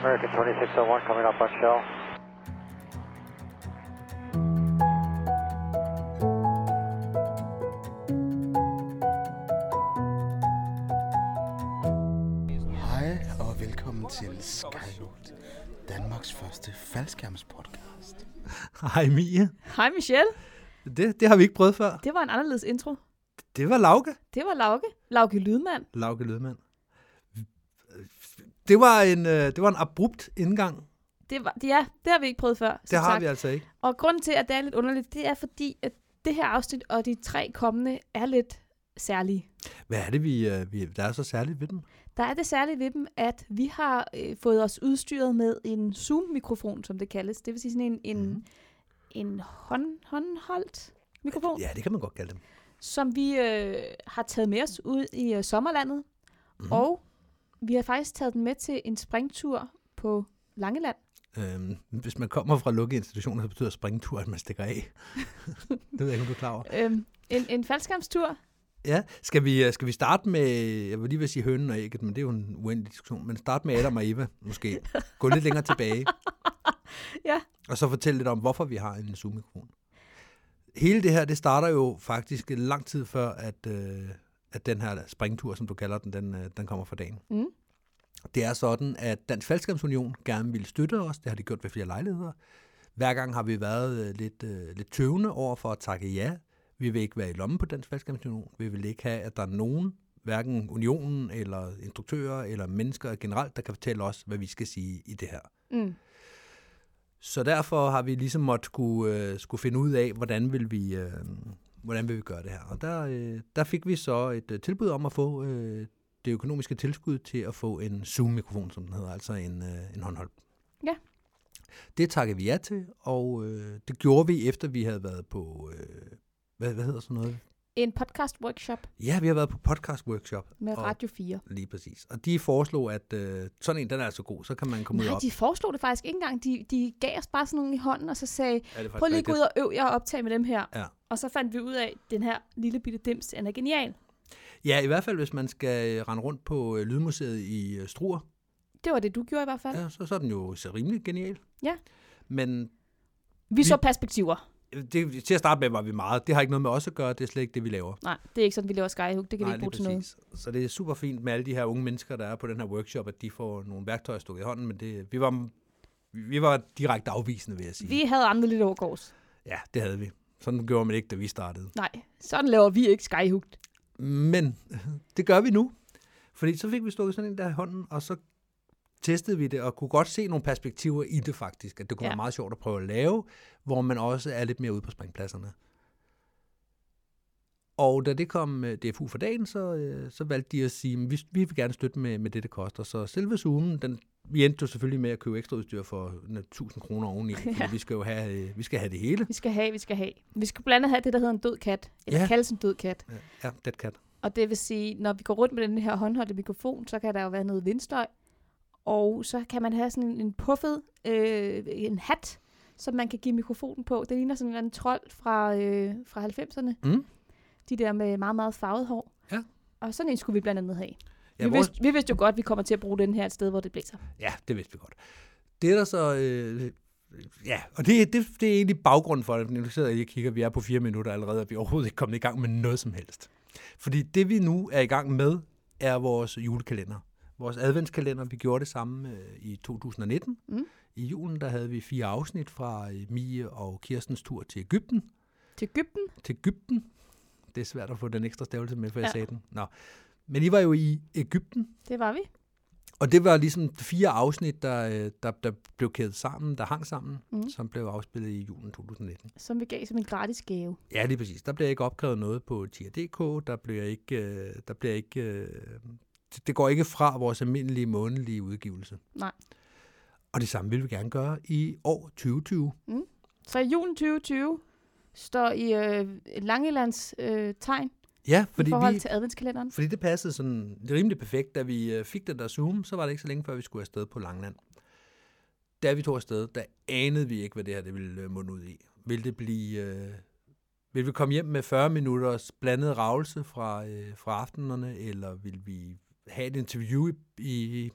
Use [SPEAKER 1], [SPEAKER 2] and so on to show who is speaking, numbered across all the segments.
[SPEAKER 1] American 2601 coming up on shell.
[SPEAKER 2] Hej og velkommen til Skyholt, Danmarks første faldskærmspodcast.
[SPEAKER 3] Hej Mia.
[SPEAKER 4] Hej Michelle.
[SPEAKER 3] Det, det har vi ikke prøvet før.
[SPEAKER 4] Det var en anderledes intro.
[SPEAKER 3] Det var Lauke.
[SPEAKER 4] Det var Lauke. Lauke Lydmand.
[SPEAKER 3] Lauke Lødmand. Det var en, øh, det var en abrupt indgang. Det
[SPEAKER 4] Det var, ja, det har vi ikke prøvet før. som
[SPEAKER 3] har
[SPEAKER 4] sagt.
[SPEAKER 3] vi altså ikke.
[SPEAKER 4] Og grunden til, at det er lidt underligt, det er fordi, at det her afsnit og de tre kommende er lidt særlige.
[SPEAKER 3] Hvad er det, vi, øh, vi der er så særligt ved dem?
[SPEAKER 4] Der er det særlige ved dem, at vi har øh, fået os udstyret med en Zoom-mikrofon, som det kaldes. Det vil sige sådan en, en,
[SPEAKER 3] Mhm.
[SPEAKER 4] mm. en hånd, håndholdt mikrofon,
[SPEAKER 3] Ja, det kan man godt kalde dem.
[SPEAKER 4] som vi øh, har taget med os ud i øh, sommerlandet. Mm.
[SPEAKER 3] Mhm.
[SPEAKER 4] Og vi har faktisk taget den med til en springtur på Langeland.
[SPEAKER 3] Øhm, hvis man kommer fra lukkede institutioner, så betyder springtur, at man stikker af. det ved jeg ikke, om du er klar over.
[SPEAKER 4] Øhm, en, en faldskærmstur.
[SPEAKER 3] Ja, skal vi, øh, skal vi starte med, jeg vil lige vil sige hønen og ægget, men det er jo en uendelig diskussion, men start med Adam og Eva, måske. Gå lidt længere tilbage.
[SPEAKER 4] Ja.
[SPEAKER 3] Og så fortælle lidt om, hvorfor vi har en Zoom-mikrofon. Hele det her, det starter jo faktisk lang tid før, at, øh, at den her springtur, som du kalder den, den, øh, den kommer for dagen.
[SPEAKER 4] Mm.
[SPEAKER 3] Det er sådan, at Dansk Faldskabsunion gerne ville støtte os. Det har de gjort ved flere lejligheder. Hver gang har vi været øh, lidt, øh, lidt tøvende over for at takke ja. Vi vil ikke være i lommen på Dansk Faldskabsunion. Vi vil ikke have, at der er nogen, hverken unionen eller instruktører eller mennesker generelt, der kan fortælle os, hvad vi skal sige i det her.
[SPEAKER 4] Mm.
[SPEAKER 3] Så derfor har vi ligesom måtte skulle, øh, skulle finde ud af, hvordan vil vi, øh, hvordan vil vi gøre det her. Og der, øh, der fik vi så et øh, tilbud om at få øh, det økonomiske tilskud til at få en Zoom-mikrofon, som den hedder, altså en, øh, en håndholdt.
[SPEAKER 4] Ja.
[SPEAKER 3] Det takkede vi ja til, og øh, det gjorde vi efter vi havde været på, øh, hvad, hvad hedder sådan noget?
[SPEAKER 4] En podcast-workshop
[SPEAKER 3] Ja, vi har været på podcast-workshop.
[SPEAKER 4] med
[SPEAKER 3] og,
[SPEAKER 4] Radio 4.
[SPEAKER 3] Lige præcis. Og de foreslog, at øh, sådan en, den er så god, så kan man komme
[SPEAKER 4] Nej,
[SPEAKER 3] ud op.
[SPEAKER 4] de foreslog det faktisk ikke engang. De, de gav os bare sådan nogle i hånden, og så sagde,
[SPEAKER 3] Er det faktisk
[SPEAKER 4] prøv lige at gå
[SPEAKER 3] rigtigt?
[SPEAKER 4] ud og øv jer og optage med dem her.
[SPEAKER 3] Ja.
[SPEAKER 4] Og så fandt vi ud af, at den her lille bitte dims, den er genial.
[SPEAKER 3] Ja, i hvert fald, hvis man skal øh, rende rundt på øh, Lydmuseet i øh, Struer,
[SPEAKER 4] Det var det, du gjorde i hvert fald. Ja.
[SPEAKER 3] ja, så, så er den jo øh, så rimelig genial.
[SPEAKER 4] Ja.
[SPEAKER 3] Men
[SPEAKER 4] Vi så perspektiver.
[SPEAKER 3] øh, det, til at starte med var vi meget. Det har ikke noget med os at gøre, det er slet ikke det, vi laver.
[SPEAKER 4] Nej, det er ikke sådan, vi laver skyhook. Det kan vi ikke
[SPEAKER 3] lige
[SPEAKER 4] bruge til noget.
[SPEAKER 3] præcis. Så det er super fint med alle de her unge mennesker, der er på den her workshop, at de får nogle værktøjer stukket i hånden, men det, vi, var, vi var direkte afvisende, vil jeg sige.
[SPEAKER 4] Vi havde andre lidt overgårds.
[SPEAKER 3] Ja, det havde vi. Sådan gjorde man ikke, da vi startede.
[SPEAKER 4] Nej, sådan laver vi ikke skyhook.
[SPEAKER 3] Men det gør vi nu. Fordi så fik vi stukket sådan en der i hånden, og så testede vi det, og kunne godt se nogle perspektiver i det faktisk, at det kunne ja.
[SPEAKER 4] Ja.
[SPEAKER 3] være meget sjovt at prøve at lave, hvor man også er lidt mere ude på springpladserne. Og da det kom øh, DFU for dagen, så, øh, så valgte de at sige, at vi, vi vil gerne støtte med, med det, det koster. Så selve Zoomen, den, vi endte jo selvfølgelig med at købe ekstra udstyr for øh, 1000 kroner oveni, fordi ja. vi, skal jo have, øh, vi skal have det hele.
[SPEAKER 4] Vi skal have, vi skal have. Vi skal blandt andet have det, der hedder en død kat. Eller
[SPEAKER 3] Ja.
[SPEAKER 4] ja. kaldes en død kat.
[SPEAKER 3] Ja, det kan.
[SPEAKER 4] Og det vil sige, når vi går rundt med den her håndholdte mikrofon, så kan der jo være noget vindstøj. Og så kan man have sådan en, en puffet, øh, en hat, som man kan give mikrofonen på. Det ligner sådan en eller anden trold fra, øh, fra 90'erne.
[SPEAKER 3] Mm.
[SPEAKER 4] De der med meget, meget farvet hår.
[SPEAKER 3] Ja.
[SPEAKER 4] Og sådan en skulle vi blandt andet have.
[SPEAKER 3] Ja,
[SPEAKER 4] Ja, vi,
[SPEAKER 3] vores-
[SPEAKER 4] vidste, vi vidste jo godt, at vi kommer til at bruge den her et sted, hvor det blæser.
[SPEAKER 3] Ja, det vidste vi godt. Det er der så... Øh, ja, og det, det, det er egentlig baggrunden for det. Nu sidder jeg lige og kigger, vi er på fire minutter allerede, og vi er overhovedet ikke kommet i gang med noget som helst. Fordi det, vi nu er i gang med, er vores julekalender. Vores adventskalender, vi gjorde det samme øh, i 2019.
[SPEAKER 4] Mm.
[SPEAKER 3] I julen, der havde vi fire afsnit fra øh, Mie og Kirstens tur til Ægypten
[SPEAKER 4] Til Ægypten.
[SPEAKER 3] til Ægypten. Det er svært at få den ekstra stavelse med, for jeg
[SPEAKER 4] Ja.
[SPEAKER 3] sagde den. Nå. Men I var jo i Ægypten,
[SPEAKER 4] Det var vi.
[SPEAKER 3] og det var ligesom fire afsnit, der, øh, der, der blev kædet sammen, der hang sammen, mm.
[SPEAKER 4] Mhm.
[SPEAKER 3] som blev afspillet i julen 2019.
[SPEAKER 4] Som vi gav som en gratis gave.
[SPEAKER 3] Ja, lige præcis. Der blev ikke opkrævet noget på TIR.dk, der bliver ikke, øh, der bliver ikke, øh, det- det går ikke fra vores almindelige månedlige udgivelse.
[SPEAKER 4] Nej.
[SPEAKER 3] Og det samme vil vi gerne gøre i år 2020.
[SPEAKER 5] Mm.
[SPEAKER 4] Så i julen 2020 står i øh, Langelands øh, tegn
[SPEAKER 3] Ja,
[SPEAKER 4] Fordi
[SPEAKER 3] fordi,
[SPEAKER 4] i forhold vi...
[SPEAKER 3] vi,
[SPEAKER 4] til adventskalenderen.
[SPEAKER 3] fordi det passede sådan rimelig perfekt. Da vi øh, fik den der Zoom, så var det ikke så længe før, vi skulle afsted på Langland. Da vi tog afsted, der anede vi ikke, hvad det her det ville øh, munde ud i. Vil det blive... Øh, vil vi komme hjem med 40 minutters blandet ravelse fra, øh, fra aftenerne, eller vil vi have et interview i, i,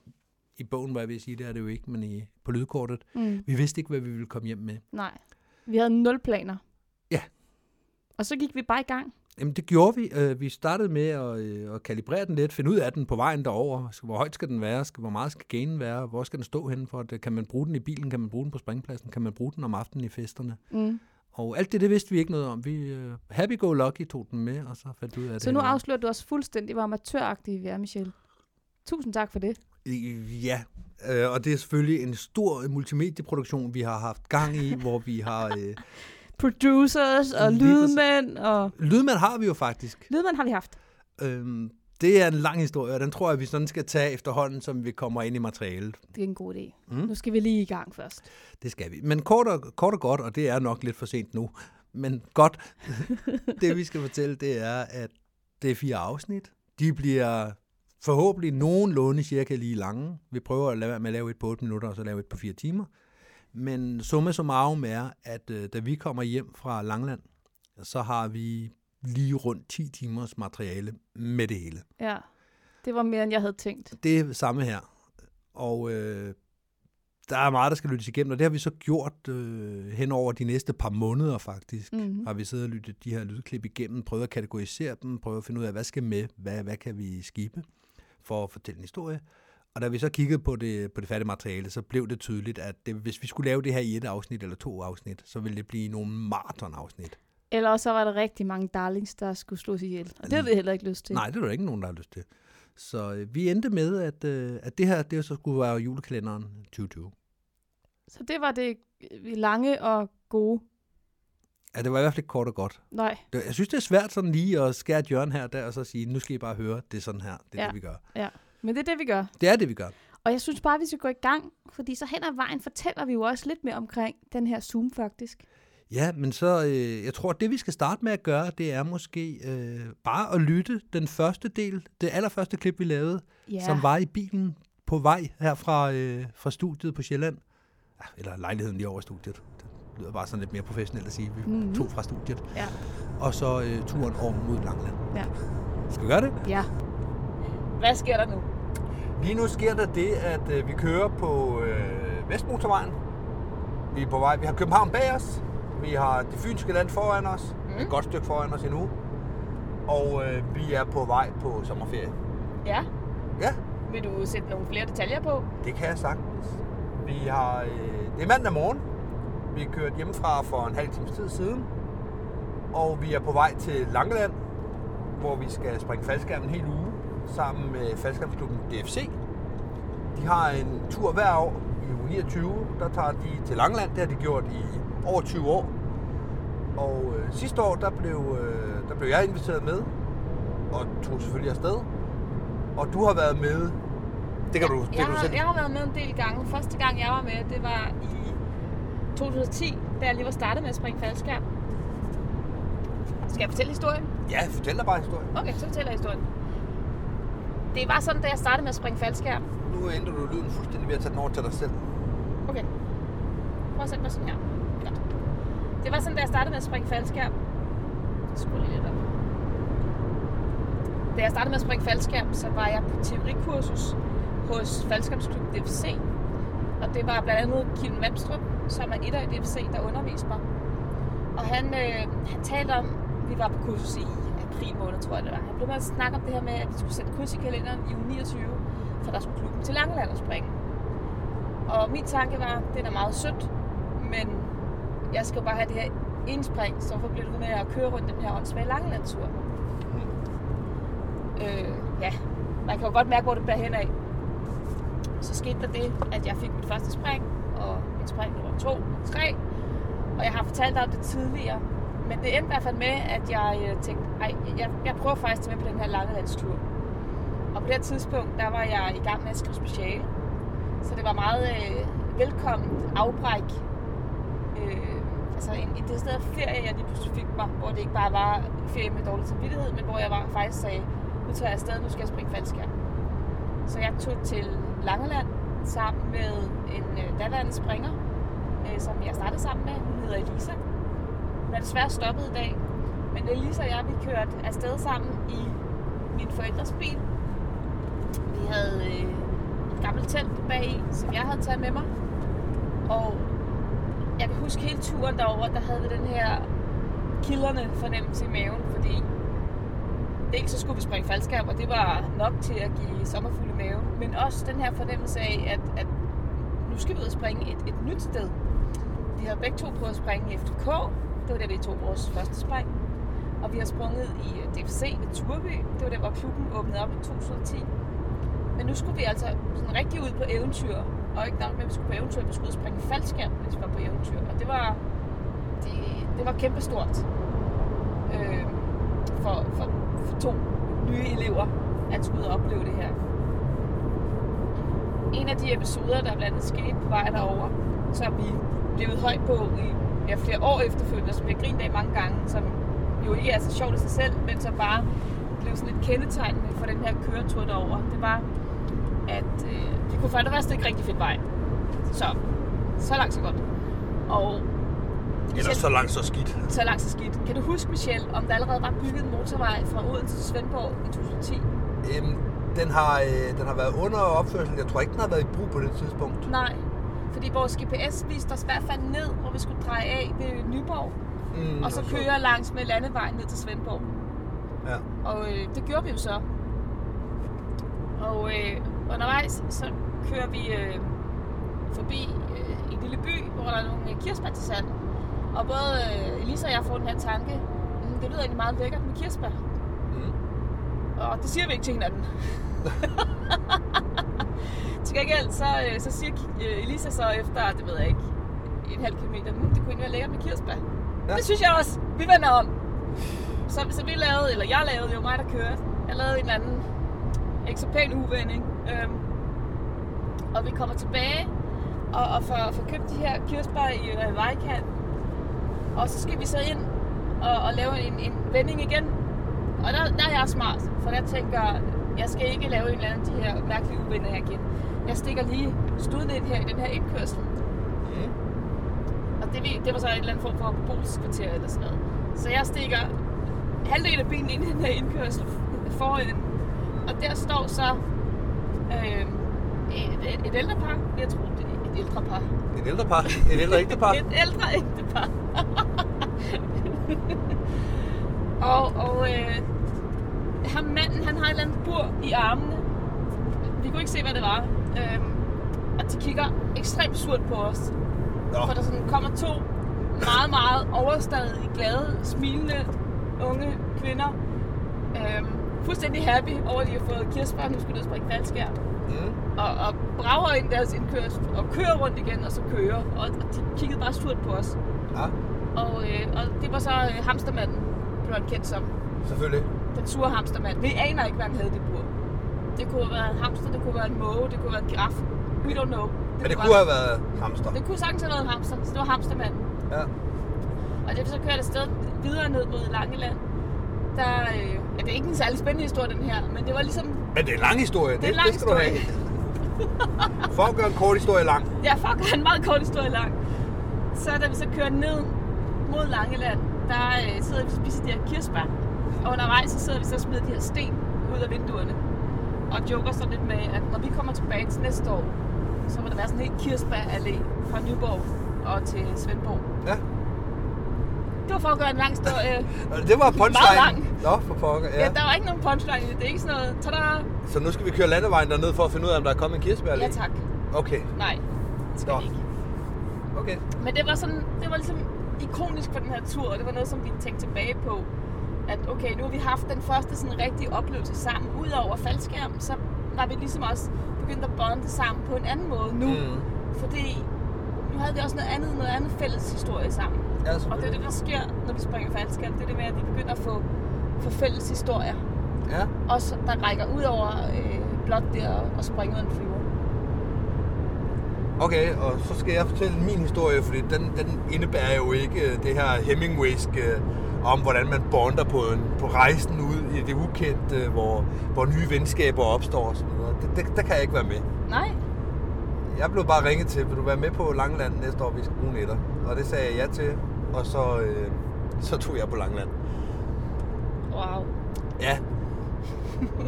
[SPEAKER 3] i bogen var jeg ved at sige, det er det jo ikke, men i, på lydkortet.
[SPEAKER 5] Mm.
[SPEAKER 3] Vi vidste ikke, hvad vi ville komme hjem med.
[SPEAKER 5] Nej. Vi havde nul planer.
[SPEAKER 3] Ja.
[SPEAKER 5] Og så gik vi bare i gang.
[SPEAKER 3] Jamen det gjorde vi. Øh, Vi startede med at, øh, at kalibrere den lidt, finde ud af den på vejen derover. Hvor højt skal den være? Skal- Hvor meget skal gainen være? Hvor skal den stå henne for? det? Kan man bruge den i bilen? Kan man bruge den på springpladsen? Kan man bruge den om aftenen i festerne?
[SPEAKER 5] Mm.
[SPEAKER 3] Og alt det, det vidste vi ikke noget om. Vi øh, happy-go-lucky tog den med, og så fandt vi ud af det.
[SPEAKER 5] Så nu
[SPEAKER 3] henne.
[SPEAKER 5] afslører du os fuldstændig, hvor amatøragtige vi er, Michelle. Tusind tak for det.
[SPEAKER 3] Øh, Ja, øh, og det er selvfølgelig en stor øh, multimedieproduktion, vi har haft gang i, hvor vi har... Øh,
[SPEAKER 5] Producers og
[SPEAKER 3] Lige præcis.
[SPEAKER 5] lydmænd og...
[SPEAKER 3] lydmand har vi jo faktisk.
[SPEAKER 5] Lydmænd har vi haft.
[SPEAKER 3] Øhm, det er en lang historie, og den tror jeg, vi sådan skal tage efterhånden, som vi kommer ind i materialet.
[SPEAKER 5] Det er en god idé.
[SPEAKER 3] Mm.
[SPEAKER 5] Mm. Nu skal vi lige i gang først.
[SPEAKER 3] Det skal vi. Men kort og, kort og godt, og det er nok lidt for sent nu, men godt, det vi skal fortælle, det er, at det er fire afsnit. De bliver forhåbentlig nogenlunde cirka lige lange. Vi prøver at lade være med at lave et på 8 minutter, og så lave et på 4 timer. Men summa summarum er, at øh, da vi kommer hjem fra Langland, så har vi lige rundt 10 timers materiale med det hele.
[SPEAKER 5] Ja. Det var mere, end jeg havde tænkt.
[SPEAKER 3] Det er samme her. Og øh, der er meget, der skal lyttes igennem, og det har vi så gjort øh, hen over de næste par måneder faktisk.
[SPEAKER 5] Mhm.
[SPEAKER 3] Har vi siddet og lyttet de her lydklip igennem, prøvet at kategorisere dem, prøvet at finde ud af, hvad skal med, hvad, hvad kan vi skibe for at fortælle en historie. Og da vi så kiggede på det, på det færdige materiale, så blev det tydeligt, at det, hvis vi skulle lave det her i et afsnit eller to afsnit, så ville det blive nogle maratonafsnit.
[SPEAKER 5] Ellers så var der rigtig mange darlings, der skulle slås ihjel. Og det havde vi heller ikke lyst til.
[SPEAKER 3] Nej, det er der ikke nogen, der har lyst til. Så øh, vi endte med, at, øh, at det her det så skulle være julekalenderen 2020.
[SPEAKER 5] Så det var det øh, lange og gode.
[SPEAKER 3] Ja, det var i hvert fald ikke kort og godt.
[SPEAKER 5] Nej,
[SPEAKER 3] Det- Jeg synes, det er svært sådan lige at skære et hjørne her og der, og så sige, nu skal I bare høre, det er sådan her, det er ja.
[SPEAKER 5] Ja.
[SPEAKER 3] det, vi gør.
[SPEAKER 5] men det er det, vi gør.
[SPEAKER 3] Det er det, vi gør.
[SPEAKER 5] Og jeg synes bare, vi skal gå i gang, fordi så hen ad vejen fortæller vi jo også lidt mere omkring den her Zoom faktisk.
[SPEAKER 3] Ja, men så, øh, jeg tror, det vi skal starte med at gøre, det er måske øh, bare at lytte den første del, det allerførste klip, vi lavede, ja. som var i bilen på vej her fra, øh, fra studiet på Sjælland. Ah, Eller lejligheden lige over i studiet. Det lyder bare sådan lidt mere professionelt at sige, vi mm-hmm.
[SPEAKER 5] Mhm.
[SPEAKER 3] tog fra studiet.
[SPEAKER 5] Ja.
[SPEAKER 3] Og så øh, turen over mod Langland.
[SPEAKER 5] Ja.
[SPEAKER 3] Skal vi gøre det?
[SPEAKER 5] ja. Hvad sker der nu?
[SPEAKER 3] Lige nu sker der det, at øh, vi kører på øh, Vestmotorvejen. Vi er på vej. Vi har København bag os. Vi har det fynske land foran os. Mm. Et godt stykke foran os endnu. Og øh, vi er på vej på sommerferie.
[SPEAKER 5] Ja.
[SPEAKER 3] Ja,
[SPEAKER 5] Vil du sætte nogle flere detaljer på?
[SPEAKER 3] det kan jeg sagtens. Vi har, øh, det er mandag morgen. Vi er kørt hjemmefra for en halv times tid siden. Og vi er på vej til Langeland, hvor vi skal springe faldskærm en hel uge sammen med faldskærmsklubben DFC. De har en tur hver år i uge 29. Der tager de til Langeland. Det har de gjort i over 20 år. Og øh, sidste år, der blev, øh, der blev jeg inviteret med, og tog selvfølgelig afsted. Og du har været med. Det kan du, det
[SPEAKER 4] jeg,
[SPEAKER 3] kan du
[SPEAKER 4] har,
[SPEAKER 3] selv
[SPEAKER 4] jeg har været med en del gange. Første gang, jeg var med, det var i 2010, da jeg lige var startet med at springe faldskærm. Skal jeg fortælle historien?
[SPEAKER 3] Ja, fortæl dig bare historien.
[SPEAKER 4] Okay, så fortæller jeg historien. Det var sådan, da jeg startede med at springe faldskærm.
[SPEAKER 3] Nu ændrer du lyden fuldstændig ved at tage den over til dig selv.
[SPEAKER 4] Okay. Prøv at sætte mig sådan her. Godt. Det var sådan, da jeg startede med at springe faldskærm. Skru lige lidt op. Da jeg startede med at springe faldskærm, så var jeg på teorikursus hos Faldskærmsklub DFC. Og det var blandt andet Kim Mandstrup, som er etter i DFC, der underviste mig. Og han, øh, han talte om, vi var på kursus i april måned, tror jeg det var. Han blev med at snakke om det her med, at vi skulle sætte kurs i kalenderen i uge 29, for der skulle klubben til Langeland og springe. Og min tanke var, den er meget sødt, men jeg skal jo bare have det her indspring, så hvorfor bliver det ved med at køre rundt den her åndssvage Langelandstur? Øh, ja, man kan jo godt mærke, hvor det bærer henad. Så skete der det, at jeg fik mit første spring, og mit spring nummer to, tre, og jeg har fortalt dig om det tidligere. Men det endte i hvert fald med, at jeg øh, tænkte, ej, jeg, jeg prøver faktisk at tage med på den her Langelandstur. Og på det her tidspunkt, der var jeg i gang med at skrive speciale. Så det var meget øh, velkomment afbræk. Øh, altså en, en det sted ferie, jeg lige pludselig fik mig, hvor det ikke bare var ferie med dårlig samvittighed, men hvor jeg var, faktisk sagde, nu tager jeg afsted, nu skal jeg springe faldskærm. Så jeg tog til Langeland sammen med en øh, daværende springer, øh, som jeg startede sammen med. Hun hedder Elisa. Hun er desværre stoppet i dag, men Elisa og jeg, vi kørte afsted sammen i min forældres bil. Vi havde øh, gammelt telt bag i, som jeg havde taget med mig. Og jeg kan huske hele turen derover, der havde vi den her kilderne fornemmelse i maven, fordi dels så skulle vi springe faldskærm, og det var nok til at give sommerfugle i maven, men også den her fornemmelse af, at, at nu skal vi ud og springe et, et nyt sted. Vi har begge to prøvet at springe i FDK, det var der, vi tog vores første spring, og vi har sprunget i DFC ved Turby, det var der, hvor klubben åbnede op i 2010. Men nu skulle vi altså sådan rigtig ud på eventyr, og ikke nok med, at vi skulle på eventyr, vi skulle ud og springe i faldskærm, hvis vi var på eventyr, og det var, det, det var kæmpestort. Øh, for, for, for to nye elever at skulle ud og opleve det her. En af de episoder, der blandt andet skete på vej derover, som vi levede højt på i ja, flere år efterfølgende, som vi har grint af mange gange, som jo ikke er så sjovt i sig selv, men som bare blev sådan et kendetegnende for den her køretur derover. Det var, at øh, vi kunne for det første ikke rigtig finde vej. Så, så langt så godt. Og
[SPEAKER 3] Eller så langt, så skidt.
[SPEAKER 4] så langt så skidt. Kan du huske, Michelle, om der allerede var bygget en motorvej fra Odense til Svendborg i 2010?
[SPEAKER 3] Øhm, den, har, øh, den har været under opførsel. Jeg tror ikke, den har været i brug på det tidspunkt.
[SPEAKER 4] Nej, fordi vores GPS viste os i hvert fald ned, hvor vi skulle dreje af ved Nyborg,
[SPEAKER 3] Mm,
[SPEAKER 4] og så køre langs med landevejen ned til Svendborg.
[SPEAKER 3] Ja.
[SPEAKER 4] Og øh, det gjorde vi jo så. Og øh, undervejs så kører vi øh, forbi øh, en lille by, hvor der er nogle øh, kirsebær til salg. Og både øh, Elisa og jeg får den her tanke, mm, det lyder egentlig meget lækkert med kirsebær.
[SPEAKER 3] Mm.
[SPEAKER 4] Og det siger vi ikke til hinanden. til gengæld så, øh, så siger øh, Elisa så efter, det ved jeg ikke, en halv kilometer, mm, det kunne egentlig være lækkert med kirsebær. Ja.
[SPEAKER 3] Ja.
[SPEAKER 4] Det synes jeg også. Vi vender om. Så, så vi lavede, eller jeg lavede, det var mig, der kørte. Jeg lavede en eller anden ikke så pæn uvending. Øhm, og vi kommer tilbage og, og får, får købt de her kirsebær i øh, vejkanten. Og så skal vi så ind og, og lave en, en vending igen. Og der, der er jeg smart, for der tænker, jeg skal ikke lave en eller anden af de her mærkelige uvendinger igen. Jeg stikker lige studen ind her i den her indkørsel.
[SPEAKER 3] Mm.
[SPEAKER 4] Og det, vi- det var så en eller anden form for beboelseskvarter eller sådan noget. Så jeg stikker halvdelen af bilen ind i den her indkørsel foran. Og der står så øh, et, et, et ældre par. Jeg tror, det er et ældre par.
[SPEAKER 3] Et ældre par. Et ældre ægtepar.
[SPEAKER 4] Et ældre ægtepar. og og øh, ham manden, han har et eller andet bur i armene. Vi kunne ikke se, hvad det var. Øhm, og de kigger ekstremt surt på os.
[SPEAKER 3] Nå.
[SPEAKER 4] For der sådan kommer to meget, meget overstadige, glade, smilende unge kvinder. Øhm, fuldstændig happy over, at de har fået kirsebær, nu skulle de ud og springe faldskærm
[SPEAKER 3] Mm.
[SPEAKER 4] og, og brager ind deres indkørsel og kører rundt igen, og så kører. Og, og de kiggede bare surt på os.
[SPEAKER 3] Ja,
[SPEAKER 4] Og, øh, og det var så øh, hamstermanden, blev han kendt som.
[SPEAKER 3] selvfølgelig.
[SPEAKER 4] Den sure hamstermand. Vi aner ikke, hvad han havde i det bur. Det kunne have været en hamster, det kunne have været en måge, det kunne have været en giraf. We don't know.
[SPEAKER 3] Men det
[SPEAKER 4] var-
[SPEAKER 3] kunne have været hamster.
[SPEAKER 4] det kunne sagtens have været en hamster, så det var hamstermanden.
[SPEAKER 3] Ja.
[SPEAKER 4] Og det så kørte afsted videre ned mod Langeland. Der, øh, ja, det er ikke en særlig spændende historie, den her, men det var ligesom...
[SPEAKER 3] Men det er en lang historie.
[SPEAKER 4] Det er en lang
[SPEAKER 3] det skal du
[SPEAKER 4] historie.
[SPEAKER 3] have. For at gøre en kort historie lang.
[SPEAKER 4] Ja, fuck, han er en meget kort historie lang. Så da vi så kører ned mod Langeland, der øh, sidder vi og spiser de her kirsebær. Og undervejs så sidder vi så og smider de her sten ud af vinduerne. Og joker sådan lidt med, at når vi kommer tilbage til næste år, så må der være sådan en helt kirsebærallé fra Nyborg og til Svendborg.
[SPEAKER 3] Ja.
[SPEAKER 4] Det var for at gøre en lang historie.
[SPEAKER 3] Og det var punchline.
[SPEAKER 4] lang.
[SPEAKER 3] Nå, for pokker.
[SPEAKER 4] ja.
[SPEAKER 3] Ja.
[SPEAKER 4] ja, der var ikke nogen punchline i det. Det er ikke sådan noget, tada,
[SPEAKER 3] Så nu skal vi køre landevejen derned for at finde ud af, om der er kommet en kirsebær.
[SPEAKER 4] ja tak.
[SPEAKER 3] Okay.
[SPEAKER 4] Nej, det skal
[SPEAKER 3] Nå.
[SPEAKER 4] vi ikke.
[SPEAKER 3] Okay.
[SPEAKER 4] Men det var sådan, det var ligesom ikonisk for den her tur, og det var noget, som vi tænkte tilbage på. At okay, nu har vi haft den første sådan rigtige oplevelse sammen. Udover faldskærm, så var vi ligesom også begyndt at bonde sammen på en anden måde nu. Mm.
[SPEAKER 3] Mm.
[SPEAKER 4] Fordi nu havde vi også noget andet, noget andet fælles historie sammen.
[SPEAKER 3] Ja,
[SPEAKER 4] Og det er det, der sker, når vi springer faldskærm. Det er det med, at vi begynder at få, få fælles historier.
[SPEAKER 3] Ja.
[SPEAKER 4] Også der rækker ud over øh, blot det at, at springe ud af en flyver.
[SPEAKER 3] Okay, og så skal jeg fortælle min historie, fordi den, den indebærer jo ikke øh, det her Hemingwaysk øh, om, hvordan man bonder på, en, på rejsen ud i det ukendte, øh, hvor, hvor nye venskaber opstår og sådan noget. Det, det, der kan jeg ikke være med.
[SPEAKER 4] Nej,
[SPEAKER 3] Jeg blev bare ringet til, vil du være med på Langland næste år, vi skal bruge netter? Og det sagde jeg ja til, og så, øh, så tog jeg på Langland.
[SPEAKER 4] wow.
[SPEAKER 3] Ja.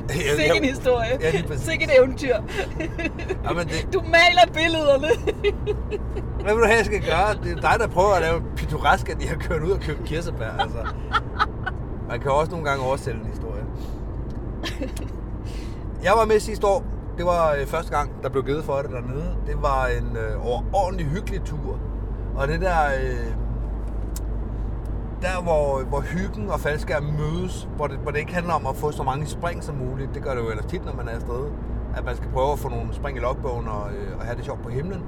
[SPEAKER 4] Sikke en historie.
[SPEAKER 3] Ja, lige præcis.
[SPEAKER 4] Sikke et eventyr.
[SPEAKER 3] Ja, men det,
[SPEAKER 4] Du maler billederne.
[SPEAKER 3] hvad vil du have, jeg skal gøre? Det er dig, der prøver at lave pittoresk, at de har kørt ud og købt kirsebær. Altså. Man kan også nogle gange oversælge en historie. Jeg var med sidste år. Det var øh, første gang, der blev givet for det dernede. Det var en øh, overordentlig hyggelig tur. Og det der... Øh, der, hvor, hvor hyggen og faldskærm mødes, hvor det, hvor det ikke handler om at få så mange spring som muligt, det gør det jo ellers tit, når man er afsted, at man skal prøve at få nogle spring i logbogen og, øh, og have det sjovt på himlen,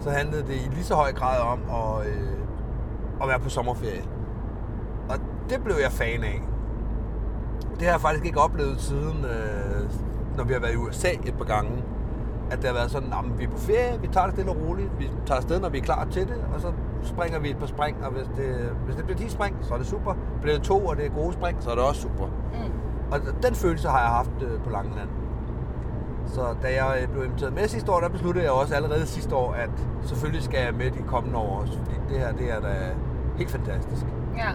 [SPEAKER 3] så handlede det i lige så høj grad om at, øh, at være på sommerferie. Og det blev jeg fan af. Det har jeg faktisk ikke oplevet siden, øh, når vi har været i USA et par gange, at det har været sådan, at vi er på ferie, vi tager det stille og roligt, vi tager afsted, når vi er klar til det, og så springer vi et par spring, og hvis det, hvis det bliver 10 spring, så er det super. Bliver det to, og det er gode spring, så er det også super.
[SPEAKER 4] Mm.
[SPEAKER 3] Og den følelse har jeg haft øh, på Langeland. Så da jeg øh, blev inviteret med sidste år, der besluttede jeg også allerede sidste år, at selvfølgelig skal jeg med de kommende år også, fordi det her det er da helt fantastisk.
[SPEAKER 4] Ja.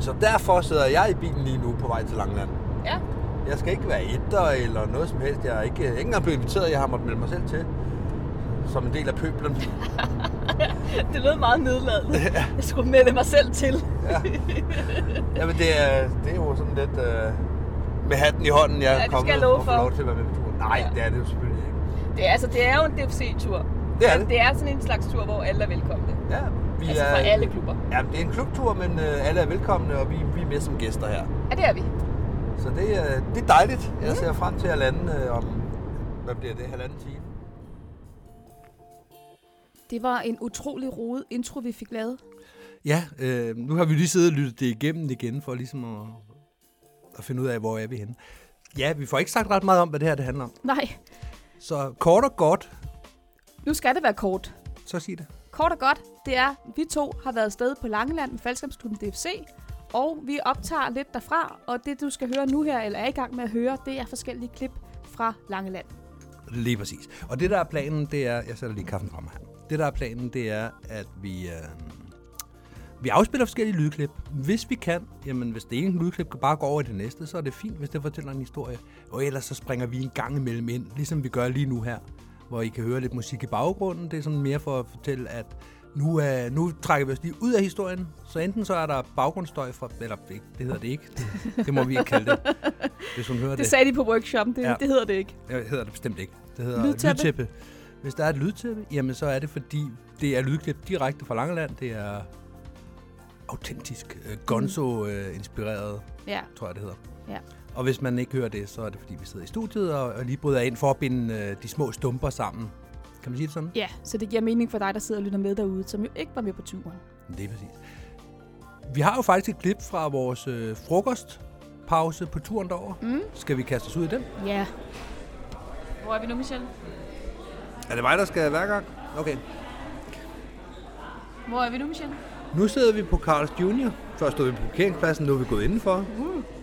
[SPEAKER 3] Så derfor sidder jeg i bilen lige nu på vej til Langeland.
[SPEAKER 4] Ja.
[SPEAKER 3] Jeg skal ikke være etter eller noget som helst. Jeg er ikke, ikke engang blevet inviteret, jeg har måttet melde mig selv til. Som en del af pøblen.
[SPEAKER 4] Det lød meget nedladende. Jeg skulle melde mig selv til.
[SPEAKER 3] Ja. Jamen det er, det er jo sådan lidt øh, med hatten i hånden, jeg er
[SPEAKER 4] Ja, det
[SPEAKER 3] kommet
[SPEAKER 4] skal jeg love
[SPEAKER 3] og
[SPEAKER 4] for.
[SPEAKER 3] får lov til at være med på turen. Nej,
[SPEAKER 4] Ja.
[SPEAKER 3] ja. det er det jo selvfølgelig ikke.
[SPEAKER 4] Det er, altså, det er jo en DFC-tur.
[SPEAKER 3] Det er
[SPEAKER 4] Men
[SPEAKER 3] det.
[SPEAKER 4] Altså, det er sådan en slags tur, hvor alle er velkomne.
[SPEAKER 3] Ja, vi
[SPEAKER 4] Altså
[SPEAKER 3] er,
[SPEAKER 4] fra alle klubber.
[SPEAKER 3] Ja, det er en klubtur, men øh, alle er velkomne, og vi, vi er med som gæster her.
[SPEAKER 4] Ja, det er vi.
[SPEAKER 3] Så det, er, det er dejligt.
[SPEAKER 4] Mhm.
[SPEAKER 3] Jeg ser frem til at lande øh, om, hvad bliver det, halvanden time?
[SPEAKER 5] Det var en utrolig rodet intro, vi fik lavet.
[SPEAKER 3] Ja, øh, nu har vi lige siddet og lyttet det igennem igen, for ligesom at, at finde ud af, hvor er vi henne. Ja, vi får ikke sagt ret meget om, hvad det her det handler om.
[SPEAKER 5] Nej,
[SPEAKER 3] Så kort og godt,
[SPEAKER 5] nu skal det være kort.
[SPEAKER 3] så sig det.
[SPEAKER 5] Kort og godt, det er, vi to har været afsted på Langeland med Falskamsklubben DFC, og vi optager lidt derfra, og det du skal høre nu her, eller er i gang med at høre, det er forskellige klip fra Langeland.
[SPEAKER 3] Lige præcis. Og det, der er planen, det er... Jeg sætter lige kaffen frem her. Det, der er planen, det er, at vi... Øh, vi afspiller forskellige lydklip. Hvis vi kan, jamen hvis det ene lydklip kan bare gå over i det næste, så er det fint, hvis det fortæller en historie. Og ellers så springer vi en gang imellem ind, ligesom vi gør lige nu her, hvor I kan høre lidt musik i baggrunden. Det er sådan mere for at fortælle, at nu, er, nu trækker vi os lige ud af historien. Så enten så er der baggrundsstøj fra... Eller ikke, det hedder det ikke. Det, det må vi ikke kalde det, hvis hun hører det.
[SPEAKER 5] Det sagde de på workshoppen, det,
[SPEAKER 3] Ja.
[SPEAKER 5] ja. det hedder det ikke.
[SPEAKER 3] Ja, Det hedder det bestemt ikke. Det hedder lydtæppe.
[SPEAKER 5] Lydtæppe.
[SPEAKER 3] lydtæppe. Hvis der er et lydtæppe, jamen så er det fordi, det er lydklip direkte fra Langeland. Det er autentisk, øh, Gonzo-inspireret,
[SPEAKER 5] Ja,
[SPEAKER 3] tror jeg det hedder.
[SPEAKER 5] Ja.
[SPEAKER 3] Og hvis man ikke hører det, så er det fordi, vi sidder i studiet og, og lige bryder ind for at binde øh, de små stumper sammen. Kan man sige det sådan?
[SPEAKER 5] ja, så det giver mening for dig, der sidder og lytter med derude, som jo ikke var med på turen.
[SPEAKER 3] Det er præcis. Vi har jo faktisk et klip fra vores øh, frokostpause på turen derover. Mm. Skal vi kaste os ud i den?
[SPEAKER 5] Ja,
[SPEAKER 4] Hvor er vi nu, Michelle?
[SPEAKER 3] Er det mig, der skal hver gang? Okay.
[SPEAKER 4] Hvor er vi nu, Michelle?
[SPEAKER 3] Nu sidder vi på Carl's Junior. Først stod vi på parkeringspladsen, nu er vi gået indenfor.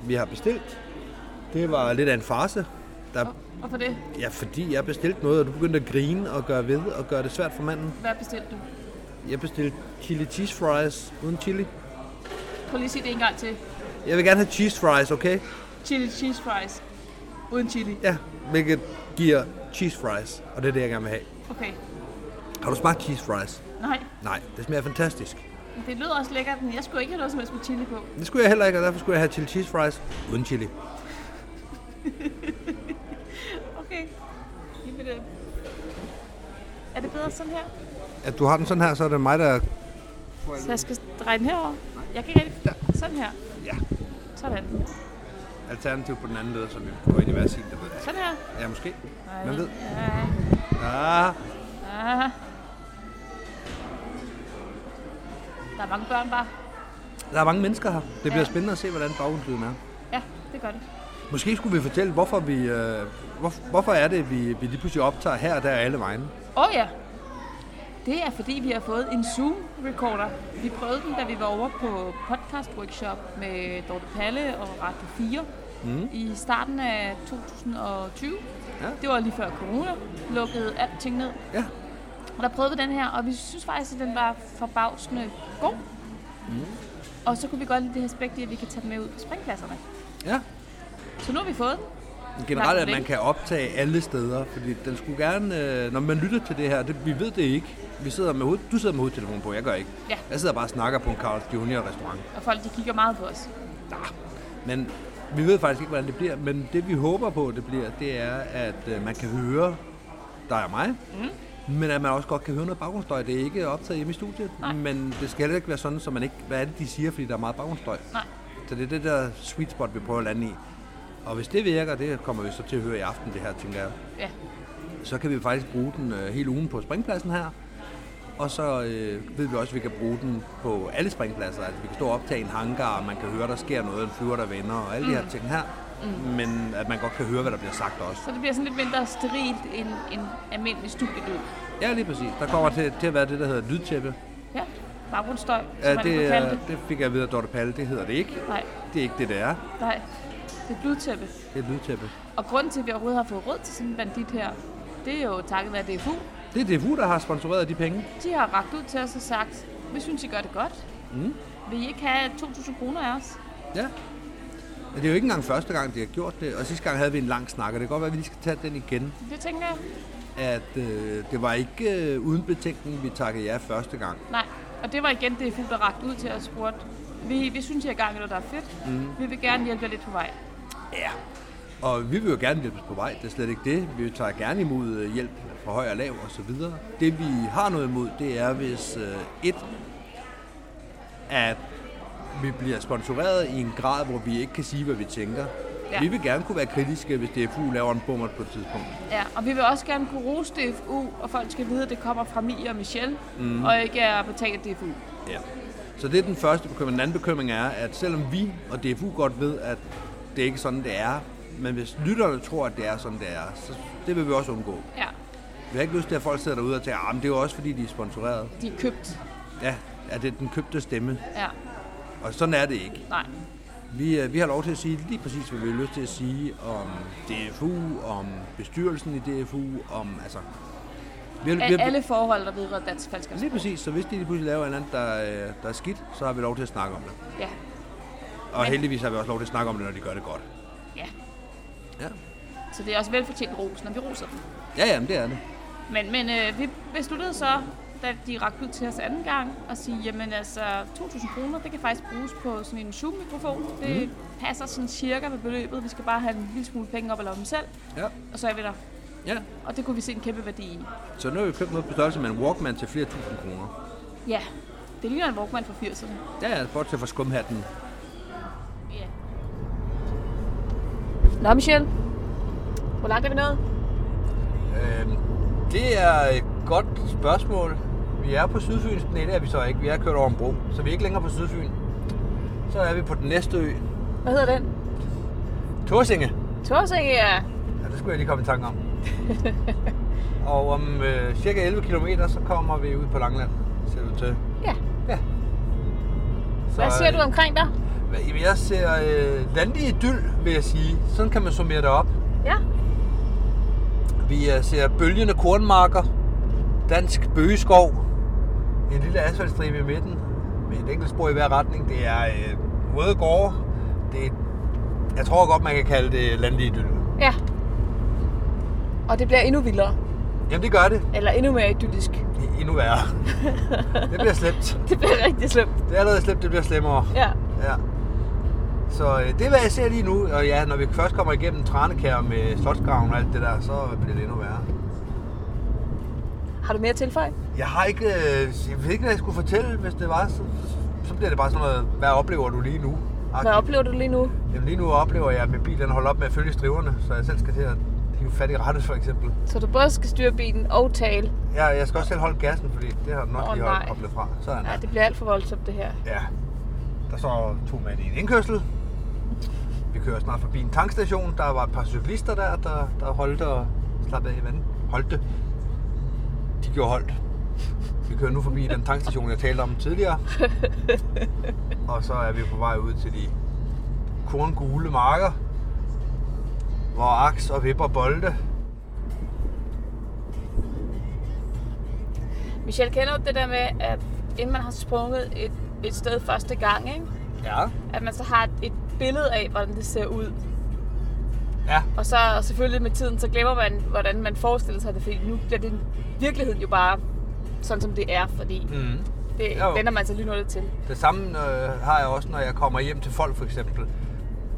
[SPEAKER 3] Vi har bestilt. Det var lidt af en farse. Der,
[SPEAKER 4] Hvorfor det?
[SPEAKER 3] ja, fordi jeg bestilte noget, og du begyndte at grine og gøre ved og gøre det svært for manden.
[SPEAKER 4] Hvad bestilte du?
[SPEAKER 3] Jeg bestilte chili cheese fries uden chili.
[SPEAKER 4] Prøv lige at sige det en gang til.
[SPEAKER 3] Jeg vil gerne have cheese fries, okay?
[SPEAKER 4] Chili cheese fries. Uden chili.
[SPEAKER 3] Ja, hvilket giver cheese fries, og det er det, jeg gerne vil have.
[SPEAKER 4] Okay.
[SPEAKER 3] Har du smagt cheese fries?
[SPEAKER 4] Nej,
[SPEAKER 3] Nej, det smager fantastisk.
[SPEAKER 4] men det lyder også lækkert, men jeg skulle ikke have noget som helst med chili på.
[SPEAKER 3] Det skulle jeg heller ikke, og derfor skulle jeg have chili cheese fries uden chili.
[SPEAKER 4] Okay. Giv mig det. Er det bedre sådan her?
[SPEAKER 3] At du har den sådan her, så er det mig, der...
[SPEAKER 4] Så jeg skal dreje den herover. Jeg kan ikke rigtig... Sådan her.
[SPEAKER 3] Ja,
[SPEAKER 4] Sådan.
[SPEAKER 3] alternativ på den anden led, som vi går ind i hver sin, der ved jeg.
[SPEAKER 4] Sådan her.
[SPEAKER 3] Ja, måske. Man ved.
[SPEAKER 4] Ja.
[SPEAKER 3] Ah,
[SPEAKER 4] Ah. Der er mange børn bare.
[SPEAKER 3] der er mange mennesker her. Det bliver
[SPEAKER 4] Ja.
[SPEAKER 3] spændende at se, hvordan baggrundslyden er.
[SPEAKER 4] Ja, det gør det.
[SPEAKER 3] Måske skulle vi fortælle, hvorfor, vi, øh, hvor, hvorfor er det, vi, vi lige pludselig optager her og der alle vejen.
[SPEAKER 4] Åh oh, ja. Det er fordi, vi har fået en Zoom-recorder. Vi prøvede den, da vi var over på podcast-workshop med Dorte Palle og Radio 4 mm. i starten af 2020.
[SPEAKER 3] Ja.
[SPEAKER 4] Det var lige før corona lukkede alting ned.
[SPEAKER 3] Ja.
[SPEAKER 4] Og der prøvede vi den her, og vi synes faktisk, at den var forbavsende god. Mm. Og så kunne vi godt lide det aspekt i, at vi kan tage den med ud på springpladserne.
[SPEAKER 3] Ja.
[SPEAKER 4] Så nu har vi fået den.
[SPEAKER 3] Generelt,
[SPEAKER 4] Nej,
[SPEAKER 3] at man
[SPEAKER 4] ikke.
[SPEAKER 3] kan optage alle steder, fordi den skulle gerne, øh, når man lytter til det her, det, vi ved det ikke. Vi sidder med hoved, du sidder med hovedtelefonen på, jeg gør ikke.
[SPEAKER 4] Ja.
[SPEAKER 3] Jeg sidder bare og snakker på en Carl Junior restaurant.
[SPEAKER 4] Og folk de kigger meget på os.
[SPEAKER 3] Men vi ved faktisk ikke, hvordan det bliver, men det vi håber på, det bliver, det er, at øh, man kan høre dig og mig, mm. men at man også godt kan høre noget baggrundsstøj. Det er ikke optaget hjemme i studiet, Nej. men det skal heller ikke være sådan, så man ikke, hvad er det, de siger, fordi der er meget baggrundsstøj.
[SPEAKER 4] Nej.
[SPEAKER 3] Så det er det der sweet spot, vi prøver at lande i. Og hvis det virker, det kommer vi så til at høre i aften, det her, tænker jeg,
[SPEAKER 4] Ja.
[SPEAKER 3] så kan vi faktisk bruge den øh, hele ugen på springpladsen her. Og så øh, ved vi også, at vi kan bruge den på alle springpladser. Altså, vi kan stå og optage en hangar, og man kan høre, der sker noget, en flyver, der vender, og alle mm. de her ting her. Mm. Men at man godt kan høre, hvad der bliver sagt også.
[SPEAKER 4] Så det bliver sådan lidt mindre sterilt end en almindelig studielyd.
[SPEAKER 3] Ja, lige præcis. Der kommer til, til at være det, der hedder lydtæppe.
[SPEAKER 4] Ja. Baggrundsstøj, som
[SPEAKER 3] Ja,
[SPEAKER 4] man
[SPEAKER 3] det,
[SPEAKER 4] kan
[SPEAKER 3] er,
[SPEAKER 4] kalde det.
[SPEAKER 3] det fik jeg at vide af Dorte Palle. Det hedder det ikke.
[SPEAKER 4] Nej,
[SPEAKER 3] Det er ikke det, det er.
[SPEAKER 4] nej. Det er et lydtæppe.
[SPEAKER 3] Det er et lydtæppe.
[SPEAKER 4] Og grunden til, at vi overhovedet har fået råd til sådan en bandit her, det er jo takket være DFU.
[SPEAKER 3] Det er DFU, der har sponsoreret de penge.
[SPEAKER 4] De har ragt ud til os og sagt, vi synes, I gør det godt. Mm. Vil I ikke have 2.000 kroner af os?
[SPEAKER 3] Ja. Men Det er jo ikke engang første gang, de har gjort det. Og sidste gang havde vi en lang snak, og det kan godt være, at vi lige skal tage den igen.
[SPEAKER 4] Det tænker jeg.
[SPEAKER 3] at øh, det var ikke øh, uden betænkning, vi takkede jer første gang.
[SPEAKER 4] Nej. Og det var igen DFU, der ragt ud til os og spurgte, vi, vi synes, I er i gang med noget, der er fedt. Mm. Vi vil gerne hjælpe jer lidt på vej.
[SPEAKER 3] Ja. Og vi vil jo gerne hjælpes på vej, det er slet ikke det. Vi tager gerne imod øh, hjælp fra høj og lav og så videre. Det vi har noget imod, det er hvis øh, et, at vi bliver sponsoreret i en grad, hvor vi ikke kan sige, hvad vi tænker.
[SPEAKER 4] Ja.
[SPEAKER 3] Ja. Vi vil gerne kunne være kritiske, hvis DFU laver en bommert på et tidspunkt.
[SPEAKER 4] Ja, og vi vil også gerne kunne rose DFU, og folk skal vide, at det kommer fra Mia og Michelle,
[SPEAKER 3] Mhm.
[SPEAKER 4] mm. og ikke er betalt af DFU.
[SPEAKER 3] Ja. Så det er den første bekymring. Den anden bekymring er, at selvom vi og DFU godt ved, at det ikke er sådan, det er, men hvis lytterne tror, at det er sådan, det er, så det vil vi også undgå.
[SPEAKER 4] Ja,
[SPEAKER 3] Vi har ikke lyst til, at folk sidder derude og tænker, at det er jo også, fordi de er sponsoreret.
[SPEAKER 4] de er købt.
[SPEAKER 3] Ja, at det er den købte stemme.
[SPEAKER 4] Ja,
[SPEAKER 3] Og sådan er det ikke.
[SPEAKER 4] nej.
[SPEAKER 3] Vi, øh, vi har lov til at sige lige præcis, hvad vi har lyst til at sige om DFU, om bestyrelsen i DFU, om altså... Vi har, vi
[SPEAKER 4] Af
[SPEAKER 3] har,
[SPEAKER 4] alle forhold, der vedrører dansk falskab.
[SPEAKER 3] lige præcis, så hvis de lige pludselig laver et eller andet, der, øh, der er skidt, så har vi lov til at snakke om det.
[SPEAKER 4] Ja,
[SPEAKER 3] Og heldigvis har vi også lov til at snakke om det, når de gør det godt.
[SPEAKER 4] ja.
[SPEAKER 3] Ja.
[SPEAKER 4] Så det er også velfortjent ros, når vi roser dem.
[SPEAKER 3] Ja, jamen, det er det.
[SPEAKER 4] Men, men øh, vi besluttede så, da de rakte ud til os anden gang, at sige, jamen altså, 2.000 kroner, det kan faktisk bruges på sådan en Zoom-mikrofon. Det
[SPEAKER 3] Mhm.
[SPEAKER 4] mm. passer sådan cirka med beløbet. Vi skal bare have en lille smule penge op og lommen selv,
[SPEAKER 3] Ja.
[SPEAKER 4] og så er vi der.
[SPEAKER 3] ja.
[SPEAKER 4] Og det kunne vi se en kæmpe værdi i.
[SPEAKER 3] Så nu har vi købt noget på størrelse med en Walkman til flere tusind kroner.
[SPEAKER 4] Ja, det ligner en Walkman fra 80'erne.
[SPEAKER 3] Ja, ja, bortset fra skumhatten.
[SPEAKER 4] Ja. Nå, Michelle. Hvor langt er vi nået?
[SPEAKER 3] Øhm, det er et godt spørgsmål. Vi er på Sydfyn, nej det er vi så ikke. Vi er kørt over en bro, så vi er ikke længere på Sydfyn. Så er vi på den næste ø,
[SPEAKER 4] Hvad hedder den?
[SPEAKER 3] Torsinge.
[SPEAKER 4] Torsinge, ja.
[SPEAKER 3] Ja, det skulle jeg lige komme i tanke om. Og om øh, cirka 11 km, så kommer vi ud på Langland, ser du til.
[SPEAKER 4] Ja.
[SPEAKER 3] Ja. Så,
[SPEAKER 4] Hvad ser
[SPEAKER 3] øh,
[SPEAKER 4] du omkring dig?
[SPEAKER 3] Hvad- Jamen, jeg ser øh, landlig idyll, vil jeg sige. Sådan kan man summere det op.
[SPEAKER 4] Ja.
[SPEAKER 3] Vi øh, ser bølgende kornmarker, dansk bøgeskov, en lille asfaltstribe i midten, med et enkelt spor i hver retning. Det er øh, røde gårde. Det er, jeg tror godt, man kan kalde det landlig idyll.
[SPEAKER 4] Ja. Og det bliver endnu vildere.
[SPEAKER 3] Jamen, det gør det.
[SPEAKER 4] Eller endnu mere idyllisk.
[SPEAKER 3] E- Endnu værre. det bliver slemt.
[SPEAKER 4] Det bliver rigtig slemt.
[SPEAKER 3] Det er allerede slemt, det bliver slemmere.
[SPEAKER 4] Ja.
[SPEAKER 3] Ja. Så øh, det er, hvad jeg ser lige nu. Og ja, når vi først kommer igennem Tranekær med Slotsgraven og alt det der, så bliver det endnu værre.
[SPEAKER 4] Har du mere tilføj?
[SPEAKER 3] Jeg har ikke... øh, Jeg ved ikke, hvad jeg skulle fortælle, hvis det var. Så, så bliver det bare sådan noget, hvad oplever du lige nu?
[SPEAKER 4] Hvad oplever du lige nu?
[SPEAKER 3] Jamen lige nu oplever jeg, at min bil den holder op med at følge striverne, så jeg selv skal til at hive fat i rattet for eksempel.
[SPEAKER 4] Så du både skal styre bilen og tale.
[SPEAKER 3] Jeg, jeg skal også selv holde gassen, fordi det har den nok
[SPEAKER 4] Åh,
[SPEAKER 3] oh, lige
[SPEAKER 4] nej.
[SPEAKER 3] holdt koblet fra. Sådan
[SPEAKER 4] Nej,
[SPEAKER 3] der.
[SPEAKER 4] det bliver alt for voldsomt det her.
[SPEAKER 3] Ja. Der står to mænd i en indkørsel. Vi kører snart forbi en tankstation. Der var et par cyklister der, der, der holdt og slappede af i vandet. Holdte. De gjorde holdt. Vi kører nu forbi den tankstation, jeg talte om tidligere. Og så er vi på vej ud til de korngule marker, hvor aks og vipper bolde.
[SPEAKER 4] Michelle, kender du det der med, at inden man har sprunget et, et sted første gang, ikke?
[SPEAKER 3] Ja.
[SPEAKER 4] at man så har et, et billede af, hvordan det ser ud.
[SPEAKER 3] Ja.
[SPEAKER 4] Og så og selvfølgelig med tiden, så glemmer man, hvordan man forestiller sig det, fordi nu bliver det virkeligheden jo bare sådan, som det er, fordi
[SPEAKER 3] Mm.
[SPEAKER 4] det
[SPEAKER 3] Jo.
[SPEAKER 4] vender man sig lynhurtigt til.
[SPEAKER 3] Det samme øh, har jeg også, når jeg kommer hjem til folk for eksempel.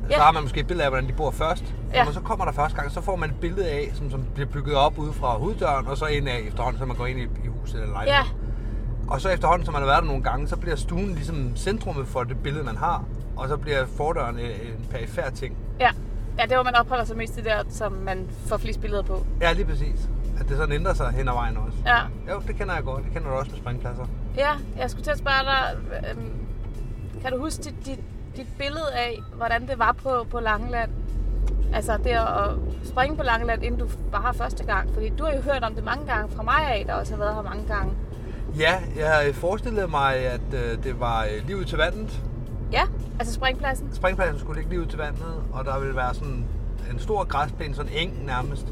[SPEAKER 3] Så
[SPEAKER 4] Ja.
[SPEAKER 3] har man måske et billede af, hvordan de bor først. Og
[SPEAKER 4] Ja.
[SPEAKER 3] når man så kommer der første gang, så får man et billede af, som, som bliver bygget op ude fra hoveddøren, og så ind af efterhånden, så man går ind i, i huset eller
[SPEAKER 4] Ja,
[SPEAKER 3] lejligheden. Og så efterhånden, som man har været der nogle gange, så bliver stuen ligesom centrummet for det billede, man har. Og så bliver fordøren en, en perifær ting.
[SPEAKER 4] ja. Ja, det er, hvor man opholder sig mest i der, som man får flest billeder på.
[SPEAKER 3] Ja, lige præcis. At det sådan ændrer sig hen ad vejen også.
[SPEAKER 4] Ja,
[SPEAKER 3] Jo, det kender jeg godt. Det kender du også med springpladser.
[SPEAKER 4] ja jeg skulle til at spørge dig, øhm, kan du huske dit, dit, dit billede af, hvordan det var på, på Langeland? Altså det at springe på Langeland, inden du var her første gang. Fordi du har jo hørt om det mange gange fra mig af, der også har været her mange gange.
[SPEAKER 3] Ja, jeg forestillede mig, at øh, det var øh, lige ud til vandet.
[SPEAKER 4] Ja, altså springpladsen.
[SPEAKER 3] Springpladsen skulle ligge lige ud til vandet, og der ville være sådan en stor græsplæne, sådan en eng nærmest,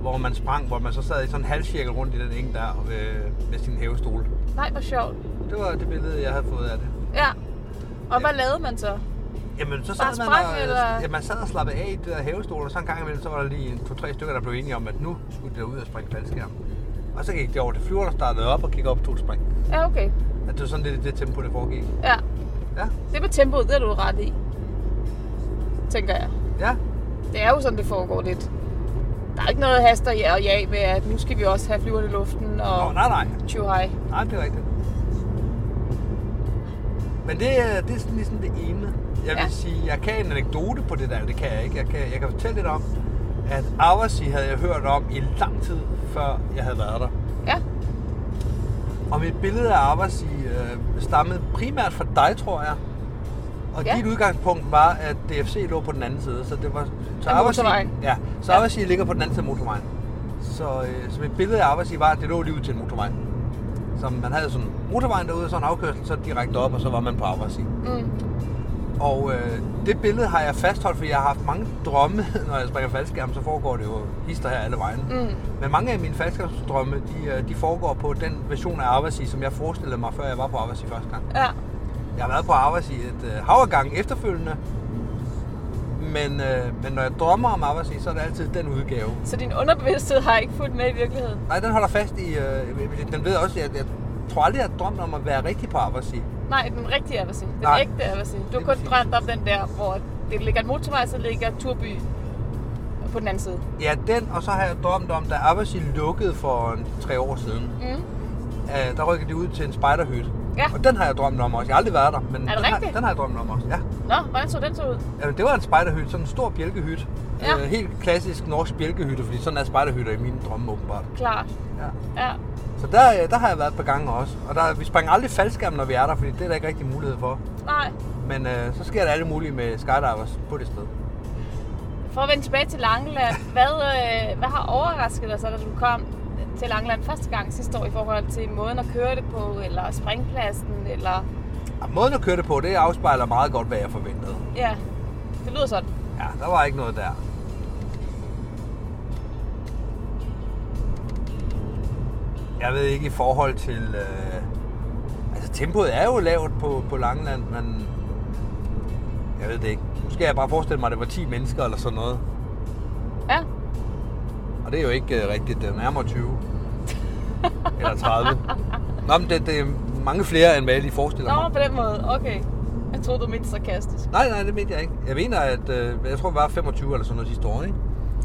[SPEAKER 3] hvor man sprang, hvor man så sad i sådan en halvcirkel rundt i den eng der øh, med sin hævestol.
[SPEAKER 4] Nej, hvor sjovt.
[SPEAKER 3] Det var det billede, jeg havde fået af det.
[SPEAKER 4] Ja. Og hvad lavede man så?
[SPEAKER 3] Jamen, så
[SPEAKER 4] Bare
[SPEAKER 3] sad man,
[SPEAKER 4] sprang,
[SPEAKER 3] og,
[SPEAKER 4] eller?
[SPEAKER 3] ja, man sad og slappede af i det der hævestol, og så en gang imellem, så var der lige en, to-tre stykker, der blev enige om, at nu skulle det ud og springe faldskærm. Og så gik det over til flyveren, der startede op og gik op og tog et spring.
[SPEAKER 4] Ja, okay.
[SPEAKER 3] At det var sådan lidt det tempo, det foregik.
[SPEAKER 4] Ja.
[SPEAKER 3] Ja,
[SPEAKER 4] Det med tempoet, det har du ret i. Tænker jeg.
[SPEAKER 3] ja,
[SPEAKER 4] Det er jo sådan, det foregår lidt. Der er ikke noget haster ja og ja med, at nu skal vi også have flyverne i luften
[SPEAKER 3] Nå,
[SPEAKER 4] og
[SPEAKER 3] nej, nej.
[SPEAKER 4] tjo hej.
[SPEAKER 3] Nej, det er rigtigt. Men det, er- det er sådan ligesom det ene. Jeg vil
[SPEAKER 4] Ja.
[SPEAKER 3] ja. sige, jeg kan en anekdote på det der, det kan jeg ikke. Jeg kan, jeg kan fortælle lidt om, at Avasi havde jeg hørt om i lang tid, før jeg havde været der.
[SPEAKER 4] Ja,
[SPEAKER 3] Og mit billede af Avasi øh, stammede primært fra dig, tror jeg. Og
[SPEAKER 4] Ja.
[SPEAKER 3] ja. dit udgangspunkt var, at DFC lå på den anden side, så det var... Så
[SPEAKER 4] Af
[SPEAKER 3] Abbasi-
[SPEAKER 4] motorvejen.
[SPEAKER 3] Ja, så
[SPEAKER 4] Ja.
[SPEAKER 3] ja. Avasi ligger på den anden side af motorvejen. Så, øh, så mit billede af Avasi var, at det lå lige ud til en motorvej. Så man havde sådan motorvejen derude, og så en afkørsel, så direkte op, og så var man på Avasi.
[SPEAKER 4] Mm.
[SPEAKER 3] Og øh, det billede har jeg fastholdt, fordi jeg har haft mange drømme, når jeg springer faldskærm, så foregår det jo hister her alle vejen.
[SPEAKER 4] Mm.
[SPEAKER 3] Men mange af mine faldskærmsdrømme, de, øh, de foregår på den version af Avasi, som jeg forestillede mig, før jeg var på Avasi første gang.
[SPEAKER 4] ja,
[SPEAKER 3] Jeg har været på Avasi et øh, hav af gange efterfølgende, men, øh, men når jeg drømmer om Avasi, så er det altid den udgave.
[SPEAKER 4] så din underbevidsthed har ikke fulgt med i virkeligheden.
[SPEAKER 3] Nej, den holder fast i, øh, den ved også, at jeg, jeg tror aldrig, jeg har drømt om at være rigtig på Avasi.
[SPEAKER 4] Nej, den rigtige Avasi. Den
[SPEAKER 3] Nej.
[SPEAKER 4] ægte Avasi. Du har
[SPEAKER 3] Lige
[SPEAKER 4] kun
[SPEAKER 3] præcis.
[SPEAKER 4] drømt om den der, hvor det ligger en motorvej, så ligger Turby på den anden side.
[SPEAKER 3] Ja, den, og så har jeg drømt om, da Avasi lukkede for en, tre år siden,
[SPEAKER 4] Mm.
[SPEAKER 3] øh, der rykkede de ud til en spejderhytte.
[SPEAKER 4] Ja.
[SPEAKER 3] Og den har jeg drømt om også. Jeg har aldrig været der, men
[SPEAKER 4] Er det
[SPEAKER 3] den, har,
[SPEAKER 4] rigtigt?
[SPEAKER 3] den har jeg drømt om også. Ja.
[SPEAKER 4] Nå, hvordan så den så ud?
[SPEAKER 3] Jamen, det var en spejderhytte, sådan en stor bjælkehytte.
[SPEAKER 4] Ja.
[SPEAKER 3] Øh, helt klassisk norsk bjælkehytte, fordi sådan er spejderhytter i mine drømme åbenbart.
[SPEAKER 4] Klart.
[SPEAKER 3] Ja.
[SPEAKER 4] Ja.
[SPEAKER 3] Så der, øh, der har jeg været et par gange også. Og der, vi springer aldrig faldskærm, når vi er der, fordi det er der ikke rigtig mulighed for.
[SPEAKER 4] Nej.
[SPEAKER 3] Men øh, så sker der alle mulige med skydivers på det sted.
[SPEAKER 4] For at vende tilbage til Langeland, hvad, øh, hvad har overrasket dig så, da du kom til Langeland første gang sidste år i forhold til måden at køre det på, eller springpladsen, eller...
[SPEAKER 3] Og måden at køre det på, det afspejler meget godt, hvad jeg forventede.
[SPEAKER 4] Ja, det lyder sådan.
[SPEAKER 3] Ja, der var ikke noget der. Jeg ved ikke i forhold til... Øh, altså, tempoet er jo lavt på, på Langeland, men... Jeg ved det ikke. Nu skal jeg bare forestille mig, at det var 10 mennesker eller sådan noget.
[SPEAKER 4] Ja,
[SPEAKER 3] Og det er jo ikke øh, rigtigt. Det er nærmere 20. eller 30. Nå, men det, det er mange flere, end hvad jeg lige forestiller mig.
[SPEAKER 4] Nå, på den måde. Okay. Jeg troede, du mente sarkastisk.
[SPEAKER 3] Nej, nej, det mente jeg ikke. Jeg mener, at øh, jeg tror, vi var 25 eller sådan noget sidste år, ikke?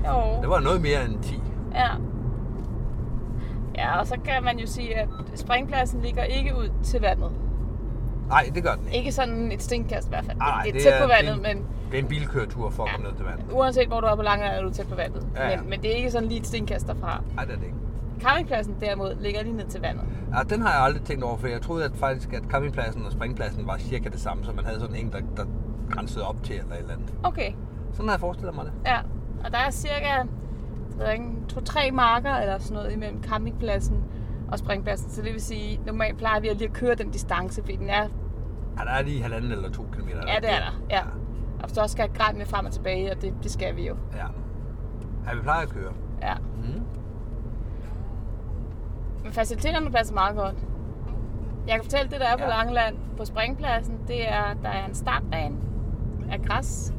[SPEAKER 4] Jo.
[SPEAKER 3] Det var noget mere end 10.
[SPEAKER 4] Ja. Ja, og så kan man jo sige, at springpladsen ligger ikke ud til vandet.
[SPEAKER 3] Nej, det gør den ikke.
[SPEAKER 4] Ikke sådan et stenkast i hvert fald.
[SPEAKER 3] Ej,
[SPEAKER 4] det, det er tæt på vandet,
[SPEAKER 3] det, er en-
[SPEAKER 4] men
[SPEAKER 3] Det er en bilkøretur for at komme ned til vandet.
[SPEAKER 4] uanset hvor du er på Langeland, er du tæt på vandet.
[SPEAKER 3] Ja, ja.
[SPEAKER 4] Men, men det er ikke sådan lige et stenkast derfra.
[SPEAKER 3] Nej, det er det ikke.
[SPEAKER 4] Campingpladsen derimod ligger lige ned til vandet.
[SPEAKER 3] Ja, den har jeg aldrig tænkt over, for jeg troede at faktisk, at campingpladsen og springpladsen var cirka det samme, så man havde sådan en, der, der grænsede op til eller et eller andet.
[SPEAKER 4] Okay,
[SPEAKER 3] Sådan havde jeg forestillet mig det.
[SPEAKER 4] ja. Og der er cirka 2-3 marker eller sådan noget imellem campingpladsen og springpladsen. Så det vil sige, normalt plejer vi at lige at køre den distance, fordi den er,
[SPEAKER 3] Ja, der er lige halvanden eller to kilometer.
[SPEAKER 4] ja, det er der. Ja. Og hvis du også skal have grej med frem og tilbage, og det, det skal vi jo.
[SPEAKER 3] Ja. ja, vi plejer at køre.
[SPEAKER 4] Ja.
[SPEAKER 3] Mm.
[SPEAKER 4] Men faciliteterne passer meget godt. Jeg kan fortælle, det der er på
[SPEAKER 3] Ja.
[SPEAKER 4] Langeland på springpladsen, det er, at der er en startbane af græs.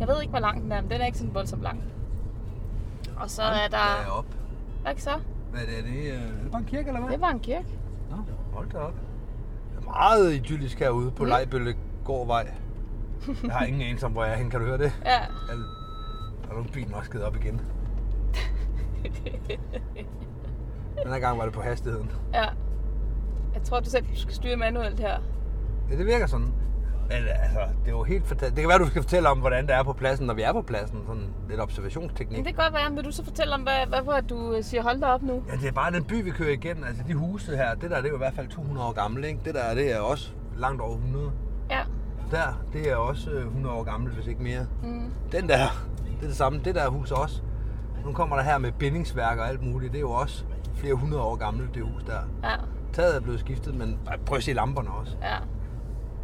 [SPEAKER 4] Jeg ved ikke, hvor lang den er, men den er ikke sådan voldsomt lang. Og så er
[SPEAKER 3] Ja,
[SPEAKER 4] der...
[SPEAKER 3] op.
[SPEAKER 4] Hvad er det så?
[SPEAKER 3] Hvad er det? Er det, øh, er det bare en kirke, eller hvad?
[SPEAKER 4] Det var en kirke.
[SPEAKER 3] Nå, hold da op. Det er meget idyllisk herude på
[SPEAKER 4] Ja.
[SPEAKER 3] Lejbølle gårdvej. Jeg har ingen anelse om, hvor jeg er henne. Kan du høre det?
[SPEAKER 4] Ja.
[SPEAKER 3] Er, er nogle bilen også skidt op igen? Den her gang var det på hastigheden.
[SPEAKER 4] ja. Jeg tror, du selv skal styre manuelt her.
[SPEAKER 3] Ja, det virker sådan. Men altså, det er jo helt fantastisk. Det kan være, du skal fortælle om, hvordan det er på pladsen, når vi er på pladsen. Sådan lidt
[SPEAKER 4] Men
[SPEAKER 3] observationsteknik.
[SPEAKER 4] det kan godt være, men vil du så fortælle om, hvad, hvorfor at du øh, siger hold da op nu?
[SPEAKER 3] Ja, det er bare den by, vi kører igennem. Altså, de huse her, det der det er jo i hvert fald 200 år gammelt, ikke? Det der det er også langt over 100.
[SPEAKER 4] Ja.
[SPEAKER 3] Der, det er også øh, 100 år gammelt, hvis ikke mere.
[SPEAKER 4] Mm.
[SPEAKER 3] Den der, det er det samme. Det der hus også. Nu kommer der her med bindingsværk og alt muligt. Det er jo også flere hundrede år gammelt, det hus der.
[SPEAKER 4] Ja.
[SPEAKER 3] Taget er blevet skiftet, men ej, prøv at se lamperne også.
[SPEAKER 4] Ja.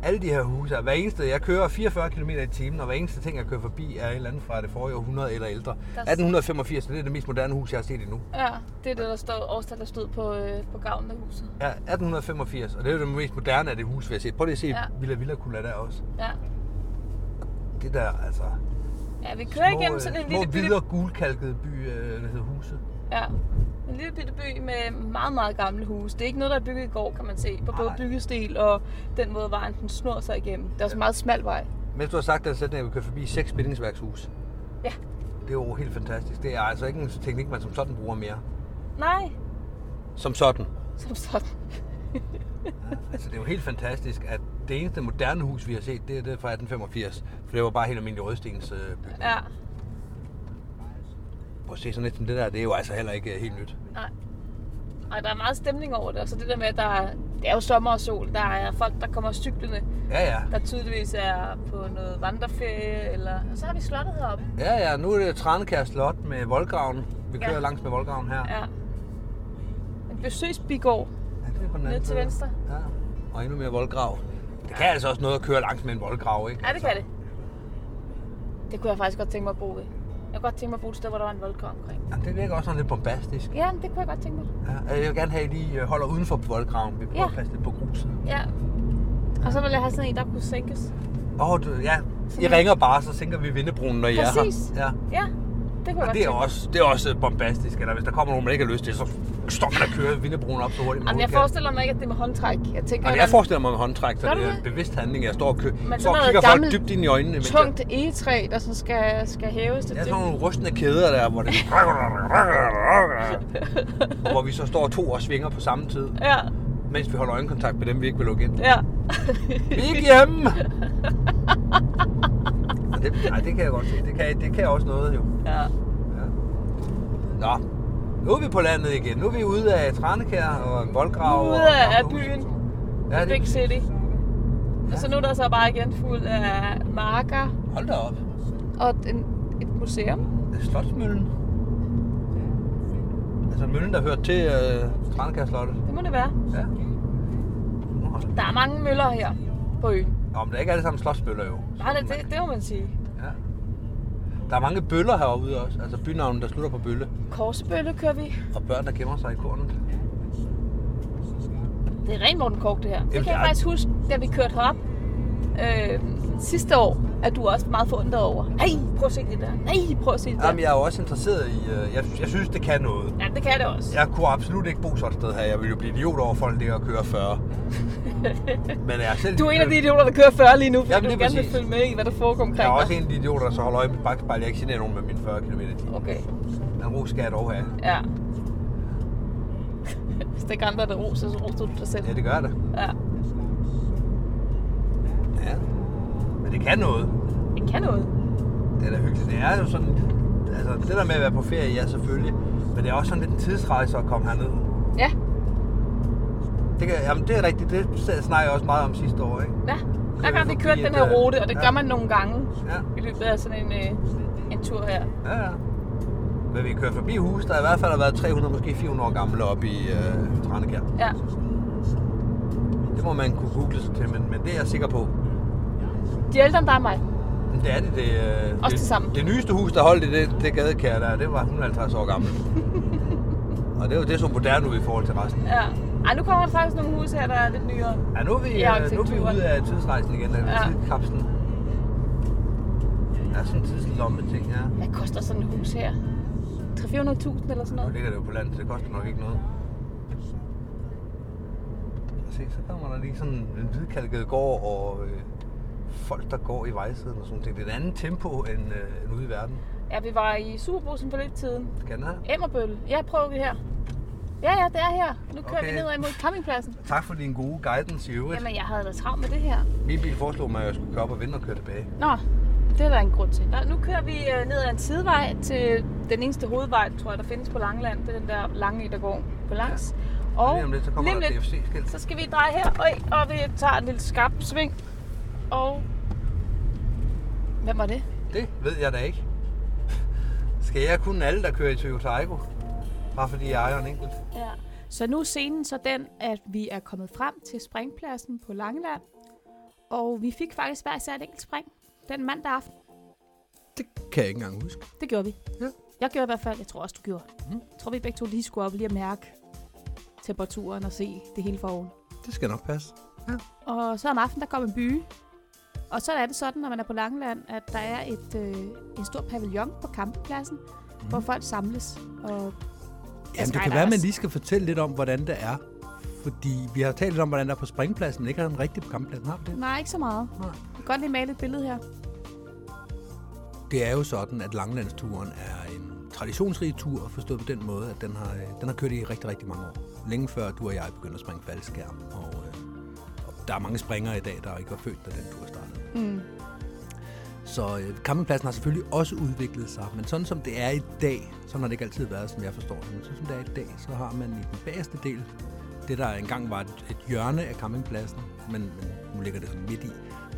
[SPEAKER 3] Alle de her huse, her, hver eneste, jeg kører 44 km i timen, og hver eneste ting, jeg kører forbi, er et eller andet fra det forrige århundrede eller ældre.
[SPEAKER 4] Der-
[SPEAKER 3] 1885, det er det mest moderne hus, jeg har set endnu.
[SPEAKER 4] Ja, det er det, der står, årstal, der stod på, øh, på gavlen af huset.
[SPEAKER 3] Ja, 1885, og det er jo det mest moderne af det hus, vi har set. Prøv lige at se
[SPEAKER 4] Ja.
[SPEAKER 3] ja. Villa Villa Kula der også.
[SPEAKER 4] Ja.
[SPEAKER 3] Det der, altså...
[SPEAKER 4] Ja, vi kører
[SPEAKER 3] små,
[SPEAKER 4] igennem
[SPEAKER 3] øh,
[SPEAKER 4] sådan en
[SPEAKER 3] små
[SPEAKER 4] lille bitte,
[SPEAKER 3] videre gulkalkede by, øh, der hedder Huse.
[SPEAKER 4] ja, en lille bitte by med meget, meget gamle huse. Det er ikke noget, der er bygget i går, kan man se, på både
[SPEAKER 3] Nej.
[SPEAKER 4] byggestil og den måde, vejen den snor sig igennem. Det er også en meget smal vej.
[SPEAKER 3] Mens du har sagt den sætning, at vi kører forbi seks bindingsværkshuse.
[SPEAKER 4] Ja.
[SPEAKER 3] Det er jo helt fantastisk. Det er altså ikke en teknik, man som sådan bruger mere.
[SPEAKER 4] Nej,
[SPEAKER 3] Som sådan.
[SPEAKER 4] som sådan.
[SPEAKER 3] Altså, det er jo helt fantastisk, at det eneste moderne hus, vi har set, det er det fra 1885. For det var bare helt almindelig rødstens øh, bygning.
[SPEAKER 4] Ja,
[SPEAKER 3] Prøv at se sådan lidt som det der, det er jo altså heller ikke øh, helt nyt.
[SPEAKER 4] nej. Og der er meget stemning over det, og så det der med, at der er, det er jo sommer og sol. Der er folk, der kommer cyklerne,
[SPEAKER 3] Ja, ja.
[SPEAKER 4] der tydeligvis er på noget vandreferie, eller... Og så har vi slottet heroppe.
[SPEAKER 3] Ja, ja. Nu er det Tranekær Slot med Voldgraven. Vi
[SPEAKER 4] Ja.
[SPEAKER 3] kører ja. langs med Voldgraven her.
[SPEAKER 4] Ja. En besøgsbigård
[SPEAKER 3] Ja, det er på den
[SPEAKER 4] ned
[SPEAKER 3] anden
[SPEAKER 4] til
[SPEAKER 3] side.
[SPEAKER 4] venstre.
[SPEAKER 3] Ja. Og endnu mere voldgrav. Det kan altså også noget at køre langs med en voldgrav, ikke?
[SPEAKER 4] Ja, det kan det. Det kunne jeg faktisk godt tænke mig at bo i. Jeg kunne godt tænke mig at bo et sted, hvor der var en voldgrav omkring.
[SPEAKER 3] Ja, det virker også sådan lidt bombastisk.
[SPEAKER 4] Ja, men det kunne jeg godt tænke mig.
[SPEAKER 3] Ja, altså, jeg vil gerne have, at I lige øh, holder uden for voldgraven. Vi prøver
[SPEAKER 4] Ja.
[SPEAKER 3] ja. at passe lidt på gruset.
[SPEAKER 4] Ja. Og så ville jeg have sådan en, der kunne sænkes.
[SPEAKER 3] Åh, oh, ja. I
[SPEAKER 4] Sådan-
[SPEAKER 3] ringer bare, så sænker vi vindebrunen, når I er her.
[SPEAKER 4] Præcis.
[SPEAKER 3] Ja.
[SPEAKER 4] Ja, det kunne jeg
[SPEAKER 3] Og
[SPEAKER 4] godt
[SPEAKER 3] det er,
[SPEAKER 4] tænke mig.
[SPEAKER 3] også, det er også øh, bombastisk, eller hvis der kommer nogen, man ikke har lyst til, så står man og kører vindebrunen op så hurtigt, man
[SPEAKER 4] Jamen, jeg
[SPEAKER 3] overhovedet kan.
[SPEAKER 4] forestiller mig ikke, at det er med håndtræk. Jeg tænker,
[SPEAKER 3] Jamen,
[SPEAKER 4] at
[SPEAKER 3] jeg
[SPEAKER 4] der er
[SPEAKER 3] forestiller mig med håndtræk, så
[SPEAKER 4] Gør
[SPEAKER 3] det
[SPEAKER 4] du
[SPEAKER 3] er en
[SPEAKER 4] det?
[SPEAKER 3] bevidst handling. Jeg står og, kø-
[SPEAKER 4] sådan
[SPEAKER 3] står og
[SPEAKER 4] noget
[SPEAKER 3] kigger folk
[SPEAKER 4] gammelt,
[SPEAKER 3] dybt ind i ønene. mens jeg-
[SPEAKER 4] tungt egetræ, der sådan skal, skal hæves. Det,
[SPEAKER 3] Jeg
[SPEAKER 4] det,
[SPEAKER 3] sådan nogle rustne kæder der, hvor det... og hvor vi så står to og svinger på samme tid,
[SPEAKER 4] Ja,
[SPEAKER 3] mens vi holder øjenkontakt med dem, vi ikke vil lukke ind.
[SPEAKER 4] ja.
[SPEAKER 3] Vi er ikke hjemme! Og det, nej, det kan jeg godt se. Det kan, det kan også noget jo.
[SPEAKER 4] ja.
[SPEAKER 3] Ja. Nå, nu er vi på landet igen. Nu er vi ude af Tranekær og en voldgrav.
[SPEAKER 4] Ude
[SPEAKER 3] og,
[SPEAKER 4] af- af byen.
[SPEAKER 3] Ja,
[SPEAKER 4] Big
[SPEAKER 3] det,
[SPEAKER 4] City. Og så nu er der så bare igen fuld af marker
[SPEAKER 3] hold da op.
[SPEAKER 4] og en, et museum.
[SPEAKER 3] Det er Slotsmøllen. Altså møllen, der hører til øh, Tranekær Slottet.
[SPEAKER 4] Det må det være.
[SPEAKER 3] Ja. Nå,
[SPEAKER 4] Der er mange møller her på øen.
[SPEAKER 3] Nå, men det er ikke alle sammen slotsbøller jo.
[SPEAKER 4] Nej, det, det, det må man sige.
[SPEAKER 3] Ja. Der er mange bøller herude også. Altså bynavnen, der slutter på bølle.
[SPEAKER 4] Korsebølle kører vi.
[SPEAKER 3] Og børn, der gemmer sig i kornet.
[SPEAKER 4] Det er ren Morten Kork, det her. Det
[SPEAKER 3] Jamen,
[SPEAKER 4] kan jeg
[SPEAKER 3] det er-
[SPEAKER 4] faktisk huske, da vi kørte herop øh, sidste år, at du også var meget forundret over. Nej, prøv at se det der. Nej, prøv at se det der.
[SPEAKER 3] Jamen, jeg er jo også interesseret i... Øh, jeg, jeg synes, det kan noget.
[SPEAKER 4] Ja, det kan det også.
[SPEAKER 3] Jeg kunne absolut ikke bo sådan et sted her. Jeg ville jo blive idiot over folk, der og køre 40. Men jeg er selv...
[SPEAKER 4] Du er en af de idioter, der kører 40 lige nu, fordi
[SPEAKER 3] Jamen,
[SPEAKER 4] Jamen,
[SPEAKER 3] det
[SPEAKER 4] du
[SPEAKER 3] er
[SPEAKER 4] gerne vil
[SPEAKER 3] præcis.
[SPEAKER 4] følge med i, hvad der foregår omkring
[SPEAKER 3] Jeg er også
[SPEAKER 4] dig.
[SPEAKER 3] en af de idioter, der så holder øje med bagspejlet. Jeg ikke generer nogen med min 40 km i timen.
[SPEAKER 4] Okay,
[SPEAKER 3] Den ro skal jeg dog have.
[SPEAKER 4] ja. Hvis der ikke er andre, der roser, så roser du dig selv.
[SPEAKER 3] Ja, det gør det.
[SPEAKER 4] Ja,
[SPEAKER 3] Ja. Men det kan noget.
[SPEAKER 4] det kan noget.
[SPEAKER 3] Det er da hyggeligt. Det er jo sådan... Altså, det der med at være på ferie, ja, selvfølgelig. Men det er også sådan lidt en tidsrejse at komme herned.
[SPEAKER 4] Ja,
[SPEAKER 3] Det, kan, jamen, det er rigtigt. Det snakker jeg også meget om sidste år, ikke?
[SPEAKER 4] ja. Hver
[SPEAKER 3] Kører
[SPEAKER 4] gang vi
[SPEAKER 3] forbi
[SPEAKER 4] kørte den
[SPEAKER 3] et,
[SPEAKER 4] her
[SPEAKER 3] øh,
[SPEAKER 4] rute, og det
[SPEAKER 3] ja.
[SPEAKER 4] gør man nogle gange
[SPEAKER 3] Ja,
[SPEAKER 4] i løbet af sådan en, øh, en tur her.
[SPEAKER 3] ja, ja. Men vi kører forbi hus, der i hvert fald har været 300, måske 400 år gamle oppe i øh, Tranekær.
[SPEAKER 4] Ja,
[SPEAKER 3] Det må man kunne google sig til, men, men det er jeg sikker på.
[SPEAKER 4] de er ældre end dig og mig.
[SPEAKER 3] Men det er det, det, øh,
[SPEAKER 4] det samme.
[SPEAKER 3] det nyeste hus, der holdt i det, det gadekær der, det var 150 år gammelt. Og det er jo det, som moderne ud i forhold til resten.
[SPEAKER 4] Ja. Ej, nu kommer der faktisk nogle huse her, der er lidt nyere.
[SPEAKER 3] Ja, nu er vi, øh, nu
[SPEAKER 4] Ja,
[SPEAKER 3] er vi
[SPEAKER 4] arkitekturen.
[SPEAKER 3] ude af tidsrejsen igen, af
[SPEAKER 4] Ja.
[SPEAKER 3] ja. tidskapslen. Ja, sådan en tidslomme ting, ja.
[SPEAKER 4] Hvad koster sådan et hus her? 300-400.000 eller sådan
[SPEAKER 3] Nu
[SPEAKER 4] noget?
[SPEAKER 3] ligger det jo på landet, så det koster nok ikke noget. Og se, så kommer der lige sådan en hvidkalket gård og øh, folk, der går i vejsiden og sådan ting. Det er et andet tempo end, øh, end ude i verden.
[SPEAKER 4] Ja, vi var i Superbrugsen for lidt siden.
[SPEAKER 3] Skal den her?
[SPEAKER 4] Emmerbøl. Ja, prøver vi her. Ja, ja, det er her. Nu kører okay.
[SPEAKER 3] Okay.
[SPEAKER 4] vi nedad mod campingpladsen.
[SPEAKER 3] Tak for din gode guidance i øvrigt.
[SPEAKER 4] Jamen, jeg havde da travlt med det her.
[SPEAKER 3] Min bil foreslog mig, at jeg skulle køre op og vende og køre tilbage.
[SPEAKER 4] Nå, det er der en grund til. Nå, nu kører vi øh, ned ad en sidevej til den eneste hovedvej, tror jeg, der findes på Langeland. Det er den der lange, der går på langs. Ja.
[SPEAKER 3] Og lige om lidt, så kommer
[SPEAKER 4] lige om
[SPEAKER 3] der et
[SPEAKER 4] lidt,
[SPEAKER 3] DFC-skilt.
[SPEAKER 4] så skal vi dreje her, og, og vi tager en lille skarp sving. Og... Hvem var det?
[SPEAKER 3] Det ved jeg da ikke. Skal jeg kunne alle, der kører i Toyota Aygo? Bare fordi jeg ejer en enkelt.
[SPEAKER 4] Ja.
[SPEAKER 5] Så nu er scenen så den, at vi er kommet frem til springpladsen på Langeland, og vi fik faktisk hver især et enkelt spring den mandag aften.
[SPEAKER 3] Det kan jeg ikke engang huske.
[SPEAKER 5] Det gjorde vi.
[SPEAKER 3] Ja.
[SPEAKER 5] Jeg gjorde i hvert fald, jeg tror også, du gjorde.
[SPEAKER 3] Mm.
[SPEAKER 5] Jeg tror, vi begge to lige skulle op lige at mærke temperaturen og se det hele foroven.
[SPEAKER 3] Det skal nok passe.
[SPEAKER 5] Og så om aftenen, der kom en by. Og så er det sådan, når man er på Langeland, at der er et, øh, en stor pavillon på campingpladsen, mm. hvor folk samles. Og Altså,
[SPEAKER 3] Jamen, det kan
[SPEAKER 5] skydivers.
[SPEAKER 3] være, at man lige skal fortælle lidt om, hvordan det er. Fordi vi har talt lidt om, hvordan der er på springpladsen, men ikke sådan rigtigt på kamppladsen. Har vi det?
[SPEAKER 5] Nej, ikke så meget.
[SPEAKER 3] Nej.
[SPEAKER 5] Jeg kan godt lige male et billede her.
[SPEAKER 3] Det er jo sådan, at Langlandsturen er en traditionsrig tur, forstået på den måde, at den har, øh, den har kørt i rigtig, rigtig mange år. Længe før du og jeg begyndte at springe faldskærm. Og, øh, og der er mange springere i dag, der ikke var født, da den tur startede.
[SPEAKER 5] Mm.
[SPEAKER 3] Så øh, campingpladsen har selvfølgelig også udviklet sig, men sådan som det er i dag, sådan har det ikke altid været, som jeg forstår det, men sådan som det er i dag, så har man i den bagerste del, det der engang var et, et hjørne af campingpladsen, men, men nu ligger det sådan midt i,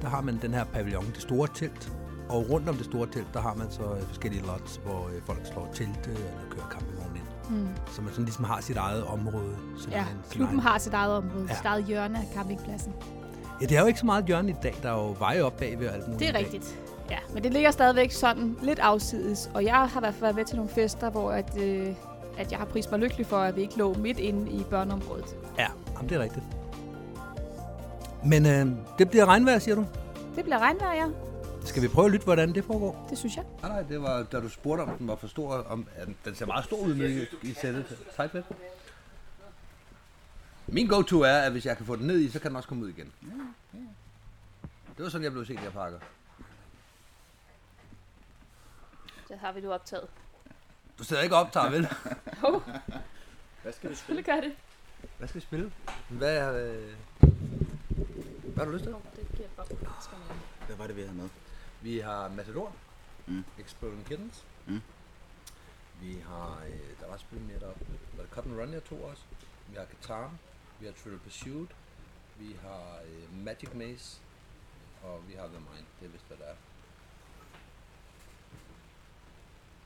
[SPEAKER 3] der har man den her pavillon, det store telt, og rundt om det store telt, der har man så øh, forskellige lots, hvor øh, folk slår telte eller kører campingvognen ind.
[SPEAKER 5] Mm.
[SPEAKER 3] Så man sådan ligesom har sit eget område. Sin
[SPEAKER 5] Ja,
[SPEAKER 3] egen- sin
[SPEAKER 5] klubben
[SPEAKER 3] egen-
[SPEAKER 5] har sit eget område,
[SPEAKER 3] Ja.
[SPEAKER 5] ja. sit eget hjørne af campingpladsen.
[SPEAKER 3] Ja, det er jo ikke så meget et hjørne i dag, der er jo veje op bagved og alt muligt.
[SPEAKER 5] Det
[SPEAKER 3] i
[SPEAKER 5] er
[SPEAKER 3] dag.
[SPEAKER 5] rigtigt. Ja, men det ligger stadigvæk sådan lidt afsides, og jeg har i hvert fald været med til nogle fester, hvor at, øh, at jeg har prist mig lykkelig for, at vi ikke lå midt inde i børneområdet.
[SPEAKER 3] Ja, jamen, det er rigtigt. Men øh, det bliver regnvejr, siger du?
[SPEAKER 5] Det bliver regnvejr, ja.
[SPEAKER 3] Skal vi prøve at lytte, hvordan det foregår?
[SPEAKER 5] Det synes jeg.
[SPEAKER 3] Nej, nej, det var, da du spurgte, om den var for stor. Om, at den ser meget stor ud nu i- i sættet. Tak lidt. Min go-to er, at hvis jeg kan få den ned i, så kan den også komme ud igen. Det var sådan, jeg blev set, jeg pakker.
[SPEAKER 4] Det har vi nu optaget.
[SPEAKER 3] Du sidder ikke og optager, vel?
[SPEAKER 4] Selvfølgelig gør det.
[SPEAKER 3] Hvad skal vi spille? Hvad, øh, hvad har du lyst til?
[SPEAKER 4] Det giver bare
[SPEAKER 2] Hvad var det, vi havde med?
[SPEAKER 3] Vi har Matador,
[SPEAKER 2] Mm.
[SPEAKER 3] Exploding Kittens.
[SPEAKER 2] Mm.
[SPEAKER 3] Vi har, øh, der var spillet mere deroppe, var det Cotton Run, jeg tog også. Vi har Katarn, vi har Trivial Pursuit, vi har øh, Magic Maze, og vi har The Mind, det er vist, hvad der er.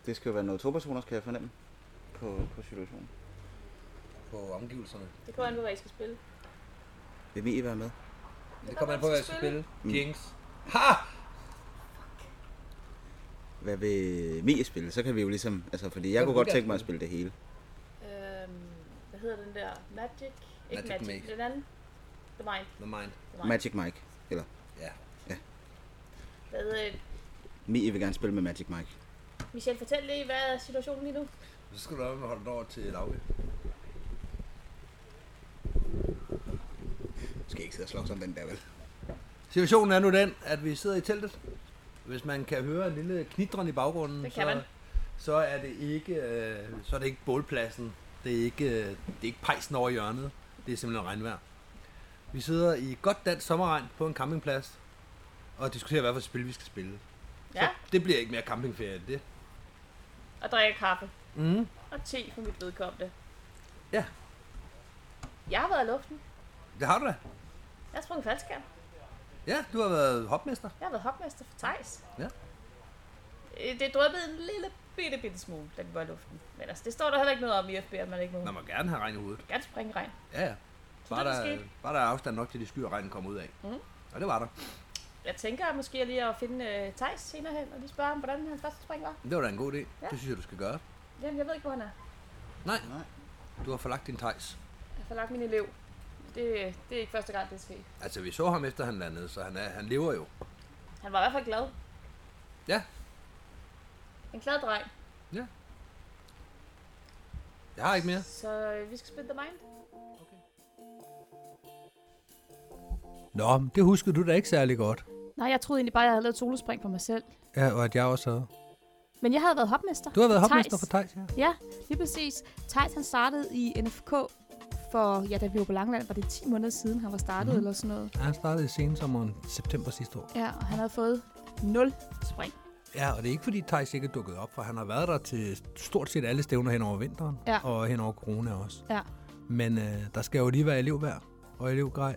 [SPEAKER 2] Det skal jo være noget to personer, skal jeg fornemme, på, på situationen.
[SPEAKER 3] På omgivelserne.
[SPEAKER 4] Det kommer an på, hvad I skal spille.
[SPEAKER 2] Vil I være med?
[SPEAKER 3] Det kommer an på, hvad jeg skal spille. Jinx. Ha!
[SPEAKER 2] Hvad vil Mie spille? Så kan vi jo ligesom... Altså, fordi jeg
[SPEAKER 3] Hvad
[SPEAKER 2] kunne
[SPEAKER 3] vil du
[SPEAKER 2] godt
[SPEAKER 3] gerne
[SPEAKER 2] tænke mig at
[SPEAKER 3] spille?
[SPEAKER 2] spille det hele.
[SPEAKER 4] Øhm, hvad hedder den der? Magic?
[SPEAKER 3] Magic
[SPEAKER 4] Ikke Magic,
[SPEAKER 3] Maze.
[SPEAKER 4] Magic. den anden? The Mind.
[SPEAKER 3] The Mind.
[SPEAKER 4] The Mind.
[SPEAKER 2] Magic Mike. Eller
[SPEAKER 3] Ja.
[SPEAKER 4] Hvad, øh,
[SPEAKER 2] Mie vil gerne spille med Magic Mike.
[SPEAKER 4] Michelle, fortæl lige, hvad er situationen lige nu?
[SPEAKER 3] Så skal du op og holde den over til Lauke.
[SPEAKER 2] Skal ikke sidde og slås om den der, vel?
[SPEAKER 3] Situationen er nu den, at vi sidder i teltet. Hvis man kan høre en lille knitren i baggrunden,
[SPEAKER 4] Det kan
[SPEAKER 3] så,
[SPEAKER 4] man.
[SPEAKER 3] så er det ikke øh, så er det ikke bålpladsen. Det er ikke øh, det er ikke pejsen over hjørnet. Det er simpelthen regnvejr. Vi sidder i godt dansk sommerregn på en campingplads og diskuterer, hvad for et spil vi skal spille.
[SPEAKER 4] Ja,
[SPEAKER 3] Det bliver ikke mere campingferie end det.
[SPEAKER 4] og drikke kaffe.
[SPEAKER 3] Mm.
[SPEAKER 4] Og te for mit vedkommende.
[SPEAKER 3] Ja.
[SPEAKER 4] Jeg har været i luften.
[SPEAKER 3] Det har du da.
[SPEAKER 4] Jeg har sprunget faldskærm.
[SPEAKER 3] Ja, du har været hopmester.
[SPEAKER 4] Jeg har været hopmester for Thijs.
[SPEAKER 3] Ja.
[SPEAKER 4] Øh, Det drøbbede en lille bitte, bitte smule, da vi var i luften. Men altså, det står der heller ikke noget om i FB, at man ikke må
[SPEAKER 3] Man må gerne have regn i hovedet.
[SPEAKER 4] gerne springe i regn.
[SPEAKER 3] Ja, ja. Bare
[SPEAKER 4] det
[SPEAKER 3] der,
[SPEAKER 4] skete.
[SPEAKER 3] bare der er afstand nok til de skyer, regnen kommer ud af. Mm. Og det var der.
[SPEAKER 4] Jeg tænker måske lige at finde uh, Thijs senere hen, og lige spørge ham, hvordan hans første spring var.
[SPEAKER 3] Det var da en god idé.
[SPEAKER 4] Ja.
[SPEAKER 3] Det synes jeg, du skal gøre.
[SPEAKER 4] Jamen, jeg ved ikke, hvor han er.
[SPEAKER 3] Nej.
[SPEAKER 2] Nej.
[SPEAKER 3] Du har forlagt din tejs.
[SPEAKER 4] Jeg har lagt min elev. Det, det er ikke første gang, det sker.
[SPEAKER 3] Altså, vi så ham efter han landede, så han, er, han lever jo.
[SPEAKER 4] Han var i hvert fald glad.
[SPEAKER 3] Ja,
[SPEAKER 6] En glad dreng.
[SPEAKER 3] Jeg har ikke mere.
[SPEAKER 6] Så øh, vi skal spille The Mind.
[SPEAKER 3] Nå, det huskede du da ikke særlig godt.
[SPEAKER 4] Nej, jeg troede egentlig bare, at jeg havde lavet solospring for mig selv.
[SPEAKER 3] Ja, og at jeg også havde.
[SPEAKER 4] Men jeg havde været hopmester.
[SPEAKER 3] Du har været hopmester
[SPEAKER 4] Thijs.
[SPEAKER 3] for Thijs, ja.
[SPEAKER 4] Ja, lige præcis. Thijs han startede i NFK for, ja, da vi var på Langland, var det 10 måneder siden, han var startet
[SPEAKER 3] Mhm.
[SPEAKER 4] mm. eller sådan noget.
[SPEAKER 3] Han startede i sensommeren september sidste år.
[SPEAKER 4] Ja, og han havde fået 0 spring.
[SPEAKER 3] Ja, og det er ikke fordi Thijs ikke er dukket op, for han har været der til stort set alle stævner hen over vinteren.
[SPEAKER 4] Ja.
[SPEAKER 3] Og hen over corona også.
[SPEAKER 4] Ja.
[SPEAKER 3] Men øh, der skal jo lige være elevværd og elevgrej.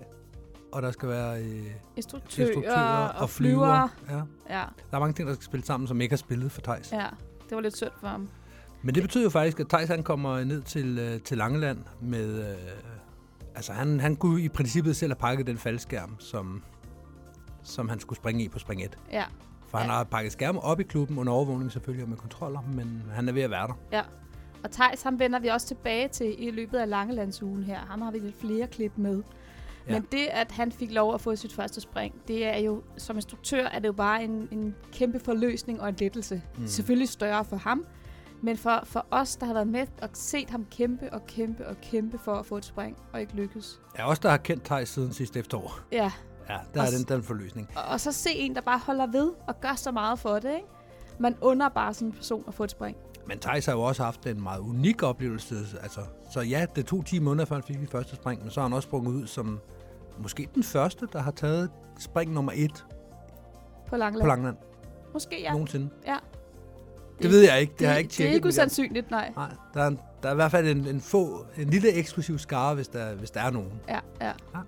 [SPEAKER 3] Og der skal være øh,
[SPEAKER 4] Instruktører,
[SPEAKER 3] instruktører og, og flyvere. Ja.
[SPEAKER 4] Ja,
[SPEAKER 3] Der er mange ting, der skal spille sammen, som ikke har spillet for Thijs.
[SPEAKER 4] ja, det var lidt synd for ham.
[SPEAKER 3] Men det betyder jo faktisk, at Thijs han kommer ned til, øh, til Langeland med... Øh, altså han, han kunne i princippet selv have pakket den faldskærm, som, som han skulle springe i på spring 1.
[SPEAKER 4] Ja,
[SPEAKER 3] For han
[SPEAKER 4] Ja.
[SPEAKER 3] har pakket skærme op i klubben under overvågning selvfølgelig og med kontroller, men han er ved at være der.
[SPEAKER 4] ja. Og Thijs, ham vender vi også tilbage til i løbet af Langelandsugen her. Ham har vi lidt flere klip med.
[SPEAKER 3] Ja.
[SPEAKER 4] Ja. Men det, at han fik lov at få sit første spring, det er jo, som instruktør, er det jo bare en, en kæmpe forløsning og en lettelse. Mm. Selvfølgelig større for ham, men for, for os, der har været med og set ham kæmpe og kæmpe og kæmpe for at få et spring og ikke lykkes.
[SPEAKER 3] Ja, også der har kendt Thijs siden sidste efterår.
[SPEAKER 4] Ja,
[SPEAKER 3] Ja, der er
[SPEAKER 4] Og s-
[SPEAKER 3] den, den forløsning.
[SPEAKER 4] og, og så se en, der bare holder ved og gør så meget for det, ikke? Man under bare sådan en person at få et spring.
[SPEAKER 3] Men Thijs har jo også haft en meget unik oplevelse. Altså, så ja, det tog 10 måneder, før han fik sit første spring, men så har han også sprunget ud som måske den første, der har taget spring nummer 1
[SPEAKER 4] På Langeland.
[SPEAKER 3] på Langland
[SPEAKER 4] Måske,
[SPEAKER 3] ja.
[SPEAKER 4] ja.
[SPEAKER 3] nogensinde.
[SPEAKER 4] ja.
[SPEAKER 3] Det ved jeg ikke. Det,
[SPEAKER 4] Det,
[SPEAKER 3] har jeg ikke
[SPEAKER 4] det
[SPEAKER 3] tjekket.
[SPEAKER 4] er ikke
[SPEAKER 3] men jeg-
[SPEAKER 4] usandsynligt, nej.
[SPEAKER 3] Nej, der er, en- der er i hvert fald en, en, få, en lille eksklusiv skare, hvis der, hvis der er nogen.
[SPEAKER 4] Ja, ja.
[SPEAKER 3] Ja.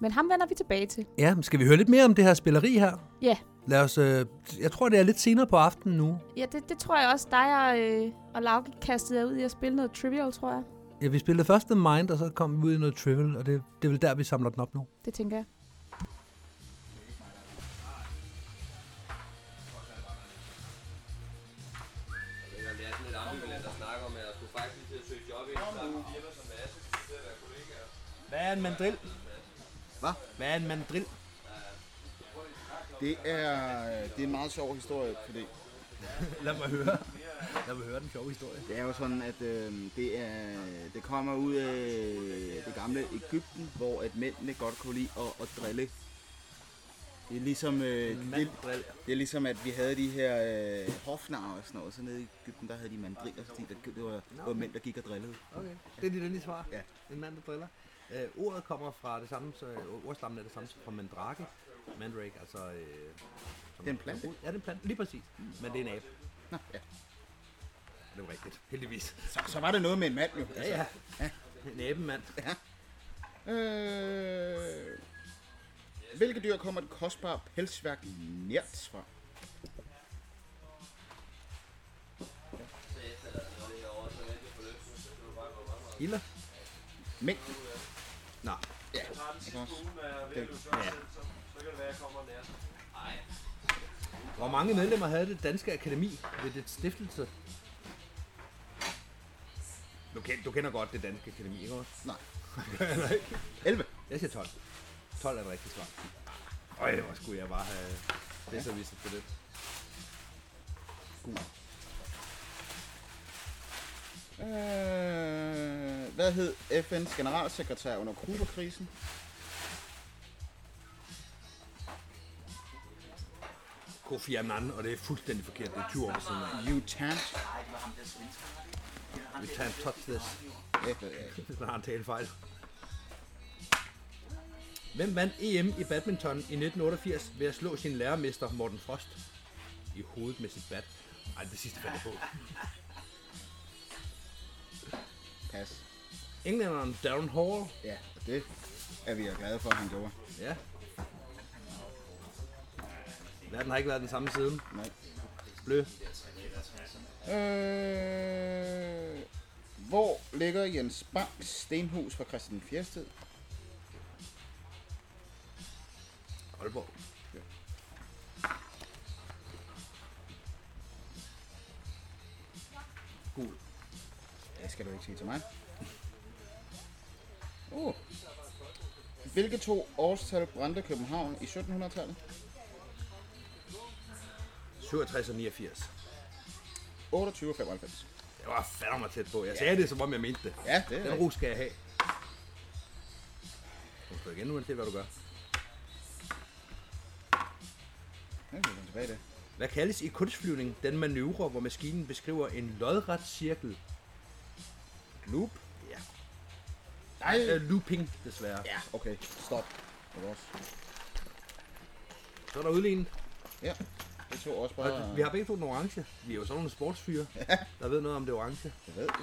[SPEAKER 4] Men ham vender vi tilbage til.
[SPEAKER 3] Ja, men skal vi høre lidt mere om det her spilleri her?
[SPEAKER 4] Ja.
[SPEAKER 3] Lad os, øh, jeg tror, det er lidt senere på aftenen nu.
[SPEAKER 4] Ja, det, det tror jeg også, dig og, øh, og Lauke kastede jer ud i at spille noget trivial, tror jeg.
[SPEAKER 3] Ja, vi spillede først The Mind, og så kom vi ud i noget Trivial, og det, det er vel der, vi samler den op nu.
[SPEAKER 4] Det tænker jeg.
[SPEAKER 7] Jeg er sådan lidt ambivalent at snakke om, at jeg skulle faktisk lige til at søge job i et samme firma som Masse, til at være kollega.
[SPEAKER 8] Hvad er en mandril?
[SPEAKER 2] Hvad?
[SPEAKER 8] Hvad er en mandril?
[SPEAKER 2] Det er, det er en meget sjov historie, fordi
[SPEAKER 3] Lad mig høre. Lad mig høre den sjove historie.
[SPEAKER 2] Det er jo sådan, at øh, det, er, det kommer ud af øh, det gamle Ægypten, hvor at mændene godt kunne lide at, at drille. Det er ligesom, øh, det, det er ligesom, at vi havde de her øh, hofnar og sådan noget. Så nede i Ægypten, der havde de mandriller, så de, der, det, var, det var mænd, der gik og drillede.
[SPEAKER 3] Okay, det er dit endelige svar.
[SPEAKER 2] Ja.
[SPEAKER 3] En mand, der driller. Øh, ordet kommer fra det samme, så, øh, ordstammen er det samme som fra mandrake. Mandrake, altså... Øh, som-
[SPEAKER 2] Det er en plante.
[SPEAKER 3] Ja, det er en plante, lige præcis. Men det er en abe.
[SPEAKER 2] Nå, ja.
[SPEAKER 3] Det var rigtigt, heldigvis.
[SPEAKER 2] Så, så var der noget med en mand jo. Altså.
[SPEAKER 3] Ja, ja. En abemand.
[SPEAKER 2] Øh, hvilke dyr kommer det kostbare pelsværk nært fra?
[SPEAKER 3] Ilder.
[SPEAKER 2] Mængden.
[SPEAKER 3] Nå.
[SPEAKER 2] Ja, ikke også?
[SPEAKER 3] Hvor mange medlemmer havde det danske akademi ved dets stiftelse? Du kender, du kender godt det danske akademi, ikke også?
[SPEAKER 2] Nej. 11.
[SPEAKER 3] Jeg siger 12. 12 er det rigtige svar. Øj, hvor skulle jeg bare have det så vist på det.
[SPEAKER 2] Øh, hvad hed FN's generalsekretær under Kuba-krisen?
[SPEAKER 3] Kofi Annan, og det er fuldstændig forkert. Det er 20 år siden.
[SPEAKER 2] You can't.
[SPEAKER 3] Vi tager en touch this. Hvis man har en talefejl. Hvem vandt EM i badminton i 1988 ved at slå sin lærermester Morten Frost i hovedet med sit bat? Ej, det sidste fandt jeg på.
[SPEAKER 2] Pas.
[SPEAKER 3] Englænderen Darren Hall.
[SPEAKER 2] Ja, og det er vi jo glade for, at han gjorde.
[SPEAKER 3] Ja. Verden har ikke været den samme siden.
[SPEAKER 2] Nej.
[SPEAKER 3] Blø.
[SPEAKER 2] Øh, hvor ligger Jens Banks stenhus fra Christian Fjersted?
[SPEAKER 3] Aalborg.
[SPEAKER 2] Gul. Det skal du ikke sige til mig. Uh. Hvilke to årstal brændte København i
[SPEAKER 3] 1700
[SPEAKER 2] 1700-tallet?
[SPEAKER 3] 67 og 89.
[SPEAKER 2] 28 95.
[SPEAKER 3] Det var fandme mig tæt på. Jeg sagde det, som om jeg mente det.
[SPEAKER 2] Ja, det
[SPEAKER 3] Den
[SPEAKER 2] er
[SPEAKER 3] ro skal jeg have. Du skal igen, uanset hvad du gør.
[SPEAKER 2] Den kan vi komme tilbage til.
[SPEAKER 3] Hvad kaldes i kunstflyvning den manøvre, hvor maskinen beskriver en lodret cirkel? Loop? Ja.
[SPEAKER 2] Nej.
[SPEAKER 3] Øh, looping, desværre.
[SPEAKER 2] Ja, okay. Stop. Det var også.
[SPEAKER 3] Så er der udlignet.
[SPEAKER 2] Ja. Det tog også bare...
[SPEAKER 3] Og vi har begge to den orange. Vi er jo sådan nogle sportsfyre, der ved noget om det orange.
[SPEAKER 2] Jeg ved det.